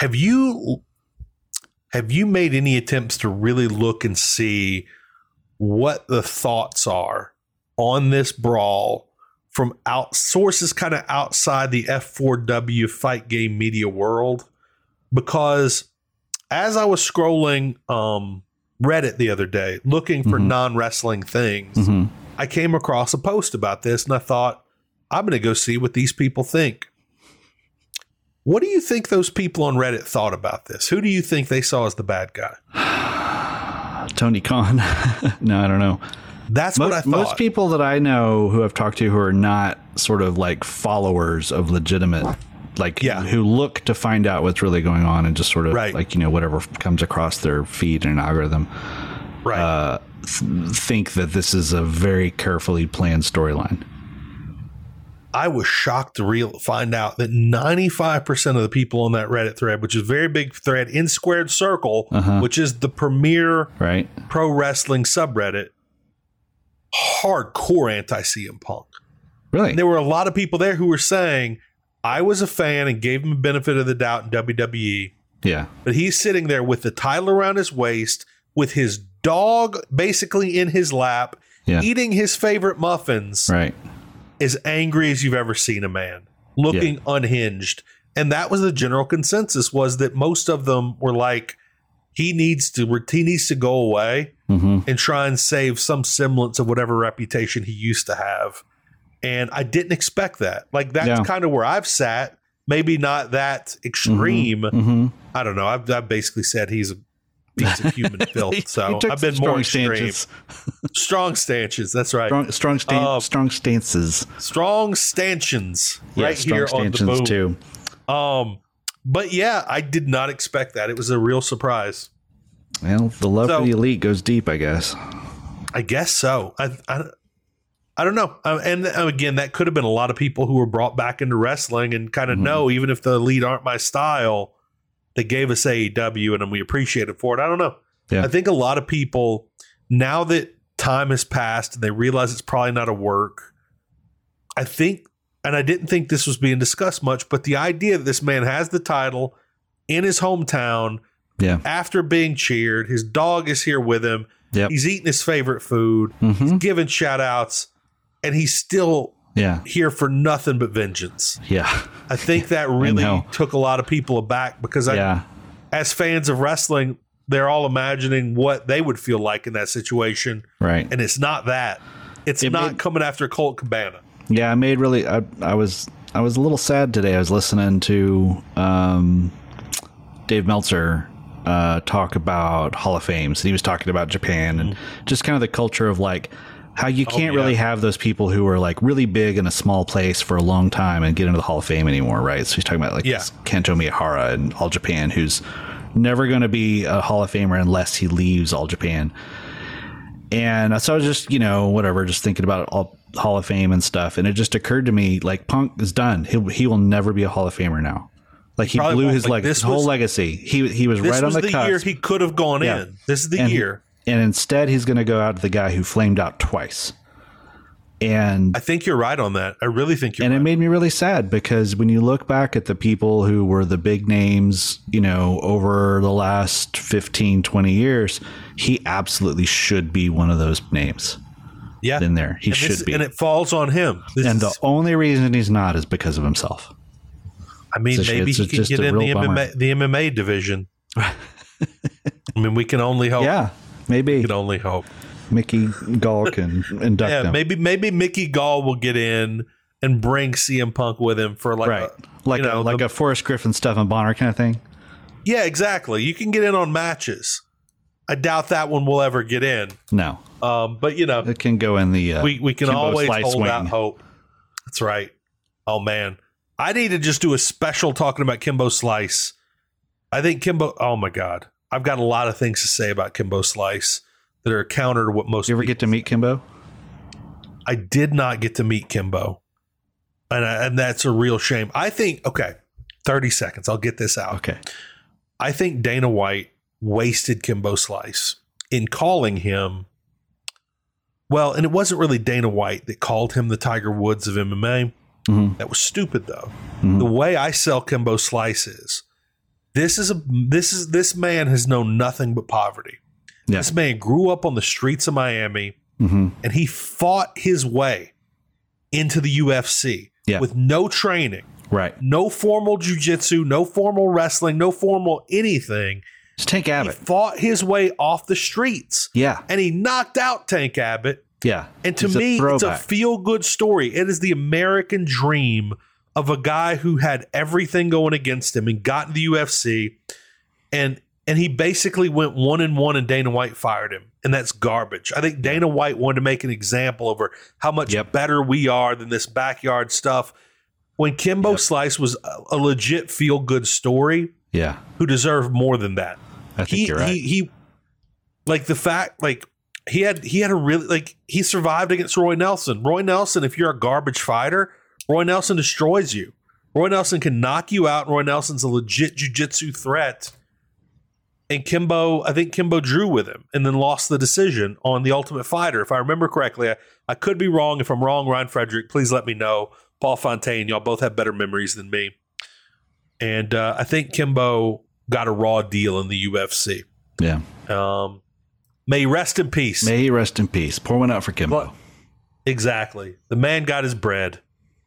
[SPEAKER 2] Have you have you made any attempts to really look and see what the thoughts are on this brawl from out sources kind of outside the F4W fight game media world? Because as I was scrolling um, Reddit the other day, looking for
[SPEAKER 3] Mhm.
[SPEAKER 2] non wrestling things,
[SPEAKER 3] Mhm.
[SPEAKER 2] I came across a post about this and I thought, I'm going to go see what these people think. What do you think those people on Reddit thought about this? Who do you think they saw as the bad guy?
[SPEAKER 3] Tony Khan. no, I don't know.
[SPEAKER 2] That's
[SPEAKER 3] Mo-
[SPEAKER 2] what I thought.
[SPEAKER 3] most people that I know who I've talked to who are not sort of like followers of legitimate, like
[SPEAKER 2] Yeah.
[SPEAKER 3] who look to find out what's really going on and just sort of
[SPEAKER 2] Right.
[SPEAKER 3] like, you know, whatever comes across their feed in an algorithm,
[SPEAKER 2] right.
[SPEAKER 3] uh, th- think that this is a very carefully planned storyline.
[SPEAKER 2] I was shocked to real find out that 95% of the people on that Reddit thread, which is a very big thread in Squared Circle,
[SPEAKER 3] Uh-huh.
[SPEAKER 2] which is the premier
[SPEAKER 3] Right.
[SPEAKER 2] pro wrestling subreddit, hardcore anti CM Punk.
[SPEAKER 3] Really?
[SPEAKER 2] And there were a lot of people there who were saying, I was a fan and gave him the benefit of the doubt in WWE,
[SPEAKER 3] yeah.
[SPEAKER 2] but he's sitting there with the title around his waist, with his dog basically in his lap,
[SPEAKER 3] Yeah.
[SPEAKER 2] eating his favorite muffins,
[SPEAKER 3] Right.
[SPEAKER 2] as angry as you've ever seen a man, looking unhinged. And that was the general consensus was that most of them were like, he needs to re- he needs to go away
[SPEAKER 3] Mm-hmm.
[SPEAKER 2] and try and save some semblance of whatever reputation he used to have. And I didn't expect that. Like that's
[SPEAKER 3] Yeah.
[SPEAKER 2] kind of where I've sat. Maybe not that extreme.
[SPEAKER 3] Mm-hmm.
[SPEAKER 2] I don't know. I've, I've basically said he's a piece of human filth. So I've been more extreme. Strong stanches. That's right. Strong,
[SPEAKER 3] Strong, strong, stan-
[SPEAKER 2] Uh,
[SPEAKER 3] strong stances.
[SPEAKER 2] stanchions.
[SPEAKER 3] Yeah,
[SPEAKER 2] right
[SPEAKER 3] strong
[SPEAKER 2] here
[SPEAKER 3] stanchions
[SPEAKER 2] on the boom.
[SPEAKER 3] too.
[SPEAKER 2] Um, but yeah, I did not expect that. It was a real surprise.
[SPEAKER 3] Well, the love
[SPEAKER 2] So-
[SPEAKER 3] for the elite goes deep, I guess.
[SPEAKER 2] I guess so. I I, I don't know. Um, and uh, again, that could have been a lot of people who were brought back into wrestling and kind of
[SPEAKER 3] Mm-hmm.
[SPEAKER 2] know, even if the elite aren't my style, they gave us AEW and we appreciate it for it. I don't know.
[SPEAKER 3] Yeah.
[SPEAKER 2] I think a lot of people now that time has passed and they realize it's probably not a work. I think, and I didn't think this was being discussed much, but the idea that this man has the title in his hometown
[SPEAKER 3] Yeah.
[SPEAKER 2] after being cheered, his dog is here with him.
[SPEAKER 3] Yep.
[SPEAKER 2] He's eating his favorite food,
[SPEAKER 3] Mm-hmm.
[SPEAKER 2] giving shout outs, and he's still
[SPEAKER 3] Yeah.
[SPEAKER 2] here for nothing but vengeance.
[SPEAKER 3] Yeah.
[SPEAKER 2] I think that really
[SPEAKER 3] know.
[SPEAKER 2] took a lot of people aback because I,
[SPEAKER 3] yeah.
[SPEAKER 2] as fans of wrestling, they're all imagining what they would feel like in that situation.
[SPEAKER 3] Right.
[SPEAKER 2] And it's not that. It's
[SPEAKER 3] It
[SPEAKER 2] not
[SPEAKER 3] made-
[SPEAKER 2] coming after Colt Cabana.
[SPEAKER 3] Yeah, I made really. I, I was I was a little sad today. I was listening to um, Dave Meltzer uh, talk about Hall of Fames, and he was talking about Japan and just kind of the culture of like how you can't really have those people who are like really big in a small place for a long time and get into the Hall of Fame anymore, right? So he's talking about like
[SPEAKER 2] Yeah.
[SPEAKER 3] this Kanto Miyahara and All Japan, who's never going to be a Hall of Famer unless he leaves All Japan. And so I was just, you know, whatever, just thinking about all Hall of Fame and stuff. And it just occurred to me, like, Punk is done. He he will never be a Hall of Famer now. Like he
[SPEAKER 2] Probably
[SPEAKER 3] blew
[SPEAKER 2] won't.
[SPEAKER 3] his
[SPEAKER 2] Like,
[SPEAKER 3] like
[SPEAKER 2] this
[SPEAKER 3] his whole
[SPEAKER 2] was-
[SPEAKER 3] legacy. He he was
[SPEAKER 2] This
[SPEAKER 3] right on
[SPEAKER 2] was
[SPEAKER 3] the,
[SPEAKER 2] the,
[SPEAKER 3] cusp.
[SPEAKER 2] year he could have gone
[SPEAKER 3] Yeah.
[SPEAKER 2] in. This is the
[SPEAKER 3] and,
[SPEAKER 2] year.
[SPEAKER 3] And instead, he's going to go out to the guy who flamed out twice. And
[SPEAKER 2] I think you're right on that. I really think you're
[SPEAKER 3] and
[SPEAKER 2] right.
[SPEAKER 3] it made me really sad because when you look back at the people who were the big names, you know, over the last 15, 20 years, he absolutely should be one of those names
[SPEAKER 2] yeah.
[SPEAKER 3] in there. He
[SPEAKER 2] and
[SPEAKER 3] should
[SPEAKER 2] this-
[SPEAKER 3] be.
[SPEAKER 2] And
[SPEAKER 3] And,
[SPEAKER 2] it falls on him. This is-
[SPEAKER 3] the only reason he's not is because of himself.
[SPEAKER 2] I mean,
[SPEAKER 3] it's a-
[SPEAKER 2] maybe
[SPEAKER 3] it's
[SPEAKER 2] he
[SPEAKER 3] a-
[SPEAKER 2] can
[SPEAKER 3] just
[SPEAKER 2] get
[SPEAKER 3] a
[SPEAKER 2] in
[SPEAKER 3] real
[SPEAKER 2] the
[SPEAKER 3] bummer.
[SPEAKER 2] MMA, the MMA division. I mean, we can only hope.
[SPEAKER 3] Yeah. Maybe
[SPEAKER 2] We can only hope.
[SPEAKER 3] Mickey Gall can induct
[SPEAKER 2] Yeah,
[SPEAKER 3] him.
[SPEAKER 2] maybe maybe Mickey Gall will get in and bring CM Punk with him for like,
[SPEAKER 3] right.
[SPEAKER 2] a,
[SPEAKER 3] Like
[SPEAKER 2] uh, you know,
[SPEAKER 3] a, like
[SPEAKER 2] the-
[SPEAKER 3] a Forrest Griffin, Stephen Bonner kind of thing.
[SPEAKER 2] yeah, exactly. You can get in on matches. I doubt that one will ever get in.
[SPEAKER 3] No.
[SPEAKER 2] Um, but you know,
[SPEAKER 3] It can go in the. Uh,
[SPEAKER 2] we we can
[SPEAKER 3] Kimbo
[SPEAKER 2] always
[SPEAKER 3] slice
[SPEAKER 2] hold
[SPEAKER 3] wing.
[SPEAKER 2] out hope. That's right. Oh man, I need to just do a special talking about Kimbo Slice. I think Kimbo. Oh my god, I've got a lot of things to say about Kimbo Slice that are counter to what most.
[SPEAKER 3] you ever get to meet Kimbo?
[SPEAKER 2] I did not get to meet Kimbo, and I, and that's a real shame. I think okay, thirty seconds. I'll get this out.
[SPEAKER 3] Okay.
[SPEAKER 2] I think Dana White wasted Kimbo Slice in calling him. Well, and it wasn't really Dana White that called him the Tiger Woods of MMA.
[SPEAKER 3] Mhm.
[SPEAKER 2] That was stupid, though.
[SPEAKER 3] Mhm.
[SPEAKER 2] The way I sell Kimbo Slice is this is a this is this man has known nothing but poverty.
[SPEAKER 3] Yeah.
[SPEAKER 2] This man grew up on the streets of Miami
[SPEAKER 3] hmm
[SPEAKER 2] and he fought his way into the UFC
[SPEAKER 3] Yeah.
[SPEAKER 2] with no training,
[SPEAKER 3] Right.
[SPEAKER 2] no formal jujitsu, no formal wrestling, no formal anything.
[SPEAKER 3] Just Tank
[SPEAKER 2] He
[SPEAKER 3] Abbott.
[SPEAKER 2] fought his way off the streets
[SPEAKER 3] Yeah.
[SPEAKER 2] and he knocked out Tank Abbott.
[SPEAKER 3] Yeah.
[SPEAKER 2] And to
[SPEAKER 3] He's a
[SPEAKER 2] me, it's a
[SPEAKER 3] throwback.
[SPEAKER 2] feel good story. It is the American dream of a guy who had everything going against him and got in the UFC and and he basically went one and one and Dana White fired him. And that's garbage. I think Dana White wanted to make an example over how much
[SPEAKER 3] Yep.
[SPEAKER 2] better we are than this backyard stuff. When Kimbo Slice was a, a legit feel good story,
[SPEAKER 3] yeah.
[SPEAKER 2] who deserved more than that
[SPEAKER 3] I think you're right.
[SPEAKER 2] he, he, like the fact, like he had, he had a really, like he survived against Roy Nelson. Roy Nelson, if you're a garbage fighter, Roy Nelson destroys you. Roy Nelson can knock you out. Roy Nelson's a legit jujitsu threat. And Kimbo, I think Kimbo drew with him and then lost the decision on the Ultimate Fighter. If I remember correctly, I, I could be wrong. If I'm wrong, Ryan Frederick, please let me know. Paul Fontaine, y'all both have better memories than me. And uh, I think Kimbo got a raw deal in the UFC.
[SPEAKER 3] yeah.
[SPEAKER 2] Um, may he rest in peace.
[SPEAKER 3] May he rest in peace. Pour one out for Kimbo.
[SPEAKER 2] Well, exactly. The man got his bread.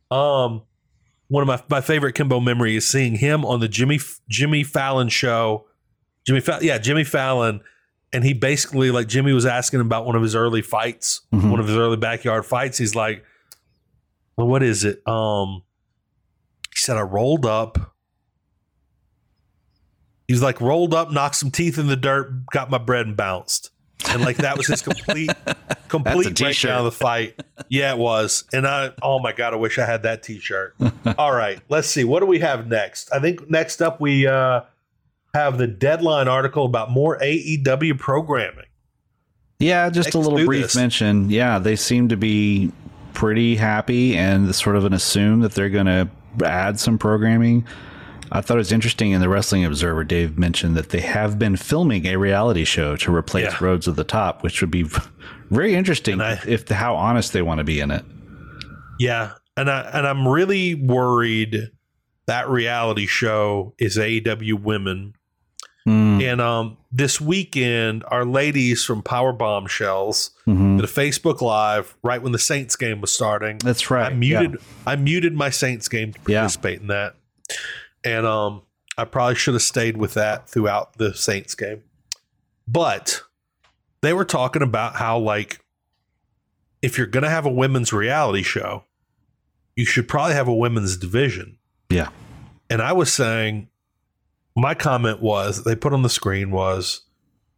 [SPEAKER 2] Um, one of my, my favorite Kimbo memory is seeing him on the Jimmy Jimmy Fallon show. Jimmy Fallon, yeah, Jimmy Fallon, and he basically like Jimmy was asking about one of his early fights,
[SPEAKER 3] Mhm.
[SPEAKER 2] one of his early backyard fights. He's like, "Well, what is it?" Um, he said, "I rolled up." He was like, "Rolled up, knocked some teeth in the dirt, got my bread and bounced." And like that was his complete complete
[SPEAKER 3] t-shirt.
[SPEAKER 2] breakdown of the fight. Yeah, it was. And I, oh my god, I wish I had that T-shirt. All right, let's see. What do we have next? I think next up we uh, have the deadline article about more AEW programming.
[SPEAKER 3] yeah. Just a
[SPEAKER 2] let's
[SPEAKER 3] little
[SPEAKER 2] do
[SPEAKER 3] brief
[SPEAKER 2] this.
[SPEAKER 3] mention. Yeah. They seem to be pretty happy and sort of an assume that they're going to add some programming. I thought it was interesting in the Wrestling Observer, Dave mentioned that they have been filming a reality show to replace
[SPEAKER 2] Yeah.
[SPEAKER 3] Roads of the Top, which would be very interesting
[SPEAKER 2] And I-
[SPEAKER 3] if how honest they want to be in it.
[SPEAKER 2] Yeah, and I and I'm really worried that reality show is AEW women.
[SPEAKER 3] Mm,
[SPEAKER 2] And um, this weekend, our ladies from Power Bombshells
[SPEAKER 3] mhm.
[SPEAKER 2] did a Facebook Live right when the Saints game was starting.
[SPEAKER 3] That's right.
[SPEAKER 2] I
[SPEAKER 3] yeah.
[SPEAKER 2] muted I muted my Saints game to
[SPEAKER 3] Yeah.
[SPEAKER 2] participate in that. And um I probably should have stayed with that throughout the Saints game. But they were talking about how like if you're going to have a women's reality show, you should probably have a women's division.
[SPEAKER 3] Yeah.
[SPEAKER 2] And I was saying my comment was they put on the screen was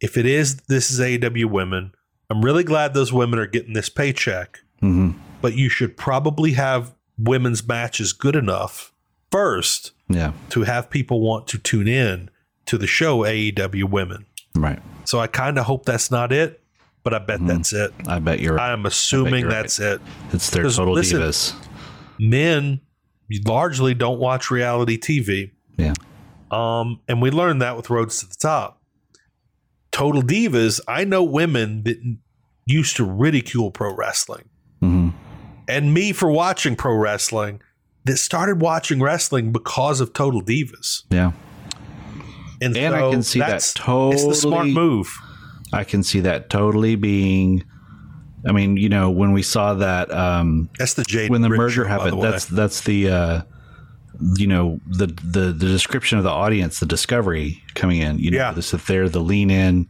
[SPEAKER 2] if it is this is AEW women, I'm really glad those women are getting this paycheck
[SPEAKER 3] Mhm.
[SPEAKER 2] but you should probably have women's matches good enough first
[SPEAKER 3] Yeah.
[SPEAKER 2] to have people want to tune in to the show AEW Women.
[SPEAKER 3] Right.
[SPEAKER 2] So I kind of hope that's not it, but I bet that's it.
[SPEAKER 3] Mm-hmm. I bet you're.
[SPEAKER 2] I am assuming
[SPEAKER 3] you're right.
[SPEAKER 2] that's it.
[SPEAKER 3] it's their
[SPEAKER 2] 'cause
[SPEAKER 3] total
[SPEAKER 2] listen-
[SPEAKER 3] divas.
[SPEAKER 2] Men largely don't watch reality TV.
[SPEAKER 3] Yeah.
[SPEAKER 2] Um, and we learned that with Roads to the Top. Total divas. I know women that n- used to ridicule pro wrestling
[SPEAKER 3] hmm
[SPEAKER 2] and me for watching pro wrestling that started watching wrestling because of Total Divas.
[SPEAKER 3] Yeah.
[SPEAKER 2] And,
[SPEAKER 3] And I
[SPEAKER 2] so
[SPEAKER 3] can see that
[SPEAKER 2] that's- It's the smart
[SPEAKER 3] totally-
[SPEAKER 2] move.
[SPEAKER 3] I can see that totally being. I mean, you know, when we saw that um,
[SPEAKER 2] That's the Jade
[SPEAKER 3] when the
[SPEAKER 2] Britt
[SPEAKER 3] merger
[SPEAKER 2] show, by the
[SPEAKER 3] happened,
[SPEAKER 2] way.
[SPEAKER 3] that's that's the uh, you know the, the the description of the audience, the discovery coming in. You know,
[SPEAKER 2] Yeah.
[SPEAKER 3] this that they're the lean in,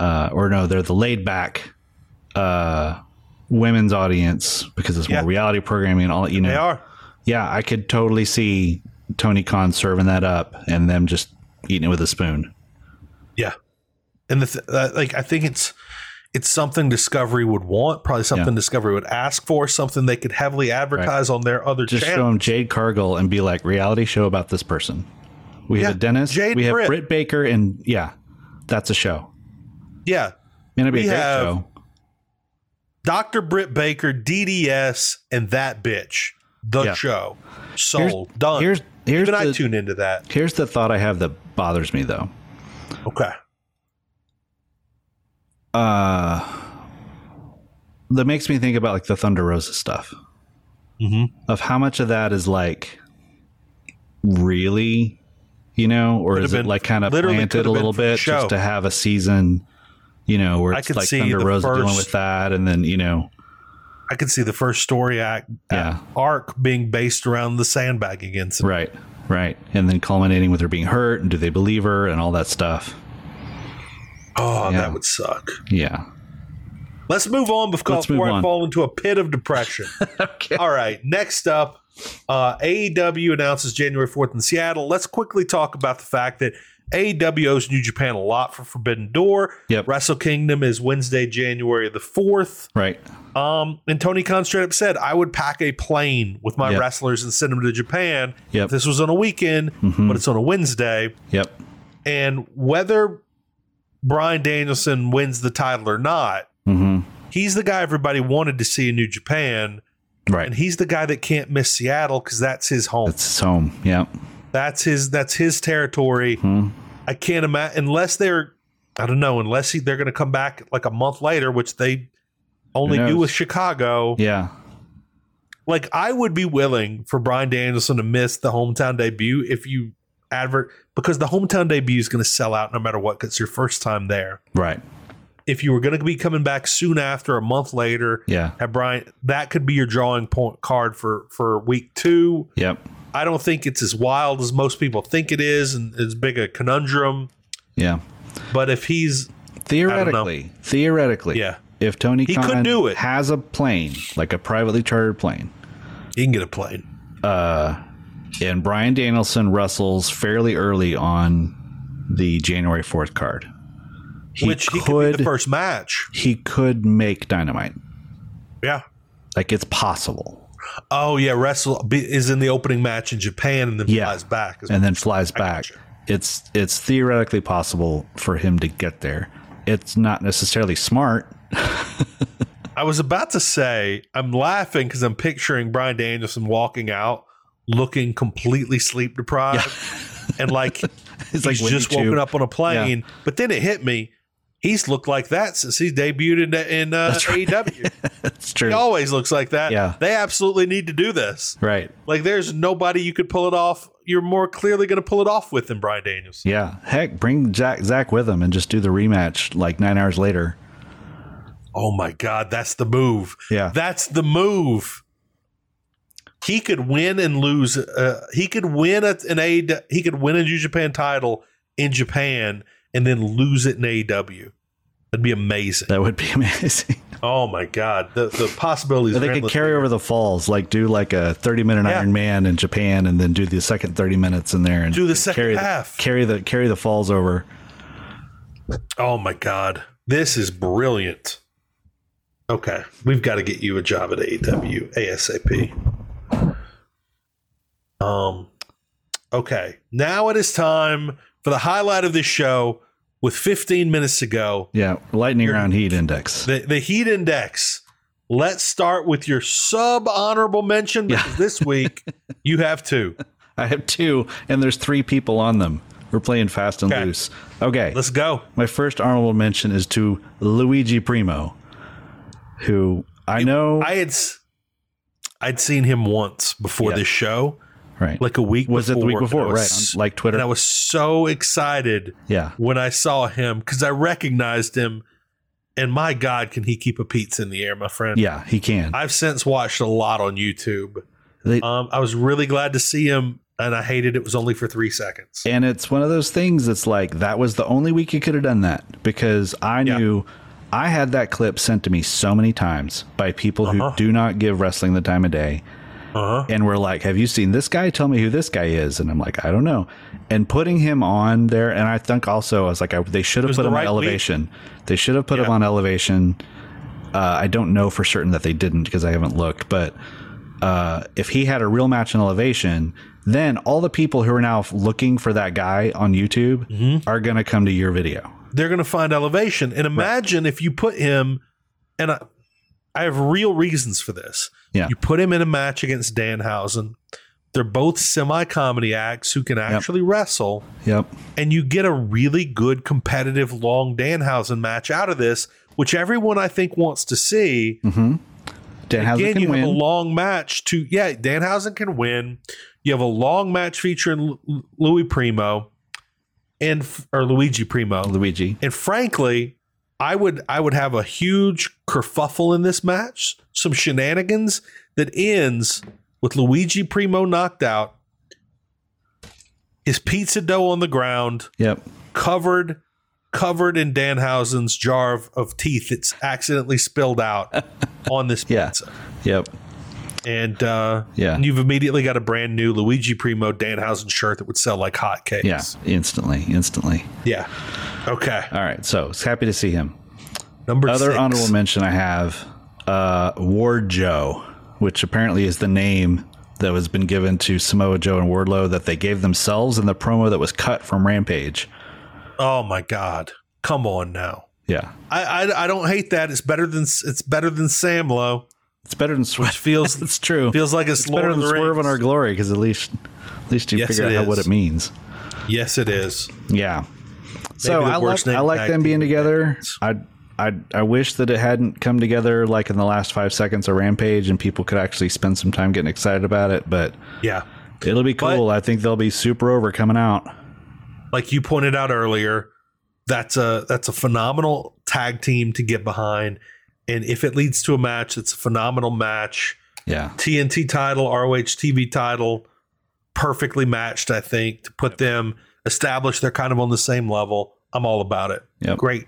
[SPEAKER 3] uh, or no, they're the laid back uh, women's audience because it's
[SPEAKER 2] Yeah.
[SPEAKER 3] more reality programming and all. You know,
[SPEAKER 2] they are.
[SPEAKER 3] yeah, I could totally see Tony Khan serving that up and them just eating it with a spoon.
[SPEAKER 2] Yeah, and the th- uh, like, I think it's it's something Discovery would want, probably something Discovery would ask for, something they could heavily advertise on their other
[SPEAKER 3] Just show
[SPEAKER 2] channels.
[SPEAKER 3] them Jade Cargill and be like, reality show about this person. We have
[SPEAKER 2] Yeah,
[SPEAKER 3] a dentist.
[SPEAKER 2] Jade
[SPEAKER 3] we have
[SPEAKER 2] Britt.
[SPEAKER 3] Britt. Baker, and yeah, that's a show.
[SPEAKER 2] Yeah,
[SPEAKER 3] And it'd be
[SPEAKER 2] We
[SPEAKER 3] a great
[SPEAKER 2] have-
[SPEAKER 3] show.
[SPEAKER 2] Doctor Britt Baker, DDS, and that bitch, the
[SPEAKER 3] Yeah.
[SPEAKER 2] show, sold, done.
[SPEAKER 3] Here's here's
[SPEAKER 2] Even I
[SPEAKER 3] the,
[SPEAKER 2] tune into that.
[SPEAKER 3] here's the thought I have that bothers me though.
[SPEAKER 2] Okay,
[SPEAKER 3] Uh, that makes me think about like the Thunder Rosa stuff.
[SPEAKER 2] Mhm.
[SPEAKER 3] Of how much of that is like really, you know, or
[SPEAKER 2] Could
[SPEAKER 3] is
[SPEAKER 2] have
[SPEAKER 3] it
[SPEAKER 2] been-
[SPEAKER 3] like kind of
[SPEAKER 2] literally could
[SPEAKER 3] planted a
[SPEAKER 2] have been
[SPEAKER 3] little
[SPEAKER 2] for the
[SPEAKER 3] bit
[SPEAKER 2] show.
[SPEAKER 3] just to have a season, you know, where
[SPEAKER 2] I
[SPEAKER 3] it's
[SPEAKER 2] could
[SPEAKER 3] like
[SPEAKER 2] see
[SPEAKER 3] Thunder
[SPEAKER 2] the
[SPEAKER 3] Rosa dealing
[SPEAKER 2] first-
[SPEAKER 3] with that, and then you know,
[SPEAKER 2] I could see the first story act uh,
[SPEAKER 3] Yeah.
[SPEAKER 2] arc being based around the sandbagging incident.
[SPEAKER 3] right, right, and then culminating with her being hurt, and do they believe her, and all that stuff.
[SPEAKER 2] Oh,
[SPEAKER 3] Yeah.
[SPEAKER 2] that would suck.
[SPEAKER 3] Yeah.
[SPEAKER 2] Let's move on because
[SPEAKER 3] Let's move
[SPEAKER 2] before I
[SPEAKER 3] on.
[SPEAKER 2] fall into a pit of depression.
[SPEAKER 3] Okay.
[SPEAKER 2] All right. Next up, uh, AEW announces January 4th in Seattle. Let's quickly talk about the fact that AEW owes New Japan a lot for Forbidden Door.
[SPEAKER 3] Yep.
[SPEAKER 2] Wrestle Kingdom is Wednesday, January the 4th.
[SPEAKER 3] Right.
[SPEAKER 2] Um, and Tony Khan straight up said, I would pack a plane with my
[SPEAKER 3] Yep.
[SPEAKER 2] wrestlers and send them to Japan.
[SPEAKER 3] Yep. Mm-hmm.
[SPEAKER 2] If This was on a weekend, but it's on a Wednesday.
[SPEAKER 3] Yep.
[SPEAKER 2] And whether Brian Danielson wins the title or not,
[SPEAKER 3] hmm
[SPEAKER 2] he's the guy everybody wanted to see in New Japan,
[SPEAKER 3] Right.
[SPEAKER 2] and he's the guy that can't miss Seattle because that's his home.
[SPEAKER 3] It's his home. Yep.
[SPEAKER 2] that's his that's his territory.
[SPEAKER 3] Mm-hmm.
[SPEAKER 2] I can't imagine unless they're I don't know unless he, they're going to come back like a month later, which they only
[SPEAKER 3] Who
[SPEAKER 2] do
[SPEAKER 3] knows?
[SPEAKER 2] with Chicago.
[SPEAKER 3] Yeah.
[SPEAKER 2] Like I would be willing for Brian Danielson to miss the hometown debut if you advert because the hometown debut is going to sell out no matter what. 'cause it's your first time there.
[SPEAKER 3] Right.
[SPEAKER 2] If you were going to be coming back soon after a month later,
[SPEAKER 3] Yeah.
[SPEAKER 2] Have Brian, that could be your drawing point card for for week two.
[SPEAKER 3] Yep.
[SPEAKER 2] I don't think it's as wild as most people think it is, and as big a conundrum.
[SPEAKER 3] Yeah.
[SPEAKER 2] But if he's
[SPEAKER 3] Theoretically, theoretically,
[SPEAKER 2] Yeah.
[SPEAKER 3] If Tony
[SPEAKER 2] He
[SPEAKER 3] Khan
[SPEAKER 2] could do it.
[SPEAKER 3] has a plane, like a privately chartered plane,
[SPEAKER 2] he can get a plane,
[SPEAKER 3] and Brian Danielson wrestles fairly early on the January fourth card, he
[SPEAKER 2] which he
[SPEAKER 3] could,
[SPEAKER 2] could be the first match.
[SPEAKER 3] he could make Dynamite.
[SPEAKER 2] Yeah.
[SPEAKER 3] Like it's possible,
[SPEAKER 2] Oh yeah, wrestle be, is in the opening match in Japan and then
[SPEAKER 3] Yeah.
[SPEAKER 2] flies back.
[SPEAKER 3] and then flies back.
[SPEAKER 2] gotcha.
[SPEAKER 3] It's it's theoretically possible for him to get there. It's not necessarily smart.
[SPEAKER 2] I was about to say I'm laughing because I'm picturing Brian Danielson walking out looking completely sleep deprived and like
[SPEAKER 3] It's
[SPEAKER 2] he's
[SPEAKER 3] like
[SPEAKER 2] just
[SPEAKER 3] Winnie Tube.
[SPEAKER 2] woken up on a plane. But then it hit me. He's looked like that since he debuted in, in uh, AEW.
[SPEAKER 3] It's true.
[SPEAKER 2] he always looks like that.
[SPEAKER 3] Yeah.
[SPEAKER 2] They absolutely need to do this.
[SPEAKER 3] Right.
[SPEAKER 2] Like, there's nobody you could pull it off. You're more clearly going to pull it off with than Brian Danielson.
[SPEAKER 3] Yeah. Heck, bring Jack Zach with him and just do the rematch like nine hours later.
[SPEAKER 2] Oh my God, that's the move.
[SPEAKER 3] Yeah.
[SPEAKER 2] That's the move. He could win and lose. Uh, he could win at an A. He could win a New Japan title in Japan and then lose it in AEW. That'd be amazing.
[SPEAKER 3] That would be amazing.
[SPEAKER 2] Oh my God, the the possibilities.
[SPEAKER 3] Or they
[SPEAKER 2] are
[SPEAKER 3] could
[SPEAKER 2] endless.
[SPEAKER 3] carry over the falls, like do like a thirty minute
[SPEAKER 2] Yeah.
[SPEAKER 3] Iron Man in Japan, and then do the second thirty minutes in there, and
[SPEAKER 2] Do the second
[SPEAKER 3] carry
[SPEAKER 2] half.
[SPEAKER 3] The, carry the carry the falls over.
[SPEAKER 2] Oh my God, this is brilliant. Okay, we've got to get you a E job at AEW ASAP. Um, okay, now it is time for the highlight of this show with 15 minutes to go.
[SPEAKER 3] Yeah, lightning round heat index.
[SPEAKER 2] The, the heat index. Let's start with your sub honorable mention because this week you have two.
[SPEAKER 3] I have two, and there's three people on them. We're playing fast and
[SPEAKER 2] Okay.
[SPEAKER 3] loose. Okay,
[SPEAKER 2] Let's go.
[SPEAKER 3] my first honorable mention is to Luigi Primo, who I know.
[SPEAKER 2] I had s- I'd seen him once before
[SPEAKER 3] Yeah.
[SPEAKER 2] this show,
[SPEAKER 3] right,
[SPEAKER 2] like a week.
[SPEAKER 3] was it the week
[SPEAKER 2] and
[SPEAKER 3] before?
[SPEAKER 2] I
[SPEAKER 3] Right,
[SPEAKER 2] was-
[SPEAKER 3] on, like Twitter.
[SPEAKER 2] and I was so excited
[SPEAKER 3] yeah,
[SPEAKER 2] when I saw him because I recognized him. And my God, can he keep a pizza in the air, my friend?
[SPEAKER 3] yeah, he can.
[SPEAKER 2] I've since watched a lot on YouTube.
[SPEAKER 3] They-
[SPEAKER 2] Um, I was really glad to see him, and I hated it was only for three seconds.
[SPEAKER 3] And it's one of those things that's like, that was the only week you could have done that because I
[SPEAKER 2] Yeah.
[SPEAKER 3] knew I had that clip sent to me so many times by people who do not give wrestling the time of day.
[SPEAKER 2] Uh-huh.
[SPEAKER 3] And were like, have you seen this guy? Tell me who this guy is. And I'm like, I don't know. And putting him on there, and I think also, I was like, I, they should have
[SPEAKER 2] was
[SPEAKER 3] put
[SPEAKER 2] the
[SPEAKER 3] him
[SPEAKER 2] right
[SPEAKER 3] on
[SPEAKER 2] week.
[SPEAKER 3] elevation. They should have put him
[SPEAKER 2] Yeah.
[SPEAKER 3] on elevation. Uh, I don't know for certain that they didn't because I haven't looked, but uh, if he had a real match in elevation, then all the people who are now looking for that guy on YouTube
[SPEAKER 2] Mm-hmm.
[SPEAKER 3] are going to come to your video.
[SPEAKER 2] They're going to find elevation, and imagine if you put him, and I, I have real reasons for this.
[SPEAKER 3] Yeah.
[SPEAKER 2] You put him in a match against Danhausen. They're both semi comedy acts who can actually wrestle,
[SPEAKER 3] Yep.
[SPEAKER 2] and you get a really good competitive long Danhausen match out of this, which everyone I think wants to see.
[SPEAKER 3] Dan
[SPEAKER 2] Again,
[SPEAKER 3] Housen
[SPEAKER 2] you
[SPEAKER 3] Mm-hmm. can
[SPEAKER 2] have a
[SPEAKER 3] win.
[SPEAKER 2] long match to yeah. Danhausen can win. You have a long match featuring Lu- Lu- Louis Primo and f- or Luigi Primo.
[SPEAKER 3] Luigi.
[SPEAKER 2] And frankly, I would I would have a huge kerfuffle in this match, some shenanigans that ends with Luigi Primo knocked out, his pizza dough on the ground,
[SPEAKER 3] Yep.
[SPEAKER 2] covered covered in Danhausen's jar of, of teeth that's accidentally spilled out on this
[SPEAKER 3] Yeah.
[SPEAKER 2] pizza
[SPEAKER 3] Yep.
[SPEAKER 2] and uh,
[SPEAKER 3] Yeah.
[SPEAKER 2] and you've immediately got a brand new Luigi Primo Danhausen shirt that would sell like hotcakes.
[SPEAKER 3] Yeah. Instantly. Instantly.
[SPEAKER 2] yeah. Okay,
[SPEAKER 3] All right. So it's happy to see him.
[SPEAKER 2] number
[SPEAKER 3] Other
[SPEAKER 2] six.
[SPEAKER 3] honorable mention I have uh, Ward Joe, which apparently is the name that has been given to Samoa Joe and Wardlow that they gave themselves in the promo that was cut from Rampage.
[SPEAKER 2] Oh my God! Come on now.
[SPEAKER 3] Yeah.
[SPEAKER 2] I, I I don't hate that. It's better than it's better than Samlo.
[SPEAKER 3] It's better than Swerve.
[SPEAKER 2] feels-
[SPEAKER 3] it's true.
[SPEAKER 2] Feels like it's,
[SPEAKER 3] it's
[SPEAKER 2] Lord
[SPEAKER 3] better
[SPEAKER 2] of
[SPEAKER 3] than
[SPEAKER 2] the
[SPEAKER 3] Swerve
[SPEAKER 2] Rings.
[SPEAKER 3] on Our Glory because at least, at least you
[SPEAKER 2] Yes,
[SPEAKER 3] figure out
[SPEAKER 2] it
[SPEAKER 3] how, what
[SPEAKER 2] is.
[SPEAKER 3] it means.
[SPEAKER 2] yes, it is.
[SPEAKER 3] Yeah. so
[SPEAKER 2] the
[SPEAKER 3] I
[SPEAKER 2] worst
[SPEAKER 3] like I
[SPEAKER 2] name
[SPEAKER 3] like
[SPEAKER 2] tag
[SPEAKER 3] them being
[SPEAKER 2] team
[SPEAKER 3] together.
[SPEAKER 2] names.
[SPEAKER 3] I I I wish that it hadn't come together like in the last five seconds of Rampage and people could actually spend some time getting excited about it. But
[SPEAKER 2] Yeah,
[SPEAKER 3] it'll be cool. I think they'll be super over coming out.
[SPEAKER 2] like you pointed out earlier, that's a that's a phenomenal tag team to get behind, and if it leads to a match, it's a phenomenal match.
[SPEAKER 3] Yeah.
[SPEAKER 2] TNT title, ROH TV title, perfectly matched, I think, to put them established. They're kind of on the same level. I'm all about it.
[SPEAKER 3] Yep.
[SPEAKER 2] Great.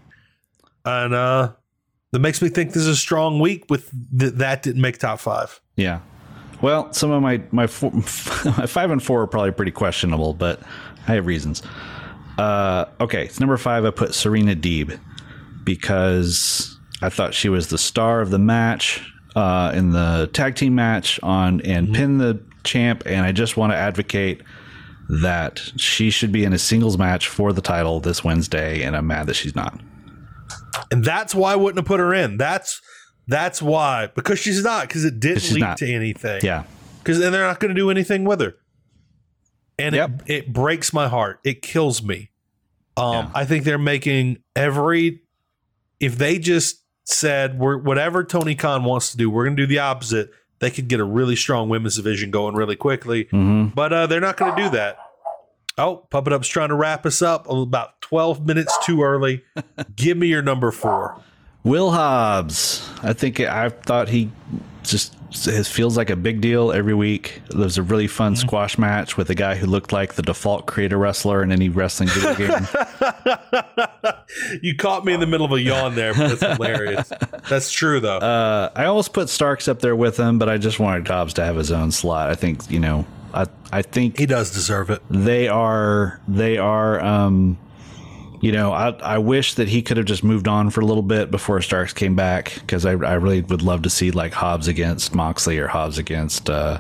[SPEAKER 2] And uh, that makes me think this is a strong week with th- that didn't make top five.
[SPEAKER 3] Yeah. Well, some of my my, four, my five and four are probably pretty questionable, but I have reasons. Uh, okay, so number five, I put Serena Deeb because I thought she was the star of the match uh, in the tag team match on and pin the champ, and I just want to advocate that she should be in a singles match for the title this Wednesday, and I'm mad that she's not.
[SPEAKER 2] And that's why I wouldn't have put her in. That's that's why. Because she's not, because it didn't
[SPEAKER 3] She's
[SPEAKER 2] lead
[SPEAKER 3] not.
[SPEAKER 2] to anything.
[SPEAKER 3] Yeah,
[SPEAKER 2] Because then they're not going to do anything with her. And
[SPEAKER 3] Yep.
[SPEAKER 2] it, it breaks my heart. It kills me. Um, I think they're making every. If they just said we're whatever Tony Khan wants to do, we're going to do the opposite. They could get a really strong women's division going really quickly.
[SPEAKER 3] Mm-hmm.
[SPEAKER 2] But uh, they're not going to do that. Oh, Puppet Up's trying to wrap us up about 12 minutes too early. Give me your number four.
[SPEAKER 3] Will Hobbs. I think I thought he just it feels like a big deal every week. There was a really fun squash match with a guy who looked like the default creator wrestler in any wrestling video game.
[SPEAKER 2] you caught me in the middle of a yawn there, but that's hilarious. That's true, though.
[SPEAKER 3] Uh, I almost put Starks up there with him, but I just wanted Hobbs to have his own slot. I think you know. I I think
[SPEAKER 2] he does deserve it.
[SPEAKER 3] they are they are um you know i i wish that he could have just moved on for a little bit before starks came back because I, I really would love to see like hobbs against moxley or hobbs against uh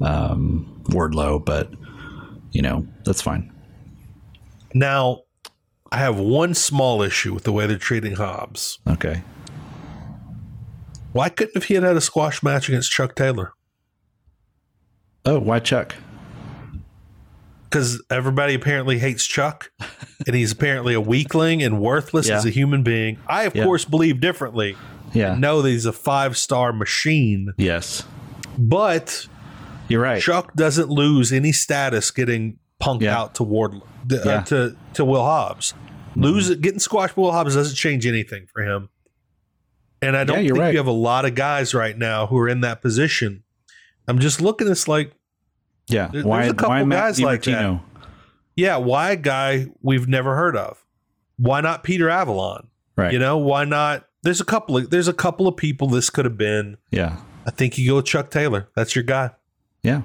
[SPEAKER 3] um wardlow but you know that's fine
[SPEAKER 2] Now, I have one small issue with the way they're treating Hobbs.
[SPEAKER 3] Okay.
[SPEAKER 2] Why couldn't have he had had a squash match against Chuck Taylor?
[SPEAKER 3] Oh, why Chuck?
[SPEAKER 2] Because everybody apparently hates Chuck, and he's apparently a weakling and worthless
[SPEAKER 3] Yeah.
[SPEAKER 2] as a human being. I, of
[SPEAKER 3] Yeah.
[SPEAKER 2] course, believe differently.
[SPEAKER 3] Yeah.
[SPEAKER 2] No, that he's a five star machine,
[SPEAKER 3] Yes.
[SPEAKER 2] but
[SPEAKER 3] You're right.
[SPEAKER 2] Chuck doesn't lose any status getting punked
[SPEAKER 3] Yeah.
[SPEAKER 2] out to Ward uh,
[SPEAKER 3] Yeah. Mm-hmm.
[SPEAKER 2] to to Will Hobbs. Lose getting squashed by Will Hobbs doesn't change anything for him. And I don't
[SPEAKER 3] you're
[SPEAKER 2] think
[SPEAKER 3] right.
[SPEAKER 2] you have a lot of guys right now who are in that position. I'm just looking. It's like,
[SPEAKER 3] Yeah.
[SPEAKER 2] There-
[SPEAKER 3] why
[SPEAKER 2] there's a couple
[SPEAKER 3] why Matt
[SPEAKER 2] guys like that.
[SPEAKER 3] DiMartino?
[SPEAKER 2] yeah, why a guy we've never heard of? Why not Peter Avalon?
[SPEAKER 3] Right.
[SPEAKER 2] You know, why not? There's a couple of there's a couple of people this could have been.
[SPEAKER 3] Yeah.
[SPEAKER 2] I think you go with Chuck Taylor. That's your guy.
[SPEAKER 3] Yeah.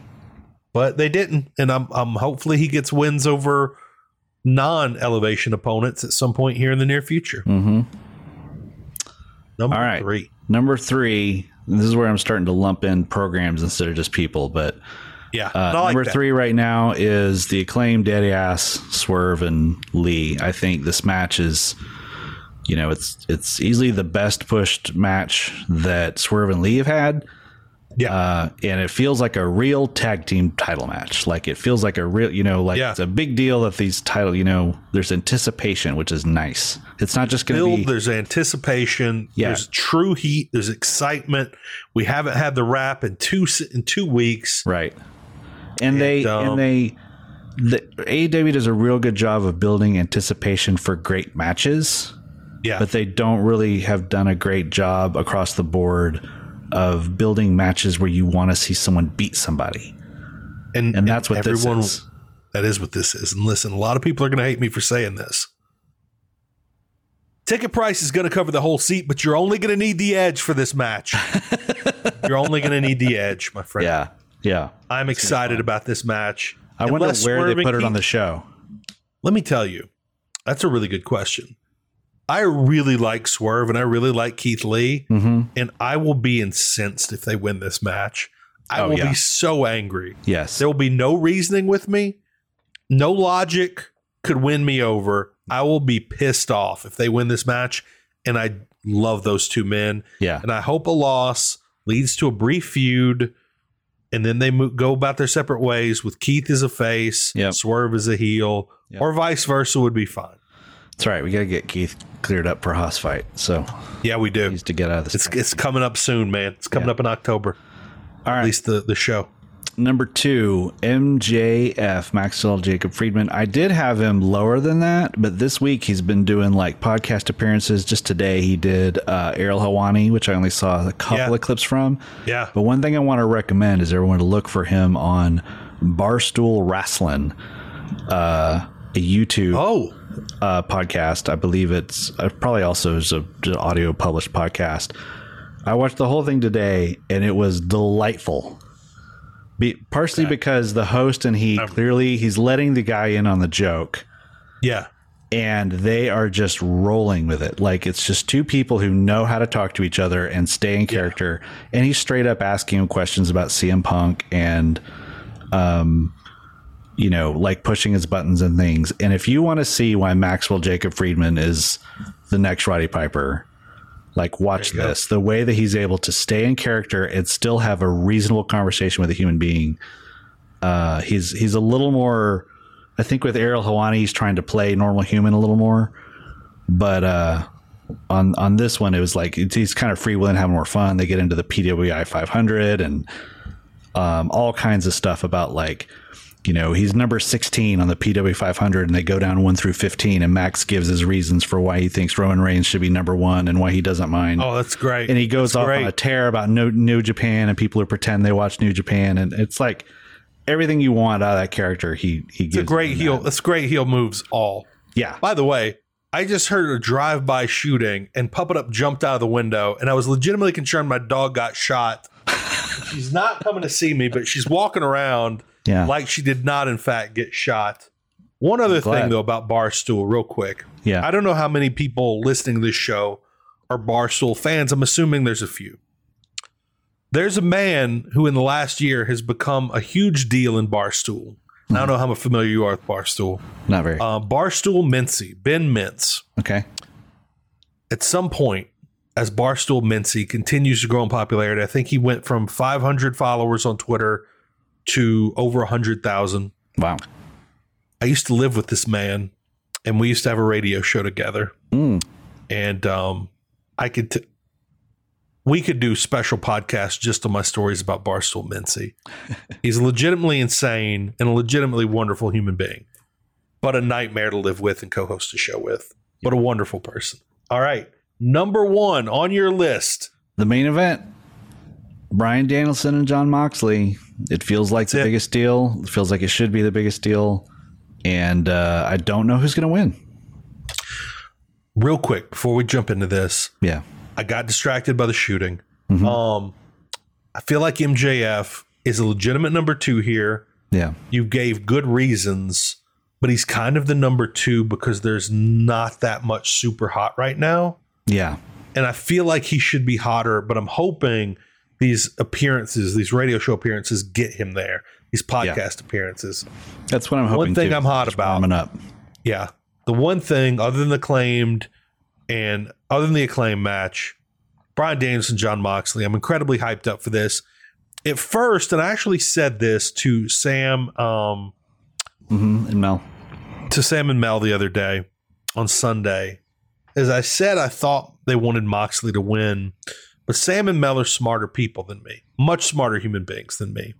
[SPEAKER 2] but they didn't. And I'm I'm hopefully he gets wins over non elevation opponents at some point here in the near future.
[SPEAKER 3] Mm-hmm.
[SPEAKER 2] Number
[SPEAKER 3] All right.
[SPEAKER 2] three.
[SPEAKER 3] Number three, and this is where I'm starting to lump in programs instead of just people, but
[SPEAKER 2] Yeah.
[SPEAKER 3] Uh,
[SPEAKER 2] and I like
[SPEAKER 3] number
[SPEAKER 2] that.
[SPEAKER 3] three right now is the acclaimed Daddy Ass Swerve and Lee. I think this match is, you know, it's it's easily the best pushed match that Swerve and Lee have had.
[SPEAKER 2] Yeah.
[SPEAKER 3] uh, and it feels like a real tag team title match. Like it feels like a real, you know, like
[SPEAKER 2] Yeah.
[SPEAKER 3] it's a big deal that these title, you know, there's anticipation, which is nice. It's not just going
[SPEAKER 2] Build,
[SPEAKER 3] to be
[SPEAKER 2] there's anticipation.
[SPEAKER 3] Yeah.
[SPEAKER 2] There's true heat. There's excitement. We haven't had the rap in two s- in two weeks.
[SPEAKER 3] right. And they
[SPEAKER 2] um,
[SPEAKER 3] and they the AEW does a real good job of building anticipation for great matches.
[SPEAKER 2] Yeah.
[SPEAKER 3] but they don't really have done a great job across the board of building matches where you want to see someone beat somebody. And that's what this
[SPEAKER 2] everyone
[SPEAKER 3] is.
[SPEAKER 2] that is what this is. And listen, a lot of people are going to hate me for saying this. Ticket price is going to cover the whole seat, but you're only going to need the edge for this match. you're only going to need the edge, my friend.
[SPEAKER 3] Yeah. Yeah.
[SPEAKER 2] I'm excited about this match.
[SPEAKER 3] I wonder
[SPEAKER 2] Unless
[SPEAKER 3] where they
[SPEAKER 2] Swerve
[SPEAKER 3] put it on
[SPEAKER 2] and
[SPEAKER 3] the show.
[SPEAKER 2] Let me tell you, that's a really good question. I really like Swerve and I really like Keith Lee,
[SPEAKER 3] Mm-hmm.
[SPEAKER 2] and I will be incensed if they win this match. I
[SPEAKER 3] Oh,
[SPEAKER 2] will
[SPEAKER 3] yeah.
[SPEAKER 2] be so angry.
[SPEAKER 3] Yes.
[SPEAKER 2] There will be no reasoning with me. No logic could win me over. I will be pissed off if they win this match. And I love those two men.
[SPEAKER 3] yeah.
[SPEAKER 2] And I hope a loss leads to a brief feud. And then they mo- go about their separate ways with Keith as a face,
[SPEAKER 3] Yep.
[SPEAKER 2] Swerve as a heel,
[SPEAKER 3] Yep.
[SPEAKER 2] or vice versa would be fine.
[SPEAKER 3] That's right. We got to get Keith cleared up for Haas fight. So
[SPEAKER 2] Yeah, we
[SPEAKER 3] he
[SPEAKER 2] do.
[SPEAKER 3] needs to get out of this.
[SPEAKER 2] It's, it's coming up soon, man. It's coming
[SPEAKER 3] Yeah.
[SPEAKER 2] up in October,
[SPEAKER 3] All
[SPEAKER 2] at
[SPEAKER 3] right.
[SPEAKER 2] least the, the show.
[SPEAKER 3] Number two, MJF, Maxwell Jacob Friedman. I did have him lower than that, but this week he's been doing like podcast appearances. Just today he did uh, Errol Hawani, which I only saw a couple
[SPEAKER 2] Yeah.
[SPEAKER 3] of clips from.
[SPEAKER 2] Yeah.
[SPEAKER 3] But one thing I want to recommend is everyone to look for him on Barstool Wrestling, uh, a YouTube
[SPEAKER 2] Oh,
[SPEAKER 3] uh, podcast. I believe it's uh, probably also is a an audio published podcast. I watched the whole thing today, and it was delightful. Be, partially because the host and he clearly he's letting the guy in on the joke,
[SPEAKER 2] yeah.
[SPEAKER 3] and they are just rolling with it. Like it's just two people who know how to talk to each other and stay in character. And he's straight up asking him questions about CM Punk and, um, you know, like pushing his buttons and things. And if you want to see why Maxwell Jacob Friedman is the next Roddy Piper, like watch this. The way that he's able to stay in character and still have a reasonable conversation with a human being. Uh, he's he's a little more. I think with Ariel Hawani, he's trying to play normal human a little more, but uh, on on this one, it was like it's, he's kind of free will and having more fun. They get into the PWI 500 and um, all kinds of stuff about like you know he's number 16 on the PW 500, and they go down one through 15, and Max gives his reasons for why he thinks Roman Reigns should be number one and why he doesn't mind.
[SPEAKER 2] Oh, that's great.
[SPEAKER 3] and he goes off
[SPEAKER 2] great.
[SPEAKER 3] on a tear about no New Japan and people who pretend they watch New Japan, and it's like everything you want out of that character. He he gives
[SPEAKER 2] it's a great
[SPEAKER 3] you in
[SPEAKER 2] heel.
[SPEAKER 3] that.
[SPEAKER 2] That's great heel moves all.
[SPEAKER 3] Yeah.
[SPEAKER 2] By the way, I just heard a drive by shooting and Puppet Up jumped out of the window, and I was legitimately concerned my dog got shot. she's not coming to see me, but she's walking around
[SPEAKER 3] Yeah.
[SPEAKER 2] like she did not, in fact, get shot. One other
[SPEAKER 3] glad.
[SPEAKER 2] thing, though, about Barstool, real quick.
[SPEAKER 3] Yeah.
[SPEAKER 2] I don't know how many people listening to this show are Barstool fans. I'm assuming there's a few. There's a man who, in the last year, has become a huge deal in Barstool. I don't know how familiar you are with Barstool.
[SPEAKER 3] Not very.
[SPEAKER 2] Uh, Barstool Mincy, Ben Mintz,
[SPEAKER 3] okay.
[SPEAKER 2] at some point, as Barstool Mincy continues to grow in popularity, I think he went from 500 followers on Twitter to over 100,000.
[SPEAKER 3] Wow.
[SPEAKER 2] I used to live with this man, and we used to have a radio show together.
[SPEAKER 3] Mm.
[SPEAKER 2] And um, I could, t- we could do special podcasts just on my stories about Barstool Mincy. He's legitimately insane and a legitimately wonderful human being, but a nightmare to live with and co-host a show with. But a wonderful person. All right, number one on your list.
[SPEAKER 3] The main event. Brian Danielson and John Moxley. It feels like the
[SPEAKER 2] it.
[SPEAKER 3] biggest deal. It feels like it should be the biggest deal. And uh, I don't know who's going to win.
[SPEAKER 2] Real quick before we jump into this,
[SPEAKER 3] Yeah.
[SPEAKER 2] I got distracted by the shooting. Um, I feel like MJF is a legitimate number two here.
[SPEAKER 3] Yeah.
[SPEAKER 2] You gave good reasons, but he's kind of the number two because there's not that much super hot right now.
[SPEAKER 3] Yeah.
[SPEAKER 2] And I feel like he should be hotter, but I'm hoping these appearances, these radio show appearances, get him there. These podcast appearances.
[SPEAKER 3] That's what I'm hoping.
[SPEAKER 2] thing
[SPEAKER 3] too,
[SPEAKER 2] I'm hot
[SPEAKER 3] just
[SPEAKER 2] about.
[SPEAKER 3] Warming up.
[SPEAKER 2] Yeah. The one thing other than the claimed and other than the acclaimed match, Brian Danielson, John Moxley, I'm incredibly hyped up for this. At first, and I actually said this to Sam, um,
[SPEAKER 3] hmm And Mel.
[SPEAKER 2] to Sam and Mel the other day on Sunday. As I said, I thought they wanted Moxley to win, but Sam and Mel are smarter people than me, much smarter human beings than me.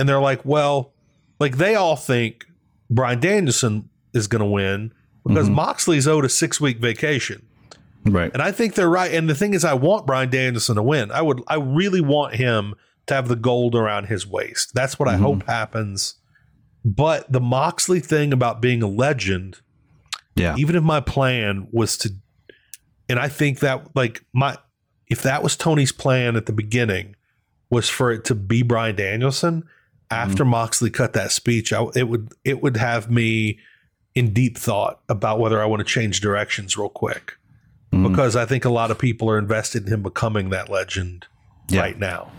[SPEAKER 2] And they're like, well, like they all think Brian Danielson is going to win because Moxley's owed a six week vacation.
[SPEAKER 3] Right.
[SPEAKER 2] And I think they're right. And the thing is, I want Brian Danielson to win. I would, I really want him to have the gold around his waist. That's what I hope happens. But the Moxley thing about being a legend,
[SPEAKER 3] Yeah.
[SPEAKER 2] even if my plan was to, and I think that like my, if that was Tony's plan at the beginning, was for it to be Brian Danielson.
[SPEAKER 3] Mm-hmm.
[SPEAKER 2] After Moxley cut that speech, I, it would it would have me in deep thought about whether I want to change directions real quick
[SPEAKER 3] Mhm.
[SPEAKER 2] because I think a lot of people are invested in him becoming that legend
[SPEAKER 3] Yeah.
[SPEAKER 2] right now.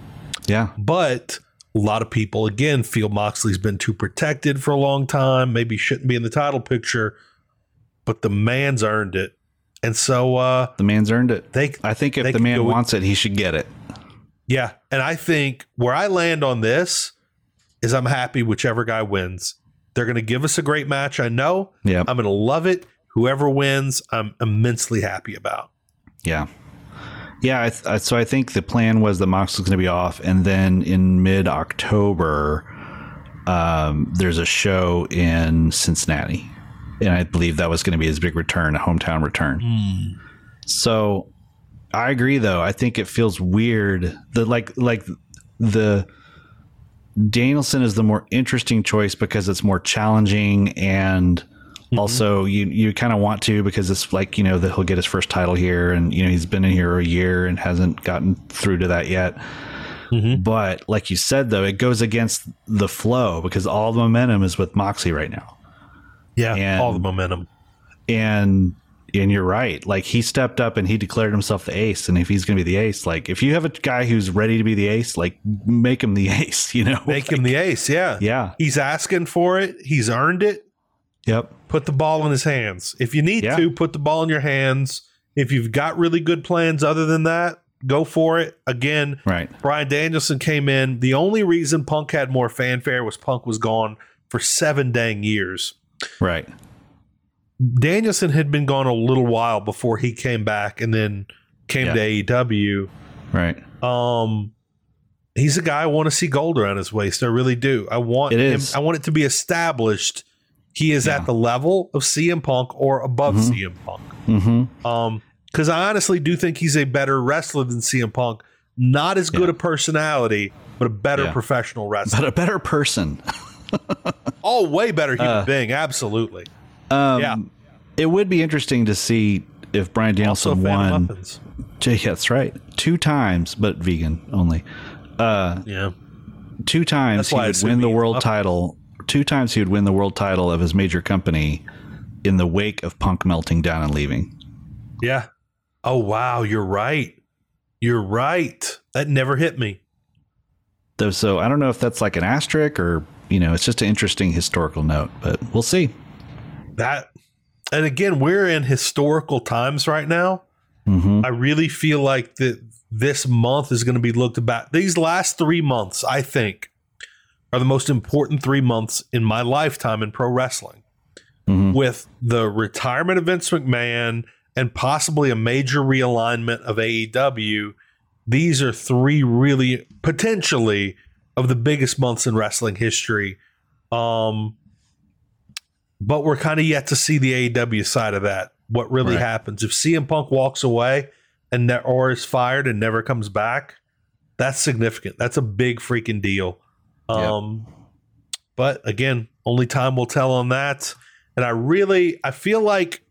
[SPEAKER 3] Yeah.
[SPEAKER 2] But a lot of people, again, feel Moxley's been too protected for a long time, maybe shouldn't be in the title picture, but the man's earned it. And so, uh,
[SPEAKER 3] The man's earned it.
[SPEAKER 2] they,
[SPEAKER 3] I think if
[SPEAKER 2] They
[SPEAKER 3] the
[SPEAKER 2] can
[SPEAKER 3] man
[SPEAKER 2] go with-
[SPEAKER 3] wants it, he should get it.
[SPEAKER 2] yeah. And I think where I land on this is I'm happy whichever guy wins. They're going to give us a great match. I know.
[SPEAKER 3] Yeah.
[SPEAKER 2] I'm going to love it. Whoever wins, I'm immensely happy about.
[SPEAKER 3] Yeah. Yeah. I th- I- so I think the plan was that Mox was going to be off. And then in mid October, um, there's a show in Cincinnati. And I believe that was going to be his big return, a hometown return.
[SPEAKER 2] Hmm.
[SPEAKER 3] So I agree, though. I think it feels weird that, like, like the. Danielson is the more interesting choice because it's more challenging and Mm-hmm. also you you kind of want to because it's like you know that he'll get his first title here and you know he's been in here a year and hasn't gotten through to that yet. But like you said though, it goes against the flow because all the momentum is with Moxie right now.
[SPEAKER 2] Yeah.
[SPEAKER 3] And-
[SPEAKER 2] all the momentum.
[SPEAKER 3] And and you're right. Like he stepped up and he declared himself the ace and if he's going to be the ace, like if you have a guy who's ready to be the ace, like make him the ace, you know.
[SPEAKER 2] Make him the ace. Yeah.
[SPEAKER 3] yeah.
[SPEAKER 2] He's asking for it. He's earned it.
[SPEAKER 3] Yep.
[SPEAKER 2] Put the ball in his hands. If you need
[SPEAKER 3] Yeah.
[SPEAKER 2] to, put the ball in your hands. If you've got really good plans other than that, go for it. Again,
[SPEAKER 3] Right.
[SPEAKER 2] Brian Danielson came in. The only reason Punk had more fanfare was Punk was gone for seven dang years.
[SPEAKER 3] Right.
[SPEAKER 2] Danielson had been gone a little while before he came back and then came
[SPEAKER 3] Yeah.
[SPEAKER 2] to E AEW.
[SPEAKER 3] Right.
[SPEAKER 2] Um, he's a guy I want to see gold around his waist. I really do. I want
[SPEAKER 3] It
[SPEAKER 2] him,
[SPEAKER 3] is.
[SPEAKER 2] I want it to be established. He is
[SPEAKER 3] Yeah.
[SPEAKER 2] at the level of CM Punk or above
[SPEAKER 3] Mhm.
[SPEAKER 2] CM Punk.
[SPEAKER 3] Mhm.
[SPEAKER 2] Um, because I honestly do think he's a better wrestler than CM Punk. Not as good
[SPEAKER 3] Yeah.
[SPEAKER 2] a personality, but a better
[SPEAKER 3] Yeah.
[SPEAKER 2] professional wrestler.
[SPEAKER 3] But a better person.
[SPEAKER 2] Oh, way better human being. Absolutely.
[SPEAKER 3] uh, Um,
[SPEAKER 2] Yeah.
[SPEAKER 3] It would be interesting to see if Brian Danielson
[SPEAKER 2] So, fan of
[SPEAKER 3] won.
[SPEAKER 2] muffins.
[SPEAKER 3] Yeah, that's right. Two times, but vegan only.
[SPEAKER 2] Yeah.
[SPEAKER 3] Two times
[SPEAKER 2] That's why I
[SPEAKER 3] he
[SPEAKER 2] assume
[SPEAKER 3] would win the
[SPEAKER 2] he-
[SPEAKER 3] world title. Two times he would win the world title of his major company in the wake of Punk melting down and leaving.
[SPEAKER 2] Yeah. Oh, wow. You're right. You're right. That never hit me.
[SPEAKER 3] Though, so I don't know if that's like an asterisk or you know, it's just an interesting historical note, but we'll see.
[SPEAKER 2] That, and again, we're in historical times right now.
[SPEAKER 3] hmm
[SPEAKER 2] I really feel like that this month is going to be looked back. These last three months, I think, are the most important three months in my lifetime in pro wrestling.
[SPEAKER 3] Mhm.
[SPEAKER 2] With the retirement of Vince McMahon and possibly a major realignment of AEW, these are three really potentially of the biggest months in wrestling history. Um, but we're kind of yet to see the AEW side of that. What really
[SPEAKER 3] Right.
[SPEAKER 2] happens if CM Punk walks away and ne- or is fired and never comes back? That's significant. That's a big freaking deal. Um, But again, only time will tell on that. And I really, I feel like,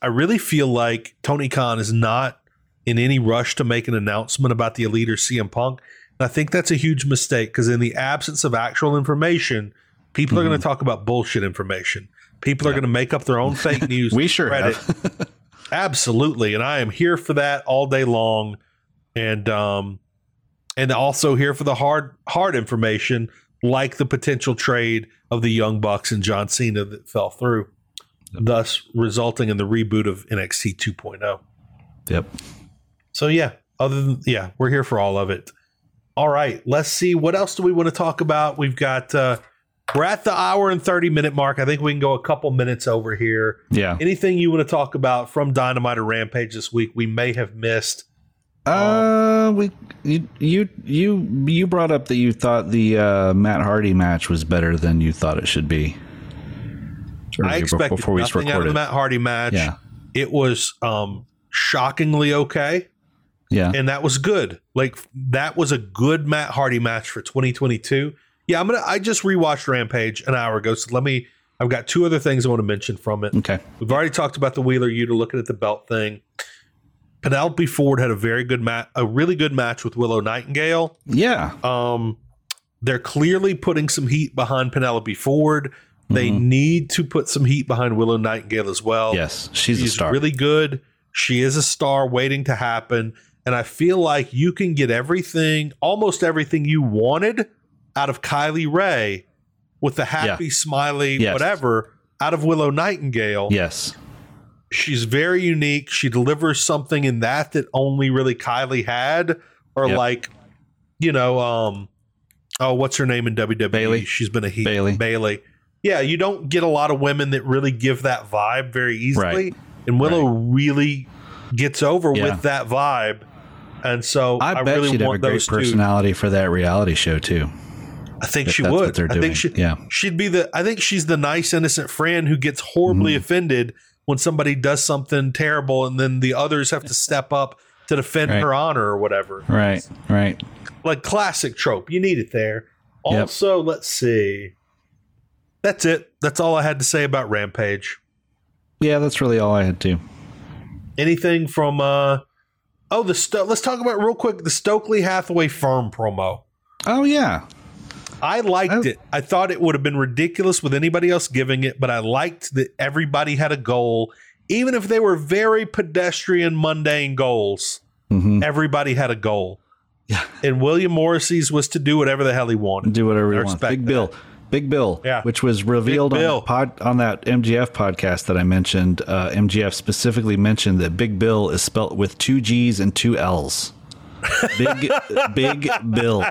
[SPEAKER 2] I really feel like Tony Khan is not in any rush to make an announcement about the elite or CM Punk. And I think that's a huge mistake because in the absence of actual information, people
[SPEAKER 3] Mm-hmm.
[SPEAKER 2] are going to talk about bullshit information. People are going to make up their own fake news.
[SPEAKER 3] We
[SPEAKER 2] to
[SPEAKER 3] sure
[SPEAKER 2] spread it.
[SPEAKER 3] have.
[SPEAKER 2] Absolutely, and I am here for that all day long, and um, and also here for the hard hard information, like the potential trade of the Young Bucks and John Cena that fell through, thus resulting in the reboot of NXT 2.0.
[SPEAKER 3] yep.
[SPEAKER 2] oh. So yeah, other than yeah, we're here for all of it. All right, let's see what else do we want to talk about. We've got uh, we're at the hour and thirty minute mark. I think we can go a couple minutes over here.
[SPEAKER 3] Yeah.
[SPEAKER 2] Anything you want to talk about from Dynamite or Rampage this week we may have missed?
[SPEAKER 3] Uh, we you you you you brought up that you thought the uh, Matt Hardy match was better than you thought it should be.
[SPEAKER 2] I
[SPEAKER 3] Earlier,
[SPEAKER 2] expected nothing out of the Matt Hardy match.
[SPEAKER 3] Yeah.
[SPEAKER 2] It was um, shockingly okay,
[SPEAKER 3] Yeah.
[SPEAKER 2] and that was good. Like that was a good Matt Hardy match for 2022. Yeah, I'm gonna. I just rewatched Rampage an hour ago, so let me. I've got two other things I want to mention from it.
[SPEAKER 3] Okay.
[SPEAKER 2] We've already talked about the Wheeler Uter looking at the belt thing. Penelope Ford had a very good match, a really good match with Willow Nightingale.
[SPEAKER 3] Yeah.
[SPEAKER 2] Um, they're clearly putting some heat behind Penelope Ford. They need to put some heat behind Willow Nightingale as well.
[SPEAKER 3] Mm-hmm. Yes, she's, a
[SPEAKER 2] she's
[SPEAKER 3] star.
[SPEAKER 2] really good. She is a star waiting to happen, and I feel like you can get everything, almost everything you wanted out of Kylie Ray, with the happy, smiley,
[SPEAKER 3] Yes.
[SPEAKER 2] whatever, out of Willow Nightingale.
[SPEAKER 3] yes.
[SPEAKER 2] She's very unique. She delivers something in that that only really Kylie had, or
[SPEAKER 3] Yep.
[SPEAKER 2] like, you know, um, oh, what's her name in WWE?
[SPEAKER 3] Bayley?
[SPEAKER 2] She's been a heel.
[SPEAKER 3] Bayley.
[SPEAKER 2] Bailey. Yeah, you don't get a lot of women that really give that vibe very easily,
[SPEAKER 3] Right.
[SPEAKER 2] and Willow really gets over
[SPEAKER 3] Yeah.
[SPEAKER 2] with that vibe. And so I,
[SPEAKER 3] I, bet
[SPEAKER 2] really
[SPEAKER 3] she'd have a
[SPEAKER 2] want
[SPEAKER 3] great
[SPEAKER 2] those two.
[SPEAKER 3] personality for that reality show too.
[SPEAKER 2] I think
[SPEAKER 3] if
[SPEAKER 2] she
[SPEAKER 3] that's
[SPEAKER 2] would.
[SPEAKER 3] what they're
[SPEAKER 2] I
[SPEAKER 3] doing.
[SPEAKER 2] think she,
[SPEAKER 3] Yeah.
[SPEAKER 2] she'd be the. I think she's the nice, innocent friend who gets horribly
[SPEAKER 3] Mm-hmm.
[SPEAKER 2] offended when somebody does something terrible, and then the others have to step up to defend
[SPEAKER 3] Right.
[SPEAKER 2] her honor or whatever.
[SPEAKER 3] Right. Right.
[SPEAKER 2] Like classic trope. You need it there.
[SPEAKER 3] Yep.
[SPEAKER 2] Also, let's see. That's it. That's all I had to say about Rampage.
[SPEAKER 3] Yeah, that's really all I had to.
[SPEAKER 2] Anything from? uh Oh, the Sto- let's talk about real quick the Stokely Hathaway firm promo.
[SPEAKER 3] Oh yeah.
[SPEAKER 2] I liked
[SPEAKER 3] Oh.
[SPEAKER 2] it. I thought it would have been ridiculous with anybody else giving it, but I liked that everybody had a goal. Even if they were very pedestrian, mundane goals,
[SPEAKER 3] hmm
[SPEAKER 2] everybody had a goal.
[SPEAKER 3] Yeah.
[SPEAKER 2] And William Morrissey's was to do whatever the hell he wanted.
[SPEAKER 3] Do whatever
[SPEAKER 2] I
[SPEAKER 3] you want.
[SPEAKER 2] respect
[SPEAKER 3] Big
[SPEAKER 2] that.
[SPEAKER 3] Bill. Big Bill.
[SPEAKER 2] Yeah.
[SPEAKER 3] Which was revealed on,
[SPEAKER 2] Bill.
[SPEAKER 3] the pod, on that MGF podcast that I mentioned. Uh, MGF specifically mentioned that Big Bill is spelt with two G's and two L's. Big Big Bill.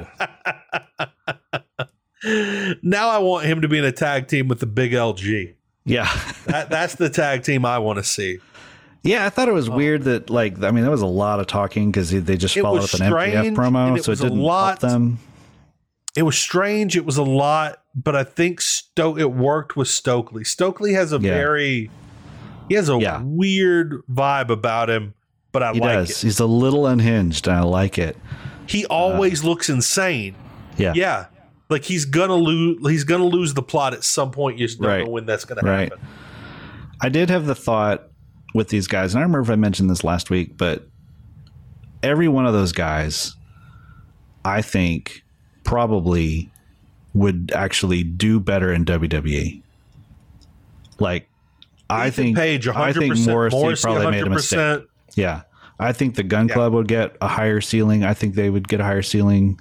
[SPEAKER 2] Now I want him to be in a tag team with the big LG.
[SPEAKER 3] Yeah.
[SPEAKER 2] That, that's the tag team I want to see.
[SPEAKER 3] Yeah, I thought it was weird that like I mean that was a lot of talking because they just
[SPEAKER 2] Oh. It
[SPEAKER 3] followed
[SPEAKER 2] was
[SPEAKER 3] up an MGF
[SPEAKER 2] strange,
[SPEAKER 3] promo,
[SPEAKER 2] and it
[SPEAKER 3] so it
[SPEAKER 2] was a
[SPEAKER 3] didn't
[SPEAKER 2] lot.
[SPEAKER 3] help them.
[SPEAKER 2] It was strange. It was a lot, but I think Sto- it worked with Stokely. Stokely has a
[SPEAKER 3] Yeah.
[SPEAKER 2] very, he has a
[SPEAKER 3] Yeah.
[SPEAKER 2] weird vibe about him, but I
[SPEAKER 3] He
[SPEAKER 2] like it.
[SPEAKER 3] does. He's a little unhinged, and I like it.
[SPEAKER 2] he
[SPEAKER 3] Uh.
[SPEAKER 2] always looks insane.
[SPEAKER 3] Yeah,
[SPEAKER 2] Yeah. Like he's gonna lose. He's gonna lose the plot at some point. You just don't
[SPEAKER 3] Right.
[SPEAKER 2] know when that's gonna
[SPEAKER 3] Right.
[SPEAKER 2] happen.
[SPEAKER 3] I did have the thought with these guys, and I remember if I mentioned this last week, but every one of those guys, I think, probably would actually do better in WWE. Like, I
[SPEAKER 2] Ethan
[SPEAKER 3] think
[SPEAKER 2] Page,
[SPEAKER 3] I
[SPEAKER 2] 100%.
[SPEAKER 3] think Morrissey, probably made a mistake.
[SPEAKER 2] 100%.
[SPEAKER 3] Yeah. I think the gun club would get a higher ceiling. I think they would get a higher ceiling.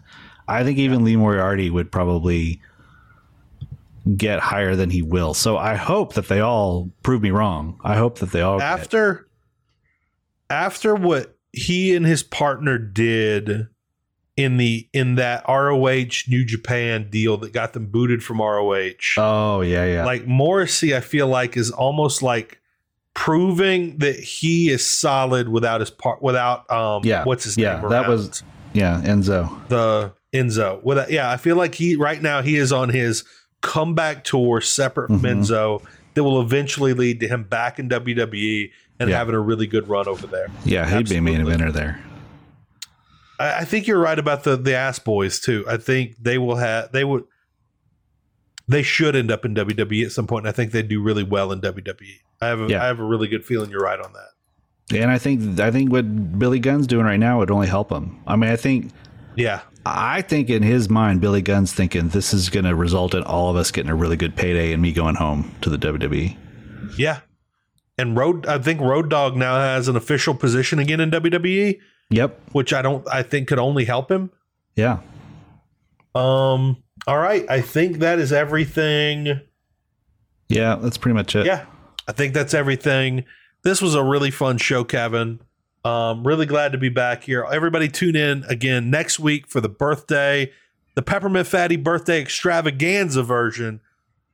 [SPEAKER 3] I think even Lee Moriarty would probably get higher than he will. So I hope that they all prove me wrong. I hope that they all get-
[SPEAKER 2] after after what he and his partner did in the in that ROH New Japan deal that got them booted from ROH.
[SPEAKER 3] Oh yeah, yeah.
[SPEAKER 2] Like Morrissey, I feel like is almost like proving that he is solid without his part without um
[SPEAKER 3] Yeah,
[SPEAKER 2] what's his
[SPEAKER 3] yeah,
[SPEAKER 2] name
[SPEAKER 3] that
[SPEAKER 2] around.
[SPEAKER 3] was- yeah, Enzo.
[SPEAKER 2] the Enzo without yeah I feel like he right now he is on his comeback tour separate from
[SPEAKER 3] Mhm.
[SPEAKER 2] Enzo that will eventually lead to him back in WWE and
[SPEAKER 3] Yeah.
[SPEAKER 2] having a really good run over there
[SPEAKER 3] Yeah, he'd be a main
[SPEAKER 2] Absolutely.
[SPEAKER 3] eventer there.
[SPEAKER 2] I, I think you're right about the the ass boys too. I think they will have they would they should end up in WWE at some point. And I think they do really well in WWE. I have a,
[SPEAKER 3] Yeah.
[SPEAKER 2] I have a really good feeling you're right on that.
[SPEAKER 3] And I think I think what Billy Gunn's doing right now would only help him. I mean, I think
[SPEAKER 2] Yeah,
[SPEAKER 3] I think in his mind, Billy Gunn's thinking this is going to result in all of us getting a really good payday and me going home to the E. WWE.
[SPEAKER 2] yeah. And Road I think Road Dog now has an official position again in E. WWE,
[SPEAKER 3] Yep.
[SPEAKER 2] which I don't I think could only help him.
[SPEAKER 3] Yeah.
[SPEAKER 2] Um all right, I think that is everything.
[SPEAKER 3] Yeah. That's pretty much it.
[SPEAKER 2] yeah i think that's everything this was a really fun show kevin um really glad to be back here everybody tune in again next week for the birthday the peppermint fatty birthday extravaganza version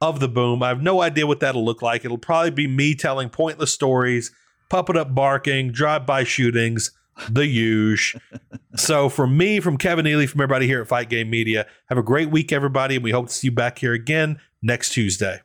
[SPEAKER 2] of the boom i have no idea what that'll look like it'll probably be me telling pointless stories puppet up barking drive-by shootings the huge so from me from kevin ely from everybody here at fight game media have a great week everybody and we hope to see you back here again next tuesday